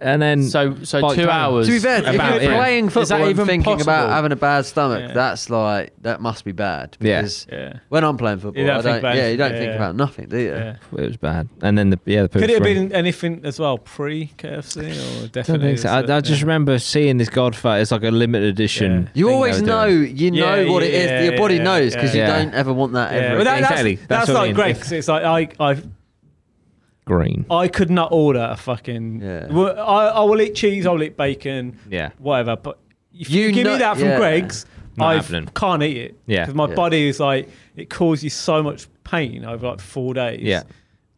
Speaker 4: and then
Speaker 8: so so
Speaker 4: Bike
Speaker 8: two
Speaker 4: down.
Speaker 8: hours.
Speaker 3: to be fair, if
Speaker 4: About
Speaker 3: you're
Speaker 4: it.
Speaker 3: playing
Speaker 8: Is that
Speaker 3: football and
Speaker 8: even
Speaker 3: thinking about
Speaker 8: possible?
Speaker 3: having a bad stomach, that's like that must be bad.
Speaker 4: Yeah.
Speaker 3: Because
Speaker 2: Yeah.
Speaker 3: when I'm playing football,
Speaker 2: You don't
Speaker 3: I
Speaker 2: think
Speaker 3: don't,
Speaker 2: about
Speaker 3: yeah,
Speaker 2: it.
Speaker 3: you don't
Speaker 2: Yeah,
Speaker 3: think
Speaker 2: yeah.
Speaker 3: about nothing, do you?
Speaker 2: yeah.
Speaker 4: it was bad. And then the yeah, the
Speaker 2: Could
Speaker 4: poop's
Speaker 2: it have
Speaker 4: green.
Speaker 2: been anything as well pre KFC or
Speaker 4: I don't
Speaker 2: definitely?
Speaker 4: think so. I, I just remember seeing this Godfather. It's like a limited edition.
Speaker 2: Yeah.
Speaker 3: You
Speaker 4: thing
Speaker 3: always
Speaker 4: they were
Speaker 3: know,
Speaker 4: doing.
Speaker 3: you know
Speaker 2: Yeah,
Speaker 3: what it is.
Speaker 2: yeah,
Speaker 3: Your body
Speaker 2: yeah,
Speaker 3: knows because
Speaker 4: yeah.
Speaker 3: you don't ever want that
Speaker 2: Yeah,
Speaker 3: ever.
Speaker 2: but that,
Speaker 3: again.
Speaker 4: Exactly.
Speaker 2: That's,
Speaker 4: That's
Speaker 2: that's,
Speaker 4: what I
Speaker 2: like
Speaker 4: mean.
Speaker 2: great
Speaker 4: If-
Speaker 2: 'cause it's like I I
Speaker 4: green.
Speaker 2: I could not order a fucking.
Speaker 3: Yeah.
Speaker 2: Well, I, I will eat cheese. I will eat bacon.
Speaker 4: Yeah,
Speaker 2: Whatever. But if
Speaker 3: You
Speaker 2: you, give
Speaker 3: know-
Speaker 2: me that from
Speaker 3: yeah.
Speaker 2: Greg's,
Speaker 4: Not
Speaker 2: I
Speaker 4: happening.
Speaker 2: can't eat it.
Speaker 4: Yeah.
Speaker 2: Because my
Speaker 3: Yeah.
Speaker 2: body is like it causes you so much pain over like four days.
Speaker 4: Yeah.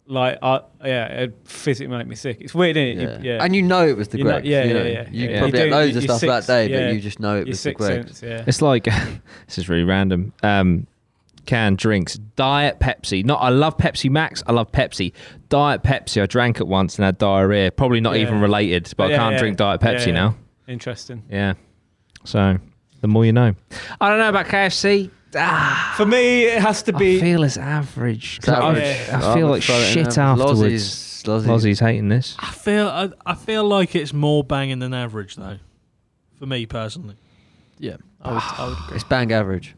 Speaker 2: Like I yeah, it physically make me sick. It's weird, isn't
Speaker 3: Yeah.
Speaker 2: it? You- yeah.
Speaker 3: And you know it was the
Speaker 2: You know-
Speaker 3: Greg.
Speaker 2: yeah,
Speaker 3: you
Speaker 2: yeah,
Speaker 3: know.
Speaker 2: yeah,
Speaker 3: You
Speaker 4: yeah.
Speaker 3: probably
Speaker 2: You
Speaker 3: had
Speaker 2: do,
Speaker 3: loads of
Speaker 2: your
Speaker 3: stuff that
Speaker 2: sixth-
Speaker 3: day,
Speaker 2: yeah.
Speaker 3: but you just know it
Speaker 2: your
Speaker 3: was the
Speaker 2: sixth
Speaker 3: Greg.
Speaker 2: sense. Yeah.
Speaker 4: it's like this is really random. Um, canned drinks, diet Pepsi. Not I love Pepsi Max. I love Pepsi. Diet Pepsi. I drank it once and had diarrhea. Probably not
Speaker 2: Yeah.
Speaker 4: even related, but I
Speaker 2: Yeah,
Speaker 4: can't
Speaker 2: yeah.
Speaker 4: drink diet
Speaker 2: Yeah,
Speaker 4: Pepsi
Speaker 2: yeah.
Speaker 4: now.
Speaker 2: Interesting.
Speaker 4: Yeah. So the more you know. I don't know about KFC. Ah,
Speaker 2: For me, it has to
Speaker 4: I
Speaker 2: be.
Speaker 4: feel it's average. 'Cause
Speaker 2: average.
Speaker 4: I, I feel like shit afterwards.
Speaker 3: Lozzie's,
Speaker 4: Lozzie's hating this.
Speaker 5: I feel I, I feel like it's more banging than average though, for me personally.
Speaker 8: Yeah, I would, I would agree.
Speaker 3: It's bang average.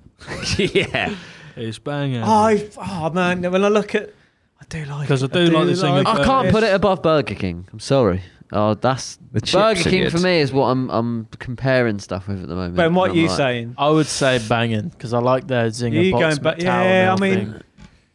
Speaker 4: yeah.
Speaker 5: It's banging.
Speaker 2: I oh man, when I look at, I do like.
Speaker 5: 'Cause I
Speaker 2: it.
Speaker 5: do like the thing
Speaker 3: I
Speaker 5: Burgers.
Speaker 3: can't put it above Burger King. I'm sorry. Oh, that's
Speaker 4: The chips
Speaker 3: Burger
Speaker 4: are
Speaker 3: King
Speaker 4: good.
Speaker 3: for me is what I'm I'm comparing stuff with at the moment.
Speaker 2: Ben, what
Speaker 3: and
Speaker 2: you
Speaker 3: I'm like,
Speaker 2: saying?
Speaker 8: I would say banging because I like their zinger
Speaker 2: You
Speaker 8: box
Speaker 2: going back-
Speaker 8: towel
Speaker 2: yeah, I
Speaker 8: nail
Speaker 2: mean,
Speaker 8: thing.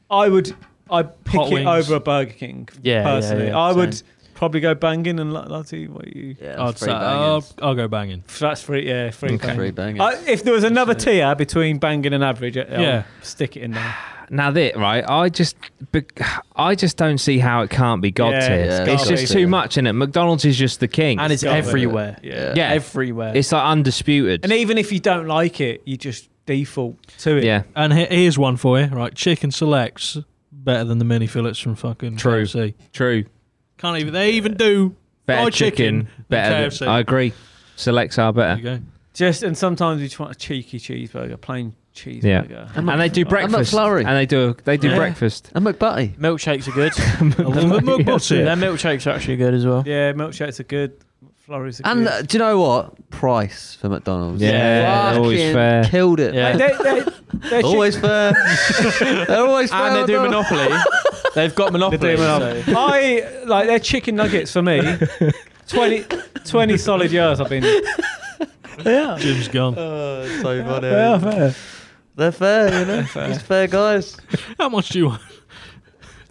Speaker 2: I would. I pick
Speaker 5: Hot
Speaker 2: it
Speaker 5: wings.
Speaker 2: over a Burger King.
Speaker 8: Yeah, yeah,
Speaker 2: personally,
Speaker 8: yeah,
Speaker 2: I would
Speaker 8: same.
Speaker 2: probably go banging and like that's what you.
Speaker 3: Yeah, that's
Speaker 5: I'd
Speaker 3: three
Speaker 5: say oh, I'll,
Speaker 3: bangers.
Speaker 5: I'll go banging.
Speaker 2: That's free. Yeah, free.
Speaker 4: Okay.
Speaker 2: banging.
Speaker 3: Three bangers.
Speaker 2: I, if there was another tier between banging and average, i
Speaker 5: Yeah.
Speaker 2: yeah, stick it in there.
Speaker 4: Now that right, I just, bec- I just don't see how it can't be God
Speaker 2: Yeah,
Speaker 4: tier.
Speaker 2: it's
Speaker 4: it's
Speaker 2: gotta
Speaker 4: just
Speaker 3: be.
Speaker 4: too much in it. McDonald's is just the king,
Speaker 8: and it's
Speaker 2: Got it.
Speaker 8: everywhere.
Speaker 2: Yeah.
Speaker 4: yeah,
Speaker 8: everywhere.
Speaker 4: it's like undisputed.
Speaker 2: and even if you don't like it, you just default to it.
Speaker 4: yeah,
Speaker 5: And he- here's one for you, right? Chicken selects better than the mini fillets from fucking
Speaker 4: True.
Speaker 5: KFC.
Speaker 4: true.
Speaker 5: Can't even they even do
Speaker 4: Better
Speaker 5: fried
Speaker 4: chicken,
Speaker 5: than
Speaker 4: better.
Speaker 5: KFC.
Speaker 4: Than, I agree. Selects are
Speaker 5: there
Speaker 4: better.
Speaker 5: you go.
Speaker 2: Just and sometimes you just want a cheeky cheeseburger, plain cheeseburger.
Speaker 4: Yeah. And they do
Speaker 3: I'm not
Speaker 4: breakfast.
Speaker 3: flowery.
Speaker 4: And they do they do
Speaker 5: Yeah.
Speaker 4: breakfast.
Speaker 3: And McButty.
Speaker 8: Milkshakes are good.
Speaker 5: I love the McButty.
Speaker 8: Their milkshakes are actually good as well.
Speaker 2: Yeah, milkshakes are good. Flurries are
Speaker 3: And
Speaker 2: good.
Speaker 3: uh, do you know what? Price for McDonald's.
Speaker 4: Yeah,
Speaker 3: Fucking
Speaker 4: always fair.
Speaker 3: Killed it.
Speaker 8: Yeah.
Speaker 2: They- they- they- they're
Speaker 3: Always fair. They're always fair.
Speaker 8: And they do
Speaker 3: McDonald's.
Speaker 8: Monopoly. They've got Monopoly. uh,
Speaker 2: chicken-
Speaker 8: so-
Speaker 2: I like their chicken nuggets for me. 20, 20 solid years I've been.
Speaker 5: Jim's gone.
Speaker 3: Oh, it's so funny. They're fair, you know. It's fair, guys.
Speaker 5: How much do you want?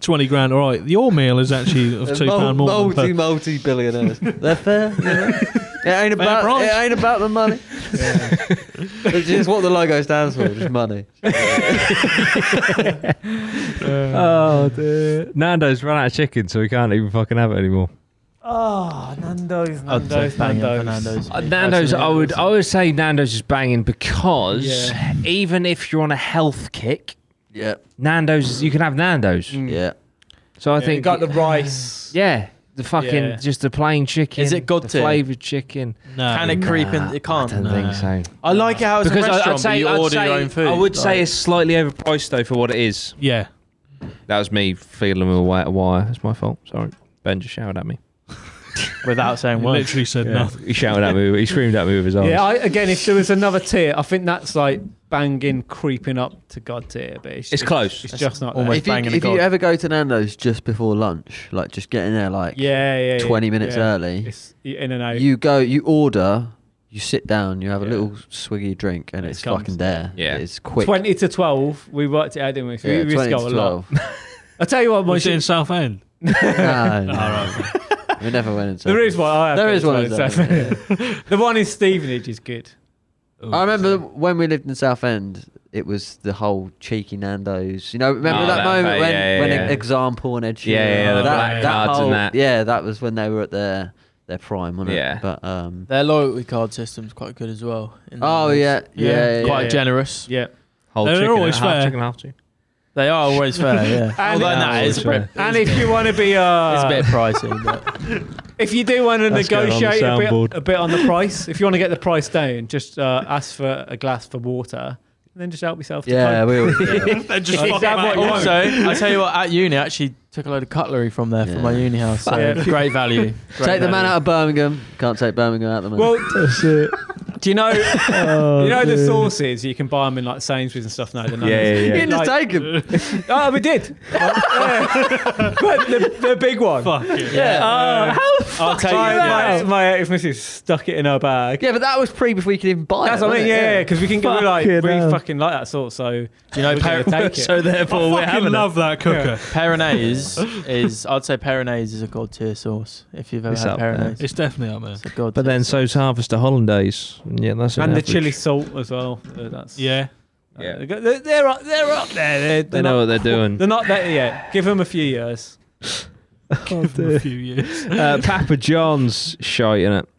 Speaker 5: Twenty grand. All right. Your meal is actually of two
Speaker 3: Mul-
Speaker 5: pound more.
Speaker 3: multi,
Speaker 5: than per-
Speaker 3: multi billionaires. They're fair, you know. It ain't about
Speaker 5: price.
Speaker 3: it ain't about the money. It's just what the logo stands for, just money.
Speaker 4: Oh dear. Nando's run out of chicken, so we can't even fucking have it anymore.
Speaker 2: Oh, Nando's,
Speaker 8: I'd say
Speaker 2: Nando's,
Speaker 8: banging
Speaker 2: Nando's.
Speaker 8: for Nando's.
Speaker 4: Uh, Nando's, I would, I would say Nando's is banging because
Speaker 2: Yeah.
Speaker 4: even if you're on a health kick,
Speaker 3: Yeah,
Speaker 4: Nando's, you can have Nando's.
Speaker 3: yeah.
Speaker 4: So I
Speaker 2: Yeah, you
Speaker 4: think,
Speaker 2: got the rice.
Speaker 4: yeah, the fucking
Speaker 2: Yeah.
Speaker 4: just the plain chicken.
Speaker 8: Is it God
Speaker 4: the
Speaker 8: tier?
Speaker 4: flavored chicken?
Speaker 5: No.
Speaker 8: Can it creep in?
Speaker 4: Nah,
Speaker 8: It can't.
Speaker 4: I don't think so.
Speaker 8: I like it how it's
Speaker 4: Because
Speaker 8: a
Speaker 4: I-
Speaker 8: restaurant,
Speaker 4: I'd say,
Speaker 8: but you
Speaker 4: I'd
Speaker 8: order
Speaker 4: say-
Speaker 8: your own food.
Speaker 4: I would
Speaker 8: like-
Speaker 4: say it's slightly overpriced though for what it is.
Speaker 5: Yeah.
Speaker 4: That was me feeling away at a wire. It's my fault. Sorry, Ben just shouted at me.
Speaker 8: without saying
Speaker 5: He
Speaker 8: words.
Speaker 5: literally said nothing.
Speaker 4: He shouted at me. He screamed at me with his eyes.
Speaker 2: Yeah, I, again, if there was another tier, I think that's like banging, creeping up to God tier, but it's,
Speaker 4: It's close.
Speaker 2: It's just not. There.
Speaker 8: almost- Like
Speaker 3: If, you,
Speaker 8: banging a
Speaker 3: if you
Speaker 8: god.
Speaker 3: ever go to Nando's just before lunch, like just getting there like
Speaker 2: Yeah, yeah. yeah,
Speaker 3: 20 minutes
Speaker 2: yeah.
Speaker 3: early,
Speaker 2: It's in and out.
Speaker 3: you go, you order, you sit down, you have a
Speaker 2: Yeah.
Speaker 3: little swiggy drink, and
Speaker 2: It
Speaker 3: it's
Speaker 2: comes.
Speaker 3: fucking there.
Speaker 4: Yeah.
Speaker 3: It's quick.
Speaker 2: Twenty to twelve, we worked it out, didn't we? So
Speaker 3: yeah,
Speaker 2: we risk
Speaker 3: 20
Speaker 2: a
Speaker 3: to
Speaker 2: lot.
Speaker 3: 12.
Speaker 2: I tell you what,
Speaker 5: Was
Speaker 2: once
Speaker 5: it
Speaker 2: you,
Speaker 5: in Southend?
Speaker 3: no, no. We never went into
Speaker 2: there is one. I have
Speaker 3: There
Speaker 2: been
Speaker 3: is
Speaker 2: to
Speaker 3: one.
Speaker 2: South
Speaker 3: isn't there?
Speaker 2: End. the one in Stevenage is good.
Speaker 4: Oh,
Speaker 3: I remember when we lived in Southend, it was the whole cheeky Nando's. You know, remember
Speaker 4: Oh,
Speaker 3: that,
Speaker 4: that-
Speaker 3: moment
Speaker 4: yeah,
Speaker 3: when,
Speaker 4: yeah,
Speaker 3: when E-
Speaker 4: yeah.
Speaker 3: example and Ed Sheeran,
Speaker 4: Yeah, yeah,
Speaker 5: the
Speaker 3: that,
Speaker 5: black
Speaker 4: cards and
Speaker 3: whole-
Speaker 4: that.
Speaker 3: Yeah, that was when they were at their their prime, wasn't
Speaker 4: Yeah.
Speaker 3: it? But um,
Speaker 8: Their loyalty card system's quite good as well. in the
Speaker 3: oh
Speaker 8: Netherlands.
Speaker 3: yeah, yeah, yeah,
Speaker 8: quite
Speaker 2: Mm, yeah.
Speaker 8: generous.
Speaker 2: Yeah,
Speaker 4: Whole
Speaker 5: They're
Speaker 4: chicken,
Speaker 5: always
Speaker 4: and half
Speaker 5: fair.
Speaker 4: chicken, half chicken.
Speaker 8: They are always fair. Yeah,
Speaker 2: and,
Speaker 8: Although,
Speaker 2: if-
Speaker 8: no, it's,
Speaker 4: fair.
Speaker 2: and if you want to be, uh,
Speaker 8: it's a bit pricey, but
Speaker 2: if you do want to
Speaker 5: That's going on the
Speaker 2: negotiate a
Speaker 5: soundboard.
Speaker 2: bit, a bit on the price, if you want to get the price down, just uh, ask for a glass for water, and then just help yourself. To
Speaker 3: yeah.
Speaker 2: Coke.
Speaker 3: We were, yeah.
Speaker 5: They just
Speaker 2: Is
Speaker 5: fuck
Speaker 2: that
Speaker 5: back
Speaker 2: what you
Speaker 5: home.
Speaker 8: also I tell you what, at uni I actually took a load of cutlery from there for my
Speaker 3: Yeah.
Speaker 8: uni house. So
Speaker 2: Yeah.
Speaker 8: great value.
Speaker 3: Take the man out of Birmingham. Can't take Birmingham out of the man.
Speaker 2: Well, do you know? you know the sauces you can buy them in like Sainsbury's and stuff now. The
Speaker 4: Yeah, yeah, yeah.
Speaker 3: you can just
Speaker 2: like-
Speaker 3: take him.
Speaker 2: Oh, we did. Yeah. But the, the big one.
Speaker 5: Fuck it.
Speaker 2: Uh,
Speaker 5: I'll take
Speaker 2: my,
Speaker 5: it.
Speaker 2: my, my ex missus stuck it in her bag.
Speaker 3: Yeah, but that was pre before you could even buy
Speaker 2: That's
Speaker 3: it.
Speaker 2: what I mean.
Speaker 3: wasn't it?
Speaker 2: Yeah, because we can go like
Speaker 12: Fucking
Speaker 2: we
Speaker 12: hell.
Speaker 2: fucking like that sort. So do
Speaker 8: you know par-
Speaker 2: take it?
Speaker 4: therefore,
Speaker 5: I fucking love that cooker.
Speaker 8: Peronaise is I'd say Peronaise is a god tier sauce if you've ever
Speaker 4: It's
Speaker 8: had
Speaker 4: up there.
Speaker 8: Peronaise.
Speaker 5: It's definitely up there.
Speaker 8: It's a god
Speaker 4: But
Speaker 8: tier
Speaker 4: then,
Speaker 8: sauce.
Speaker 4: so's harvest a hollandaise. Yeah, that's an
Speaker 2: and the
Speaker 4: average.
Speaker 2: chili salt as well. Uh, that's
Speaker 5: Yeah.
Speaker 4: Yeah.
Speaker 2: Uh, they're, they're up. They're up there. They're,
Speaker 4: They
Speaker 2: they're
Speaker 4: know
Speaker 2: not,
Speaker 4: what they're doing.
Speaker 2: They're not there yet. Give them a few years.
Speaker 5: A few years.
Speaker 4: uh, Papa John's shite in it,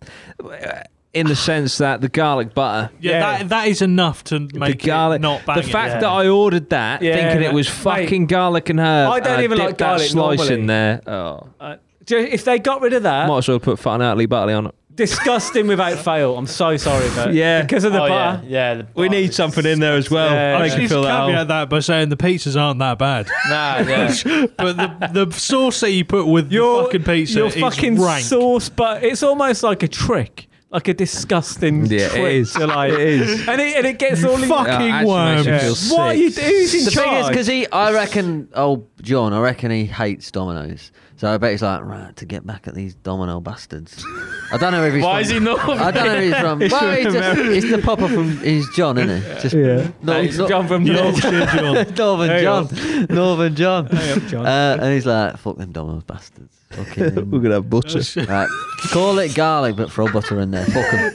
Speaker 4: in the sense that the garlic butter.
Speaker 5: Yeah,
Speaker 2: Yeah.
Speaker 5: That, that is enough to make
Speaker 4: garlic-
Speaker 5: it not bang
Speaker 4: the
Speaker 5: it.
Speaker 4: fact
Speaker 8: yeah.
Speaker 4: that I ordered that,
Speaker 2: Yeah,
Speaker 4: thinking it was
Speaker 2: mate.
Speaker 4: fucking garlic and herb.
Speaker 2: I don't
Speaker 4: and
Speaker 2: even like
Speaker 4: dipped that
Speaker 2: garlic
Speaker 4: slice
Speaker 2: normally.
Speaker 4: in there. Oh,
Speaker 2: Uh, ju- if they got rid of that,
Speaker 4: might as well put fat and Hartley Bartley on it.
Speaker 2: disgusting without fail. I'm so sorry, but
Speaker 4: Yeah.
Speaker 2: because of the
Speaker 8: oh, yeah,
Speaker 2: butter.
Speaker 8: yeah. The
Speaker 4: We
Speaker 8: butter
Speaker 4: need
Speaker 8: is-
Speaker 4: something in there as well.
Speaker 2: Yeah,
Speaker 4: I
Speaker 5: I
Speaker 4: think you
Speaker 5: should
Speaker 4: feel that.
Speaker 5: caveat
Speaker 4: out.
Speaker 5: that by saying the pizzas aren't that bad,
Speaker 8: Nah, yeah.
Speaker 5: but the, the sauce that you put with
Speaker 2: Your
Speaker 5: the fucking pizza
Speaker 2: your
Speaker 5: is
Speaker 2: fucking
Speaker 5: rank.
Speaker 2: sauce, but it's almost like a trick, like a disgusting
Speaker 4: Yeah, it
Speaker 2: trick.
Speaker 4: is.
Speaker 2: to like-
Speaker 4: It is.
Speaker 2: and it and it gets all in-
Speaker 5: fuck fucking
Speaker 4: actually makes me
Speaker 2: Yeah.
Speaker 4: feel
Speaker 2: What are
Speaker 4: sick.
Speaker 2: you doing? Who's in
Speaker 3: The thing
Speaker 2: charge?
Speaker 3: is, because he, I reckon, old John, I reckon he hates Dominoes. So I bet he's like, right, to get back at these Domino bastards. I don't know if he's.
Speaker 8: Why
Speaker 3: from,
Speaker 8: is he not?
Speaker 3: I don't know if he's from.
Speaker 2: He's
Speaker 3: well,
Speaker 2: from
Speaker 3: he's, just,
Speaker 2: America.
Speaker 3: he's the popper from. He's John, isn't he? Just
Speaker 12: Yeah.
Speaker 3: Nor-
Speaker 2: He's
Speaker 3: Nor-
Speaker 2: John from North.
Speaker 3: Northern
Speaker 2: Hey,
Speaker 3: John. Northern John.
Speaker 2: John.
Speaker 3: Uh, and he's like, fuck them Domino bastards. Fucking.
Speaker 4: gonna have
Speaker 2: Oh,
Speaker 4: butter.
Speaker 3: right. Call it garlic, but throw butter in there. Fuck 'em.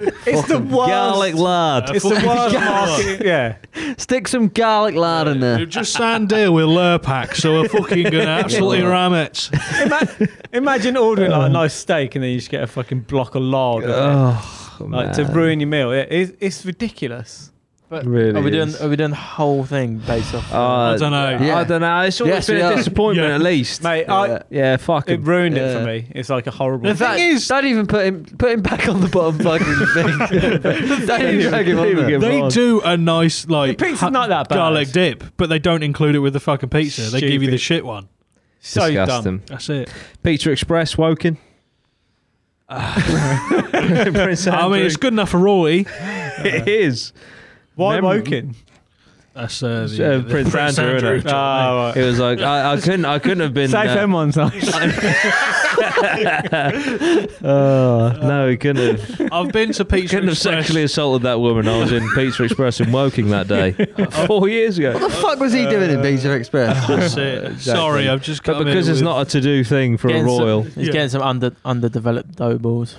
Speaker 2: it's the
Speaker 3: fucking
Speaker 2: worst.
Speaker 4: Garlic lard.
Speaker 2: It's the worst
Speaker 5: Yeah.
Speaker 2: market. Yeah.
Speaker 3: Stick some garlic lard in there.
Speaker 5: Just stand there with Lurpak, so we're fucking gonna absolutely
Speaker 3: Yeah.
Speaker 5: ram it.
Speaker 2: Ima- imagine ordering like a nice steak and then you just get a fucking block of lard. with it,
Speaker 4: Oh,
Speaker 2: like to
Speaker 4: man.
Speaker 2: ruin your meal. It, it's, it's ridiculous.
Speaker 8: But
Speaker 4: Really
Speaker 8: are we doing?
Speaker 4: is.
Speaker 8: Are we doing the whole thing based off?
Speaker 4: Uh,
Speaker 5: I don't know.
Speaker 3: Yeah.
Speaker 4: I don't know. It's always
Speaker 3: Yes, we
Speaker 4: been
Speaker 3: are.
Speaker 4: a disappointment,
Speaker 5: Yeah.
Speaker 4: at least.
Speaker 2: Mate,
Speaker 3: Yeah.
Speaker 2: I,
Speaker 4: Yeah, fucking.
Speaker 2: it ruined it
Speaker 3: Yeah.
Speaker 2: for me. It's like a horrible
Speaker 3: In fact, don't even put him put him back on the bottom fucking thing. don't even drag him on there.
Speaker 5: They do a nice like
Speaker 2: The pizza's not that bad.
Speaker 5: garlic dip, but they don't include it with the fucking pizza. They give you the
Speaker 2: Stupid.
Speaker 5: shit one.
Speaker 2: so dumb.
Speaker 5: That's it.
Speaker 4: Pizza Express, Woking. Prince
Speaker 5: I mean,
Speaker 4: Andrew.
Speaker 5: it's good enough for Roy.
Speaker 4: it is.
Speaker 2: Why
Speaker 4: Mem-
Speaker 2: Woking?
Speaker 5: That's uh,
Speaker 4: It's, uh,
Speaker 5: the,
Speaker 4: Prince Andrew, innit?
Speaker 5: joint.
Speaker 2: Ah, right.
Speaker 4: It was like I, I couldn't. I couldn't have been.
Speaker 2: South
Speaker 4: uh,
Speaker 2: M one's nice.
Speaker 4: Oh, no, he couldn't have.
Speaker 5: I've been to Pizza
Speaker 4: Couldn't have
Speaker 5: Express.
Speaker 4: sexually assaulted that woman. I was in Pizza Express in Woking that day four years ago.
Speaker 3: What the fuck was he doing in Pizza Express?
Speaker 5: That's it. Sorry, I've just
Speaker 4: But
Speaker 5: come in
Speaker 4: because it's
Speaker 5: with-
Speaker 4: not a to-do thing for a
Speaker 8: Getting some-
Speaker 4: royal.
Speaker 8: he's
Speaker 5: Yeah.
Speaker 8: getting some under underdeveloped dough balls.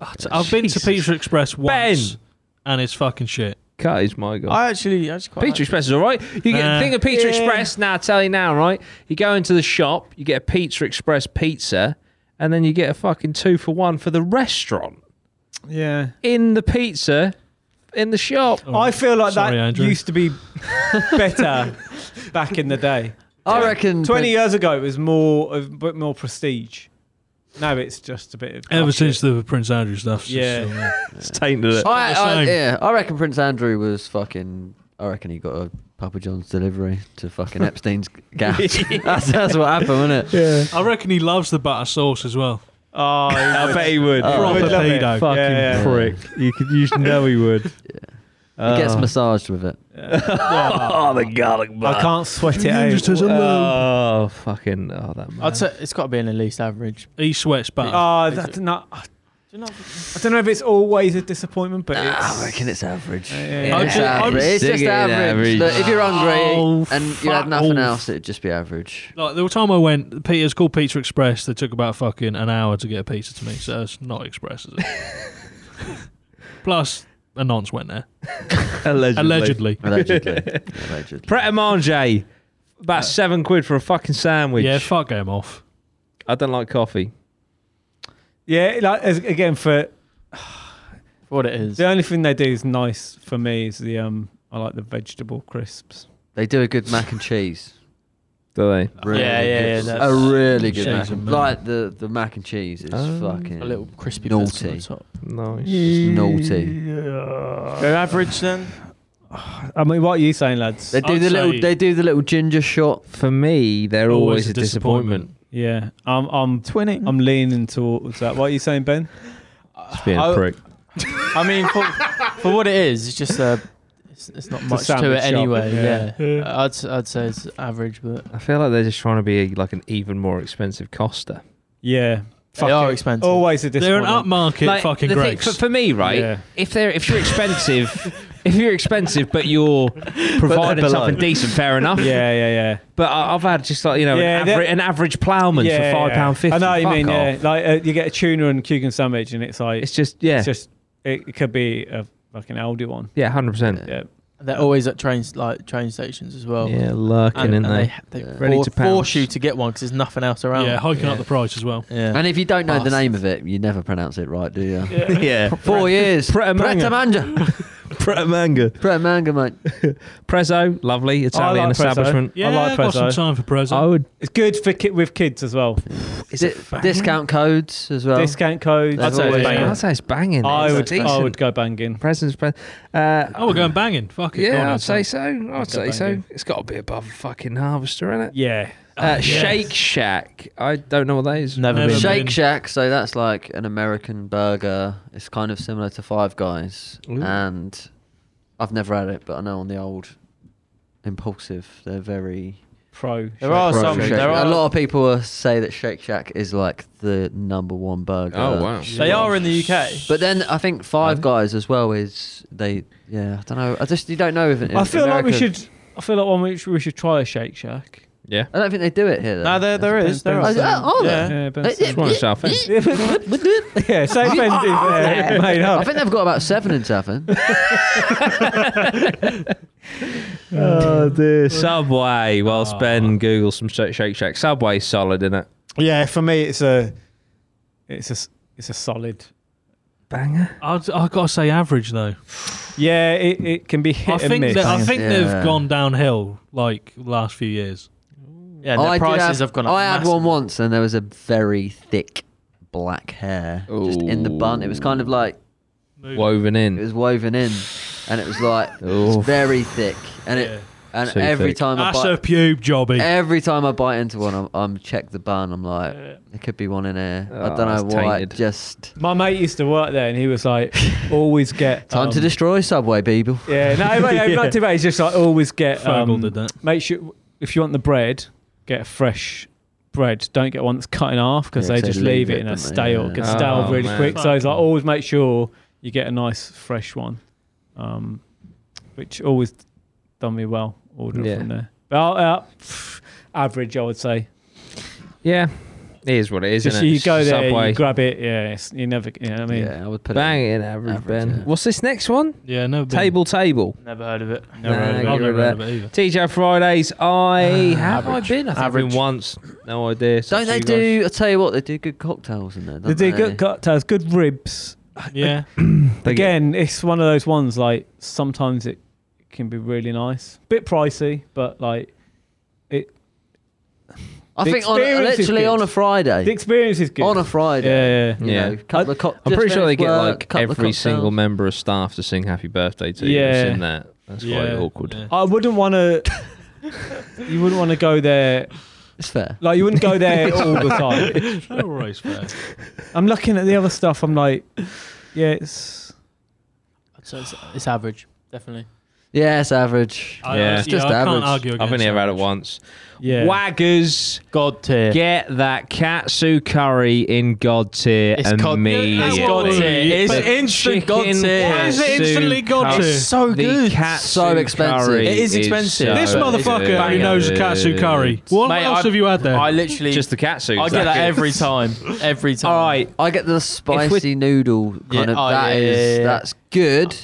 Speaker 8: Oh,
Speaker 5: I've been to
Speaker 4: Jesus.
Speaker 5: Pizza Express once,
Speaker 4: Ben!
Speaker 5: and it's fucking shit.
Speaker 4: Cut is my god.
Speaker 8: I actually, I actually quite.
Speaker 4: Pizza
Speaker 8: like
Speaker 4: Express is all right. You get
Speaker 5: Nah.
Speaker 4: the thing of Pizza Express. Now, I tell you now, right? You go into the shop, you get a Pizza Express pizza, and then you get a fucking two for one for the restaurant
Speaker 2: yeah.
Speaker 4: in the pizza in the shop.
Speaker 2: I feel like
Speaker 5: Sorry,
Speaker 2: that
Speaker 5: Andrew.
Speaker 2: used to be better back in the day.
Speaker 3: I reckon
Speaker 2: Twenty years ago, it was more a bit more prestige. Now it's just a bit. Of
Speaker 5: Ever
Speaker 2: bullshit.
Speaker 5: since the Prince Andrew stuff.
Speaker 2: Yeah.
Speaker 4: It's tainted it.
Speaker 3: I, I,
Speaker 5: same.
Speaker 3: yeah, I reckon Prince Andrew was fucking. I reckon he got a Papa John's delivery to fucking Epstein's gas. that's, that's what happened, wasn't it?
Speaker 5: I reckon he loves the butter sauce as well.
Speaker 2: Oh,
Speaker 4: I bet he would.
Speaker 3: Oh,
Speaker 4: He
Speaker 5: Proper
Speaker 4: would love it.
Speaker 5: pedo.
Speaker 4: Fucking
Speaker 2: Yeah, yeah.
Speaker 4: prick. You could, you should know he would.
Speaker 3: It gets
Speaker 4: Oh.
Speaker 3: massaged with it.
Speaker 4: oh, the garlic butt.
Speaker 2: I can't sweat it
Speaker 5: Just
Speaker 2: out.
Speaker 5: as a lube.
Speaker 4: Oh, fucking. Oh, that man.
Speaker 8: I'd say it's got to be an at least average.
Speaker 5: He sweats bad.
Speaker 2: Oh, that's not. I
Speaker 8: Do you not?
Speaker 2: don't know if it's always a disappointment, but
Speaker 3: Ah, I
Speaker 2: it's.
Speaker 3: reckon it's average.
Speaker 2: Yeah.
Speaker 5: I'd
Speaker 3: It's,
Speaker 5: ju- I'd
Speaker 3: average. it's
Speaker 9: sing
Speaker 3: just
Speaker 9: it
Speaker 3: average.
Speaker 9: average.
Speaker 3: Look, if you're hungry
Speaker 5: Oh,
Speaker 3: and you had
Speaker 5: fuck
Speaker 3: nothing
Speaker 5: off.
Speaker 3: else, it'd just be average.
Speaker 5: Like the time I went, Peter, it's called Pizza Express. They took about fucking an hour to get a pizza to me, so it's not express, is it? Plus, a nonce went there
Speaker 4: Allegedly.
Speaker 5: allegedly.
Speaker 3: Allegedly. Allegedly.
Speaker 4: Pret a manger. About seven quid for a fucking sandwich.
Speaker 5: Yeah, fuck him off.
Speaker 4: I don't like coffee.
Speaker 2: Yeah, like, as- again, for
Speaker 8: For what it is.
Speaker 2: the only thing they do is nice for me is the um. I like the vegetable crisps.
Speaker 3: They do a good mac and cheese.
Speaker 4: Do they?
Speaker 3: Really
Speaker 8: yeah, yeah,
Speaker 3: good-
Speaker 8: that's-
Speaker 3: a really good
Speaker 5: Cheese
Speaker 3: mac and
Speaker 5: and
Speaker 3: like the the mac and cheese is
Speaker 4: Um,
Speaker 3: fucking
Speaker 8: A little crispy
Speaker 3: Naughty.
Speaker 8: naughty. On the top.
Speaker 4: Nice.
Speaker 3: it's naughty.
Speaker 8: Go average then.
Speaker 2: I mean, what are you saying, lads?
Speaker 3: They do
Speaker 5: I'd say-
Speaker 3: the little they do the little ginger shot.
Speaker 4: For me, they're always, a disappointment.
Speaker 2: Yeah, I'm I'm
Speaker 8: Twinning.
Speaker 2: I'm leaning towards that. What are you saying, Ben?
Speaker 4: Just being
Speaker 8: I-
Speaker 4: a prick.
Speaker 8: I mean, for, for what it is, it's just a. It's, it's not
Speaker 2: a
Speaker 8: much to
Speaker 2: sandwich
Speaker 8: it
Speaker 2: shop,
Speaker 8: anyway.
Speaker 2: yeah.
Speaker 8: Yeah. I'd s- I'd say it's average, but
Speaker 4: I feel like they're just trying to be like an even more expensive Costa.
Speaker 2: Yeah,
Speaker 8: they are expensive.
Speaker 2: Always a
Speaker 5: They're an
Speaker 2: disappointment.
Speaker 5: upmarket fucking
Speaker 4: the thing-
Speaker 5: Greg's.
Speaker 4: for, for me, right?
Speaker 2: Yeah.
Speaker 4: If they're if you're expensive, if you're expensive, but you're providing
Speaker 3: below.
Speaker 4: something decent, fair enough.
Speaker 2: Yeah, yeah, yeah.
Speaker 4: But I, I've had just like you know
Speaker 2: Yeah,
Speaker 4: an,
Speaker 2: they're-
Speaker 4: aver- an average ploughman
Speaker 2: yeah,
Speaker 4: for five pound fifty.
Speaker 2: I know what you
Speaker 4: Fuck
Speaker 2: mean.
Speaker 4: off.
Speaker 2: Yeah, like uh, you get a tuna and cucumber sandwich, and it's like
Speaker 4: It's
Speaker 2: it's,
Speaker 4: just yeah,
Speaker 2: just it, it could be a fucking Aldi one.
Speaker 4: yeah, hundred percent.
Speaker 2: Yeah,
Speaker 8: They're always at train like train stations as well.
Speaker 4: Oh. Yeah, lurking
Speaker 8: And,
Speaker 4: in
Speaker 8: and
Speaker 4: there.
Speaker 8: they they
Speaker 3: Yeah.
Speaker 4: Ready
Speaker 8: for-
Speaker 4: to pounce.
Speaker 8: force you to get one because there's nothing else around.
Speaker 4: Oh.
Speaker 5: Yeah, hiking
Speaker 8: yeah.
Speaker 5: up the price as well.
Speaker 8: Yeah.
Speaker 3: And if you don't know the
Speaker 8: Bastards.
Speaker 3: name of it, you never pronounce it right, do you?
Speaker 4: yeah,
Speaker 3: Four years.
Speaker 4: Pret a manga.
Speaker 3: Pret a manga.
Speaker 4: Pret a manga.
Speaker 3: Pret a manga, mate.
Speaker 4: Prezzo, lovely Italian
Speaker 2: like Prezzo.
Speaker 4: establishment.
Speaker 5: Yeah,
Speaker 2: I like
Speaker 5: I've got some
Speaker 2: Prezzo.
Speaker 5: time for present.
Speaker 4: I would.
Speaker 2: it's good for ki- with kids as well.
Speaker 3: Di- discount codes as well.
Speaker 2: Discount codes.
Speaker 3: They've
Speaker 8: I'd say it's
Speaker 3: always-
Speaker 8: banging.
Speaker 4: I'd say it's banging.
Speaker 2: I
Speaker 4: It's
Speaker 2: would.
Speaker 4: decent.
Speaker 2: I would go banging.
Speaker 4: Presents. Pre- uh,
Speaker 5: oh, we're going banging. Fuck it.
Speaker 4: Yeah,
Speaker 5: go on,
Speaker 4: I'd say
Speaker 5: Anton.
Speaker 4: so. I'd
Speaker 2: go
Speaker 4: say
Speaker 2: back
Speaker 4: so.
Speaker 2: in.
Speaker 4: It's got to be above fucking Harvester, isn't it?
Speaker 2: Yeah,
Speaker 4: Uh,
Speaker 5: yes.
Speaker 4: Shake Shack. I don't know what that is.
Speaker 8: Never,
Speaker 5: Never
Speaker 8: been.
Speaker 5: been.
Speaker 3: Shake Shack, so that's like an American burger. It's kind of similar to Five Guys,
Speaker 4: Ooh.
Speaker 3: and I've never had it, but I know on the old impulsive, they're very.
Speaker 2: pro.
Speaker 8: There are
Speaker 3: pro
Speaker 8: Oh, some.
Speaker 3: Shake
Speaker 8: There
Speaker 3: Shack.
Speaker 8: are
Speaker 3: a lot of people uh, say that Shake Shack is like the number one burger.
Speaker 4: Oh,
Speaker 8: They are in the UK.
Speaker 3: But then I think Five Guys as well is they. Yeah, I don't know. I just you don't know if it.
Speaker 2: I feel like we
Speaker 3: America-
Speaker 2: should. I feel like one we should, we should try a Shake Shack.
Speaker 4: Yeah.
Speaker 3: I don't think they do it here. Though.
Speaker 8: No, there there is. There are.
Speaker 3: Oh,
Speaker 8: some.
Speaker 3: are there?
Speaker 8: yeah.
Speaker 2: Yeah, Ben
Speaker 3: They-
Speaker 2: said-
Speaker 4: It's one in Southend.
Speaker 2: yeah, so Ben
Speaker 8: Oh.
Speaker 2: uh, made
Speaker 3: I
Speaker 2: up.
Speaker 3: think they've got about seven in Southend.
Speaker 4: Oh dear. Subway. Whilst Ben Google some Shake Shake Shack. Subway's solid, isn't it?
Speaker 2: Yeah, for me, it's a, it's a, s- it's a solid.
Speaker 4: Banger.
Speaker 5: I'd, I've got to say average though.
Speaker 2: Yeah, it, it can be hit
Speaker 5: I
Speaker 2: and
Speaker 5: think
Speaker 2: miss.
Speaker 5: that, I think
Speaker 3: Yeah.
Speaker 5: they've gone downhill like last few years.
Speaker 8: Yeah, and their
Speaker 3: did
Speaker 8: prices
Speaker 3: have,
Speaker 8: have, gone up.
Speaker 3: Oh, I had one
Speaker 8: massively.
Speaker 3: once, and there was a very thick black hair just in the bun. It was kind of like
Speaker 4: Woven
Speaker 3: it
Speaker 4: in.
Speaker 3: was woven in, and it was like it was
Speaker 4: Oof.
Speaker 3: very thick. And it and
Speaker 4: Too
Speaker 3: every
Speaker 4: thick.
Speaker 3: time I
Speaker 5: That's
Speaker 3: bite,
Speaker 5: a pube jobby.
Speaker 3: every time I bite into one, I'm, I'm check the bun. I'm like, there could be one in here. I
Speaker 4: Oh,
Speaker 3: don't know
Speaker 4: it's
Speaker 3: why.
Speaker 4: tainted.
Speaker 3: Just
Speaker 2: My mate used to work there, and he was like, always get
Speaker 3: time to
Speaker 2: um,
Speaker 3: destroy Subway, people.
Speaker 2: Yeah, no, no, no, not too bad. He's just like always get.
Speaker 5: Fogel
Speaker 2: Um,
Speaker 5: did that.
Speaker 2: make sure if you want the bread, get a fresh bread. Don't get one that's cut in half because
Speaker 3: Yeah,
Speaker 2: they
Speaker 3: 'cause
Speaker 2: just
Speaker 3: they
Speaker 2: leave
Speaker 3: leave
Speaker 2: it
Speaker 3: it,
Speaker 2: in a
Speaker 3: don't they?
Speaker 2: stale.
Speaker 3: Yeah.
Speaker 2: Gets stale
Speaker 4: Oh,
Speaker 2: really
Speaker 4: man.
Speaker 2: quick. So he's like, always make sure you get a nice fresh one, um, which always done me well. Order
Speaker 4: Yeah.
Speaker 2: from there, but uh, pff, average, I would say.
Speaker 4: Yeah. It is what it is,
Speaker 2: Just
Speaker 4: isn't it?
Speaker 2: you go there,
Speaker 4: Subway.
Speaker 2: you grab it. Yeah, it's, you never. You know what I mean,
Speaker 3: yeah, I would put it.
Speaker 4: Banging average,
Speaker 3: Average,
Speaker 4: Ben.
Speaker 3: yeah.
Speaker 4: What's this next one?
Speaker 5: Yeah, no
Speaker 4: Table table.
Speaker 8: Never heard of it.
Speaker 4: Never
Speaker 5: I've
Speaker 4: heard of it.
Speaker 5: never heard of it either.
Speaker 4: TJ Fridays. I have I
Speaker 8: average.
Speaker 4: been? I think I've
Speaker 8: Average.
Speaker 4: been once. No idea.
Speaker 3: Ah, Don't they do? I tell you what, they do good cocktails in there.
Speaker 2: they
Speaker 3: Don't
Speaker 2: do good cocktails, good ribs.
Speaker 5: Yeah,
Speaker 2: Again, it's one of those ones like sometimes it can be really nice, bit pricey, but like
Speaker 3: I
Speaker 2: The
Speaker 3: think on,
Speaker 2: experience is
Speaker 3: literally
Speaker 2: good.
Speaker 3: on a Friday.
Speaker 2: the experience is good.
Speaker 3: on a Friday.
Speaker 2: yeah, yeah.
Speaker 3: You
Speaker 4: Yeah.
Speaker 3: know, couple of co-
Speaker 4: I'm
Speaker 3: just
Speaker 4: pretty sure they
Speaker 3: finished
Speaker 4: get
Speaker 3: work,
Speaker 4: like
Speaker 3: couple of
Speaker 4: every single
Speaker 3: cocktails.
Speaker 4: member of staff to sing happy birthday to you.
Speaker 2: Yeah.
Speaker 4: It's in that. That's
Speaker 5: yeah,
Speaker 4: quite awkward.
Speaker 5: yeah.
Speaker 2: I wouldn't want to. you wouldn't want to go there
Speaker 3: It's fair.
Speaker 13: Like you wouldn't go there all the time.
Speaker 5: They're Oh, always fair.
Speaker 2: I'm looking at the other stuff. I'm like, yeah, it's
Speaker 8: So it's, it's average, definitely.
Speaker 3: Yeah, it's average.
Speaker 5: I-
Speaker 4: Yeah.
Speaker 5: I,
Speaker 4: It's
Speaker 3: just
Speaker 5: I can't
Speaker 3: average.
Speaker 5: argue
Speaker 4: I've
Speaker 5: against
Speaker 4: only ever had it
Speaker 5: average.
Speaker 4: once.
Speaker 2: yeah.
Speaker 4: Waggers,
Speaker 8: God tier.
Speaker 4: get that katsu curry in God tier
Speaker 8: It's God-
Speaker 4: immediately.
Speaker 8: It's God tier. It's
Speaker 4: The
Speaker 8: instant God
Speaker 4: chicken
Speaker 8: tier.
Speaker 5: Why is it instantly
Speaker 4: katsu
Speaker 5: God
Speaker 4: curry-
Speaker 5: tier?
Speaker 8: It's so
Speaker 4: the
Speaker 8: good.
Speaker 4: katsu
Speaker 3: So expensive.
Speaker 4: curry
Speaker 8: It is expensive.
Speaker 4: so
Speaker 5: This
Speaker 8: Uh,
Speaker 5: motherfucker who
Speaker 4: good.
Speaker 5: knows the katsu curry. What
Speaker 8: Mate,
Speaker 5: else
Speaker 8: I-
Speaker 5: have you had there?
Speaker 8: I literally,
Speaker 4: Just the katsu.
Speaker 8: I get that every time, every time.
Speaker 4: All right.
Speaker 3: I get the spicy noodle
Speaker 8: Yeah,
Speaker 3: kind of.
Speaker 8: oh,
Speaker 3: that
Speaker 8: yeah,
Speaker 3: is
Speaker 8: yeah, yeah.
Speaker 3: that's good.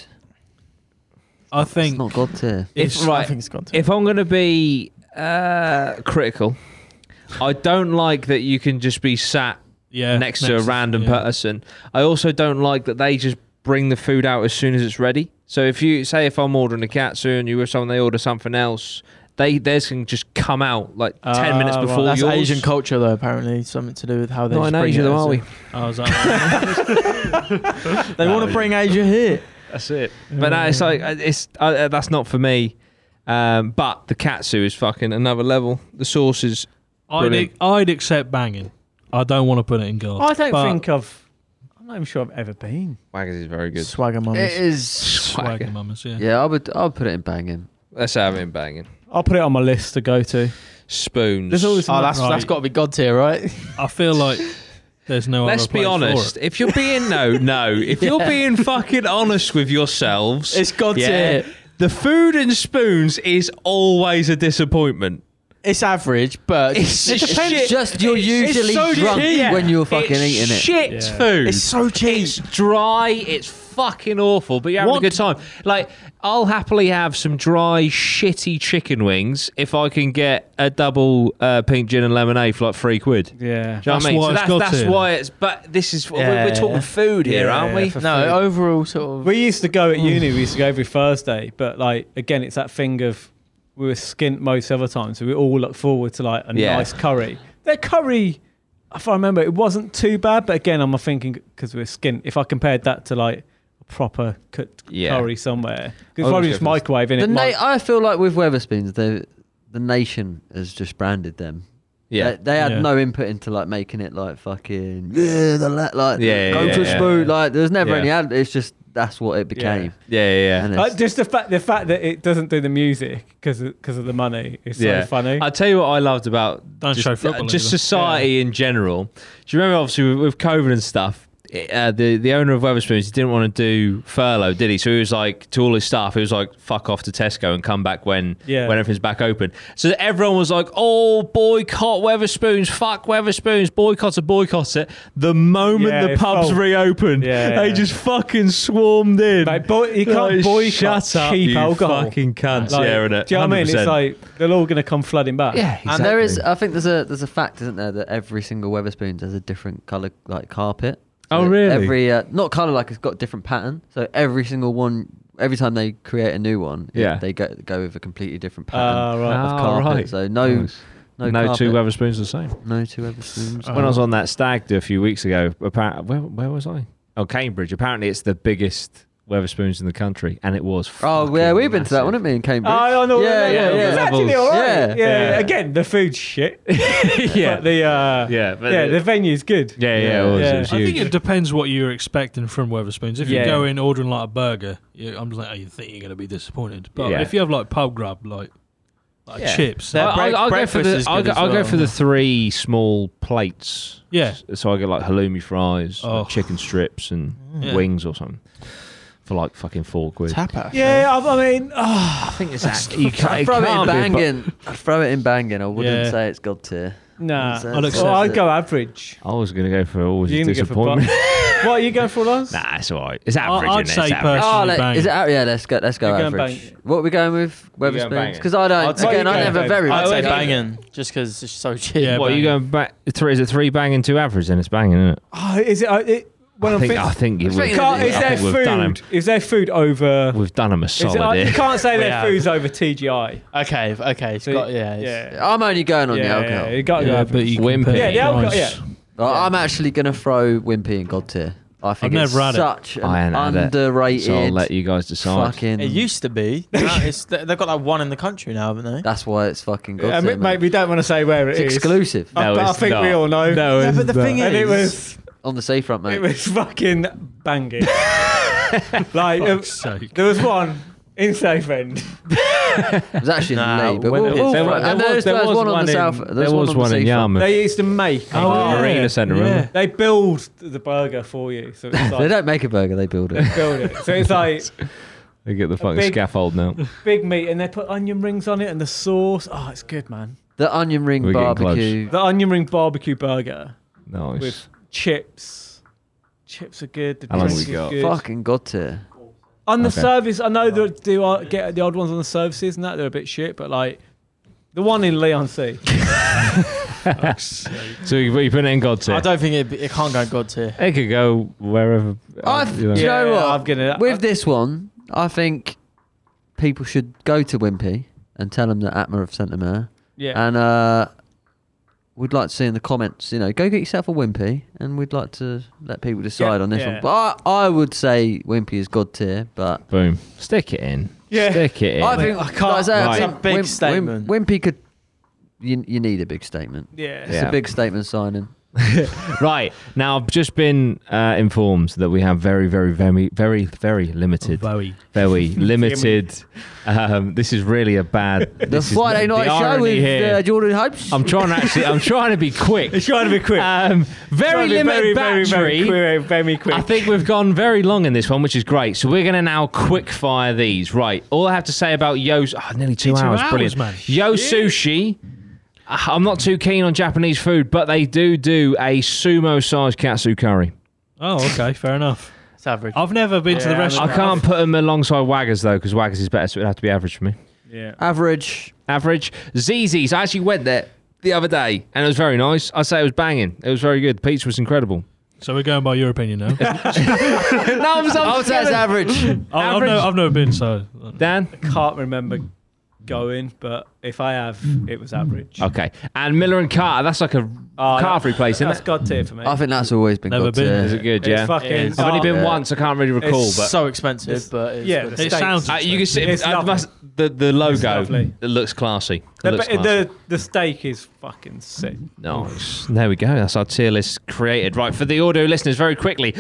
Speaker 5: I
Speaker 3: It's
Speaker 5: think
Speaker 3: not god tier.
Speaker 8: If,
Speaker 4: If-
Speaker 8: right, I
Speaker 4: right.
Speaker 8: think it's God tier.
Speaker 4: If I'm going to be uh, critical, I don't like that you can just be sat
Speaker 5: yeah,
Speaker 4: next, to a random
Speaker 5: yeah.
Speaker 4: person. I also don't like that they just bring the food out as soon as it's ready. So if you say if I'm ordering a katsu and you were someone they order something else, they theirs can just come out like ten
Speaker 2: Ah,
Speaker 4: minutes
Speaker 2: right.
Speaker 4: before
Speaker 8: That's
Speaker 4: yours.
Speaker 8: Asian culture, though. Apparently, something to do with how they
Speaker 4: Not
Speaker 8: just
Speaker 4: in
Speaker 8: bring
Speaker 4: Asia,
Speaker 8: it
Speaker 4: though,
Speaker 8: as
Speaker 4: are
Speaker 8: a-
Speaker 4: we?
Speaker 5: I was like,
Speaker 8: They want to bring Asia here.
Speaker 4: That's it. But no, it's like uh, it's uh, uh, that's not for me. Um, but the katsu is fucking another level. The sauce is
Speaker 5: I'd,
Speaker 4: Brilliant. Oh,
Speaker 5: I'd accept banging. I don't want to put it in God.
Speaker 2: I don't
Speaker 5: But-
Speaker 2: think I've. I'm not even sure I've ever been.
Speaker 4: waggers is very good.
Speaker 8: Swagger
Speaker 3: It
Speaker 8: mums.
Speaker 3: is.
Speaker 5: Swagger
Speaker 4: Swagger.
Speaker 5: mamas, yeah.
Speaker 3: Yeah, I would. I would put it in banging.
Speaker 4: Let's have him banging.
Speaker 2: I'll put it on my list to go to.
Speaker 4: Spoons.
Speaker 2: There's always
Speaker 8: Oh, that's
Speaker 5: Right.
Speaker 8: that's got to be God tier, right?
Speaker 5: I feel like there's no.
Speaker 4: Let's
Speaker 5: other
Speaker 4: be
Speaker 5: place
Speaker 4: honest.
Speaker 5: For it.
Speaker 4: If you're being no, no. If you're
Speaker 8: Yeah.
Speaker 4: being fucking honest with yourselves,
Speaker 8: It's God
Speaker 4: yeah,
Speaker 8: tier.
Speaker 4: the food and spoons is always a disappointment.
Speaker 8: It's average, but
Speaker 4: It's,
Speaker 8: it's,
Speaker 3: depends.
Speaker 4: shit.
Speaker 3: Just you're
Speaker 4: It's-
Speaker 3: usually
Speaker 4: it's so
Speaker 3: drunk
Speaker 4: shit.
Speaker 3: when you're fucking
Speaker 4: It's
Speaker 3: eating it.
Speaker 4: Shit
Speaker 2: Yeah.
Speaker 4: food.
Speaker 8: so cheap.
Speaker 4: It's dry. It's fucking awful. But you're having
Speaker 5: What-
Speaker 4: a good time. Like I'll happily have some dry, shitty chicken wings if I can get a double uh, pink gin and lemonade for like three quid.
Speaker 2: yeah.
Speaker 4: Do you know what
Speaker 5: That's
Speaker 4: I mean?
Speaker 5: why
Speaker 4: So
Speaker 5: it's
Speaker 4: that's,
Speaker 5: got
Speaker 4: that's
Speaker 5: to.
Speaker 4: why it's. But this is we're-
Speaker 8: Yeah,
Speaker 4: we're,
Speaker 8: yeah.
Speaker 4: talking food here,
Speaker 2: Yeah,
Speaker 4: aren't we?
Speaker 2: for
Speaker 8: no
Speaker 2: food.
Speaker 8: overall sort of.
Speaker 2: We used to go at uni. We used to go
Speaker 4: Mm.
Speaker 2: every Thursday, but like again, it's that thing of we were skint most other times, so we all look forward to like a
Speaker 4: Yeah.
Speaker 2: nice curry. Their curry, if I remember, it wasn't too bad, but again, I'm thinking because we we're skint. If I compared that to like a proper cooked
Speaker 4: Yeah.
Speaker 2: curry somewhere,
Speaker 4: I
Speaker 2: because
Speaker 4: would
Speaker 2: probably
Speaker 4: go
Speaker 2: just
Speaker 4: for the-
Speaker 2: microwave in
Speaker 3: The
Speaker 2: it.
Speaker 3: na-
Speaker 2: might-
Speaker 3: I feel like with Weatherspoons, the the nation has just branded them.
Speaker 4: Yeah.
Speaker 3: they, they had
Speaker 5: Yeah.
Speaker 3: no input into like making it like fucking yeah, the la- like
Speaker 4: Yeah, yeah,
Speaker 3: go
Speaker 4: yeah,
Speaker 3: to
Speaker 4: yeah.
Speaker 3: spoon. Like there's never
Speaker 4: Yeah.
Speaker 3: any. Ad- it's just that's what it became.
Speaker 4: Yeah, yeah,
Speaker 3: And
Speaker 4: yeah.
Speaker 2: Uh,
Speaker 3: it's,
Speaker 2: just the fact the fact that it doesn't do the music because because of the money is
Speaker 4: Yeah.
Speaker 2: so funny.
Speaker 4: I'll tell you what I loved about
Speaker 5: Don't
Speaker 4: just,
Speaker 5: show football
Speaker 4: uh, just
Speaker 5: either.
Speaker 4: society in general. Do you remember, obviously, with, with COVID and stuff, it, uh, the, the owner of Weatherspoons he didn't want to do furlough, did he? So he was like, to all his staff, he was like, fuck off to Tesco and come back when,
Speaker 2: Yeah.
Speaker 4: when everything's back open. So everyone was like, oh, boycott Weatherspoons, fuck Weatherspoons, boycott it, boycott it. The moment
Speaker 2: Yeah,
Speaker 4: the
Speaker 2: it
Speaker 4: pubs
Speaker 2: felt-
Speaker 4: reopened,
Speaker 2: Yeah.
Speaker 4: they just fucking swarmed in.
Speaker 2: Mate, boy, you can't
Speaker 4: Like,
Speaker 2: boycott
Speaker 4: shut up,
Speaker 2: cheap
Speaker 4: you
Speaker 2: alcohol.
Speaker 4: fucking cunts.
Speaker 2: Like,
Speaker 4: yeah, innit?
Speaker 2: do you know what I mean? It's
Speaker 4: 100%.
Speaker 2: like they're all going to come flooding back.
Speaker 4: yeah, exactly.
Speaker 3: and there is, I think there's a there's a fact, isn't there, that every single Weatherspoons has a different color like carpet.
Speaker 4: Oh,
Speaker 3: it-
Speaker 4: really?
Speaker 3: Every uh, not color like it's got a different pattern. So every single one, every time they create a new one, it-
Speaker 4: Yeah.
Speaker 3: they go go with a completely different pattern
Speaker 2: Ah, right.
Speaker 4: Ah,
Speaker 3: of carpet.
Speaker 4: right.
Speaker 3: So no, no,
Speaker 4: no
Speaker 3: carpet,
Speaker 4: two Weatherspoons the same.
Speaker 3: no two Weatherspoons.
Speaker 4: when I
Speaker 5: Oh.
Speaker 4: was on that stag do a few weeks ago, apparent, where, where was I? Oh, Cambridge. Apparently, it's the biggest Weatherspoons in the country, and it was.
Speaker 3: Oh yeah, we've been to that,
Speaker 4: one.
Speaker 3: haven't we, in Cambridge?
Speaker 2: Oh, I know.
Speaker 3: yeah, yeah,
Speaker 4: yeah.
Speaker 2: It's
Speaker 3: yeah.
Speaker 2: actually all right. Yeah.
Speaker 3: Yeah.
Speaker 2: yeah.
Speaker 4: Yeah.
Speaker 2: Again, the food's shit.
Speaker 4: yeah.
Speaker 2: But the uh, yeah,
Speaker 4: yeah, but
Speaker 2: yeah,
Speaker 4: the-
Speaker 2: the venue's good.
Speaker 4: yeah, yeah, it was,
Speaker 2: Yeah.
Speaker 4: It was
Speaker 5: I
Speaker 4: huge.
Speaker 5: think it depends what you're expecting from Weatherspoons. If
Speaker 2: Yeah.
Speaker 5: you go in ordering like a burger, you, I'm just like, oh, you think you're going to be disappointed. But
Speaker 4: Yeah.
Speaker 5: if you have like pub grub, like, like
Speaker 4: Yeah.
Speaker 5: chips,
Speaker 8: Their
Speaker 4: I'll- I'll-
Speaker 8: break-
Speaker 4: I'll go for
Speaker 8: breakfast
Speaker 4: the
Speaker 8: is
Speaker 4: I'll
Speaker 8: good
Speaker 4: go,
Speaker 8: as
Speaker 4: I'll go
Speaker 8: well.
Speaker 4: for the three small plates.
Speaker 5: yeah,
Speaker 4: So I get like halloumi fries,
Speaker 5: Oh.
Speaker 4: like chicken strips, and
Speaker 5: Yeah.
Speaker 4: wings or something for like fucking four quid.
Speaker 8: Tapa.
Speaker 2: Yeah, I, I mean, oh,
Speaker 4: I think it's actually you
Speaker 3: I'd
Speaker 4: can't,
Speaker 3: throw it in
Speaker 4: can't be, but-
Speaker 3: banging. I'd throw it in banging. I wouldn't
Speaker 5: Yeah.
Speaker 3: say it's god tier.
Speaker 2: nah.
Speaker 3: So
Speaker 5: I'd
Speaker 3: it's-
Speaker 5: accept
Speaker 2: Well, I'd go average.
Speaker 4: I was gonna go for always a
Speaker 2: You can go for bottom.
Speaker 4: disappointment.
Speaker 2: what are you going for, Lance?
Speaker 4: nah, it's alright. It's average.
Speaker 5: I'd
Speaker 4: innit?
Speaker 5: say
Speaker 4: it's average.
Speaker 5: personally
Speaker 3: Oh, let,
Speaker 5: banging.
Speaker 3: is it out? Yeah, let's go. Let's go
Speaker 2: You're going
Speaker 3: average.
Speaker 2: banging.
Speaker 3: What are we going with? Weatherspoons?
Speaker 4: banging.
Speaker 3: Because I don't.
Speaker 8: I'd say
Speaker 3: again,
Speaker 2: you're
Speaker 3: I
Speaker 2: going
Speaker 3: never
Speaker 2: banging.
Speaker 3: very.
Speaker 8: I'd
Speaker 4: Oh,
Speaker 8: say
Speaker 4: okay.
Speaker 8: banging, just because it's just so cheap.
Speaker 5: Yeah,
Speaker 4: What are you
Speaker 5: banging.
Speaker 4: going back? Three is it three banging, two average? Then it's banging, isn't it?
Speaker 2: Oh, is it? Uh, it when
Speaker 4: I
Speaker 2: I'm
Speaker 4: think
Speaker 2: think,
Speaker 4: I think it
Speaker 3: I
Speaker 4: would-
Speaker 3: think
Speaker 2: can't,
Speaker 3: it
Speaker 2: is
Speaker 4: I
Speaker 2: their
Speaker 4: think we've done him.
Speaker 2: food? Is their food over?
Speaker 4: We've done him a
Speaker 2: Is it,
Speaker 4: solid.
Speaker 2: uh,
Speaker 4: here.
Speaker 2: you can't say
Speaker 8: Yeah.
Speaker 2: their food's over TGI.
Speaker 8: Okay, f- okay, it's
Speaker 2: So,
Speaker 8: got yeah, it's-
Speaker 2: yeah.
Speaker 3: I'm only going on the
Speaker 2: yeah,
Speaker 3: alcohol.
Speaker 2: yeah, you gotta go
Speaker 5: Yeah,
Speaker 2: average.
Speaker 5: but you
Speaker 4: Wimpy.
Speaker 5: compare
Speaker 2: Yeah, the
Speaker 5: it
Speaker 2: alcohol,
Speaker 5: nice.
Speaker 2: yeah.
Speaker 3: Well, I'm actually gonna throw Wimpy in god tier. I I think
Speaker 5: I've
Speaker 3: it's
Speaker 5: never had it.
Speaker 3: such
Speaker 4: I
Speaker 3: an
Speaker 4: ain't had it.
Speaker 3: underrated
Speaker 4: So I'll let you guys decide.
Speaker 3: fucking.
Speaker 8: It used to be. Now it's- they- they've got like one in the country now, haven't they?
Speaker 3: that's why it's fucking good.
Speaker 2: I mean, Uh, mate, we don't want to say where
Speaker 3: it's
Speaker 2: it is.
Speaker 3: exclusive
Speaker 2: I-
Speaker 4: No,
Speaker 2: but I
Speaker 4: it's
Speaker 2: think we
Speaker 4: not.
Speaker 2: all know.
Speaker 4: No,
Speaker 8: Yeah, but the thing
Speaker 2: and it
Speaker 8: is-
Speaker 2: was
Speaker 3: on the seafront, mate.
Speaker 2: it was fucking banging. like it-
Speaker 5: Fuck's sake.
Speaker 2: there was one in Southend.
Speaker 3: It was actually
Speaker 8: Nah,
Speaker 3: in Lee, but
Speaker 8: when
Speaker 3: we'll,
Speaker 8: it-
Speaker 3: we'll
Speaker 4: There,
Speaker 3: fr-
Speaker 4: wa- there
Speaker 3: and
Speaker 4: was,
Speaker 3: there's,
Speaker 4: there
Speaker 3: there's
Speaker 4: was
Speaker 3: one on the
Speaker 4: in-
Speaker 3: south. There's
Speaker 4: there was
Speaker 3: on the
Speaker 4: one in
Speaker 3: seafront.
Speaker 4: Yarmouth.
Speaker 2: They used to make.
Speaker 4: Oh, Arena Centre, remember?
Speaker 2: They build the burger for you, so it's
Speaker 3: They
Speaker 2: like
Speaker 3: don't make a burger; they build it.
Speaker 2: build it. So it's like
Speaker 4: They get the fucking
Speaker 2: big-
Speaker 4: scaffold now.
Speaker 2: big meat, and they put onion rings on it, and the sauce. Oh, it's good, man.
Speaker 3: The onion ring
Speaker 4: We're getting close.
Speaker 3: barbecue.
Speaker 2: The onion ring barbecue burger
Speaker 4: Nice.
Speaker 2: with chips. Chips are good. The
Speaker 4: How long
Speaker 2: drinks
Speaker 4: we
Speaker 2: are
Speaker 4: got?
Speaker 2: good.
Speaker 3: Fucking got to.
Speaker 2: On the
Speaker 4: Okay.
Speaker 2: service, I know they do uh, get the odd ones on the services and that they're a bit shit, but like the one in Leon C.
Speaker 4: So you, you put it in God's
Speaker 8: I
Speaker 4: ear.
Speaker 8: don't think it, it can't go God's here.
Speaker 4: It could go wherever. uh,
Speaker 3: I've,
Speaker 4: you know.
Speaker 3: do you know
Speaker 2: Yeah,
Speaker 3: what?
Speaker 2: I'm gonna-
Speaker 3: With this one, I think people should go to Wimpy and tell them that Atma have sent them there.
Speaker 2: Yeah,
Speaker 3: And uh, we'd like to see in the comments, you know, go get yourself a Wimpy, and we'd like to let people decide
Speaker 2: Yeah,
Speaker 3: on this
Speaker 2: yeah.
Speaker 3: one. But I, I would say Wimpy is god tier, but
Speaker 4: Boom. Stick it in.
Speaker 2: Yeah.
Speaker 4: Stick it in.
Speaker 3: I think
Speaker 8: I can't-
Speaker 3: like I say, I
Speaker 4: Right.
Speaker 3: think
Speaker 8: Some big
Speaker 3: Wim- Wim-
Speaker 8: statement.
Speaker 3: Wimpy could. You, you need a big statement.
Speaker 2: yeah.
Speaker 3: It's
Speaker 4: Yeah.
Speaker 3: a big statement signing.
Speaker 4: right now, I've just been uh, informed that we have very, very, very, very, very limited,
Speaker 5: Bowie.
Speaker 4: very limited. Um, this is really a bad.
Speaker 3: The
Speaker 4: this is-
Speaker 3: Friday night show
Speaker 4: irony
Speaker 3: with
Speaker 4: here-
Speaker 3: uh, Jordan Hopes.
Speaker 4: I'm trying to actually. I'm trying to be quick.
Speaker 2: It's trying to be quick.
Speaker 4: Um, very
Speaker 2: Trying to be
Speaker 4: limited battery.
Speaker 2: Very, very, quick, very quick.
Speaker 4: I think we've gone very long in this one, which is great. So we're going to now quick fire these. Right. All I have to say about Yo's. Oh, nearly two,
Speaker 5: Two
Speaker 4: hours.
Speaker 5: hours,
Speaker 4: Brilliant.
Speaker 5: man.
Speaker 4: Yo Sushi. uh, I'm not too keen on Japanese food, but they do do a sumo sized katsu curry.
Speaker 5: Oh, okay, fair enough.
Speaker 8: It's average.
Speaker 5: I've never been to the
Speaker 2: Yeah, I
Speaker 5: restaurant.
Speaker 4: I can't put them alongside Waggers, though, because Waggers is better, so it'd have to be average for me.
Speaker 2: yeah.
Speaker 3: Average.
Speaker 4: Average. ZZ's. I actually went there the other day, and it was very nice. I'd say it was banging. It was very good. The pizza was incredible.
Speaker 5: So we're going by your opinion now. I-
Speaker 4: no, I'm, Oh, so-
Speaker 3: I would say it's average.
Speaker 2: Oh,
Speaker 5: I've,
Speaker 4: Average.
Speaker 5: no, I've never been, so.
Speaker 4: Dan?
Speaker 2: Can't remember going, but if I have, it was average.
Speaker 4: Okay. And Miller and Carter. That's like a
Speaker 2: Oh,
Speaker 4: car
Speaker 2: that-
Speaker 4: free place, isn't
Speaker 2: That's
Speaker 4: it?
Speaker 2: god tier for me.
Speaker 3: I think that's always been
Speaker 5: Never
Speaker 3: god
Speaker 5: been.
Speaker 3: tier.
Speaker 4: Is it good?
Speaker 2: it's
Speaker 4: yeah.
Speaker 2: fucking.
Speaker 8: It is.
Speaker 4: I've only been
Speaker 3: Yeah.
Speaker 4: once. I can't really recall,
Speaker 2: It's
Speaker 4: Oh, but
Speaker 8: so expensive,
Speaker 2: It's-
Speaker 8: but it's
Speaker 2: yeah,
Speaker 8: good.
Speaker 2: the
Speaker 5: It sounds.
Speaker 4: Uh, you can see
Speaker 2: It's
Speaker 4: I
Speaker 2: lovely.
Speaker 4: must- the the logo.
Speaker 2: lovely.
Speaker 4: It looks classy. It
Speaker 2: The,
Speaker 4: looks
Speaker 2: the,
Speaker 4: classy.
Speaker 2: the, the steak is fucking sick.
Speaker 4: Nice. There we go. That's our tier list created. Right, for the audio listeners, very quickly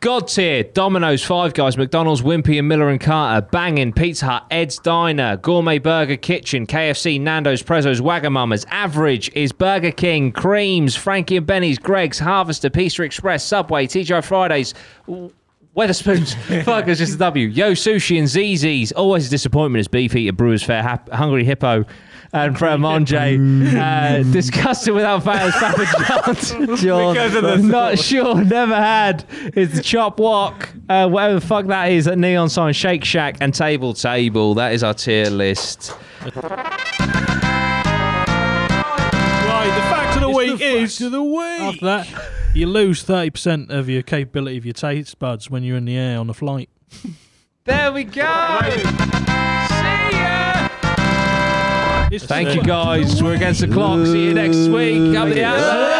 Speaker 4: God tier, Domino's, Five Guys, McDonald's, Wimpy and Miller and Carter, Bangin, Pizza Hut, Ed's Diner, Gourmet Burger Kitchen, KFC, Nando's, Prezzo's, Wagamama's. Average is Burger King, Creams, Frankie and Benny's, Greg's, Harvester, Pizza Express, Subway, TGI Fridays. Weatherspoons, Fuckers, just a W. Yo, Sushi and ZZ's. Always a disappointment is Beef Eater, Brewers Fair, Hap- Hungry Hippo, and Fred Monje. Uh, disgusted without fail is Papa John's.
Speaker 2: Because of the
Speaker 4: Not sure, never had. It's the Chop Walk, uh, whatever the fuck that is, at Neon Sign, Shake Shack, and Table Table. That is our tier list.
Speaker 5: Right, the fact of the
Speaker 2: It's
Speaker 5: week
Speaker 2: the
Speaker 5: is
Speaker 2: fact of the week.
Speaker 5: after that, you lose thirty percent of your capability of your taste buds when you're in the air on a flight.
Speaker 4: There we go. See ya.
Speaker 5: It's
Speaker 4: Thank
Speaker 5: the-
Speaker 4: you, guys. We're against the clock. See you next week. Up the ass.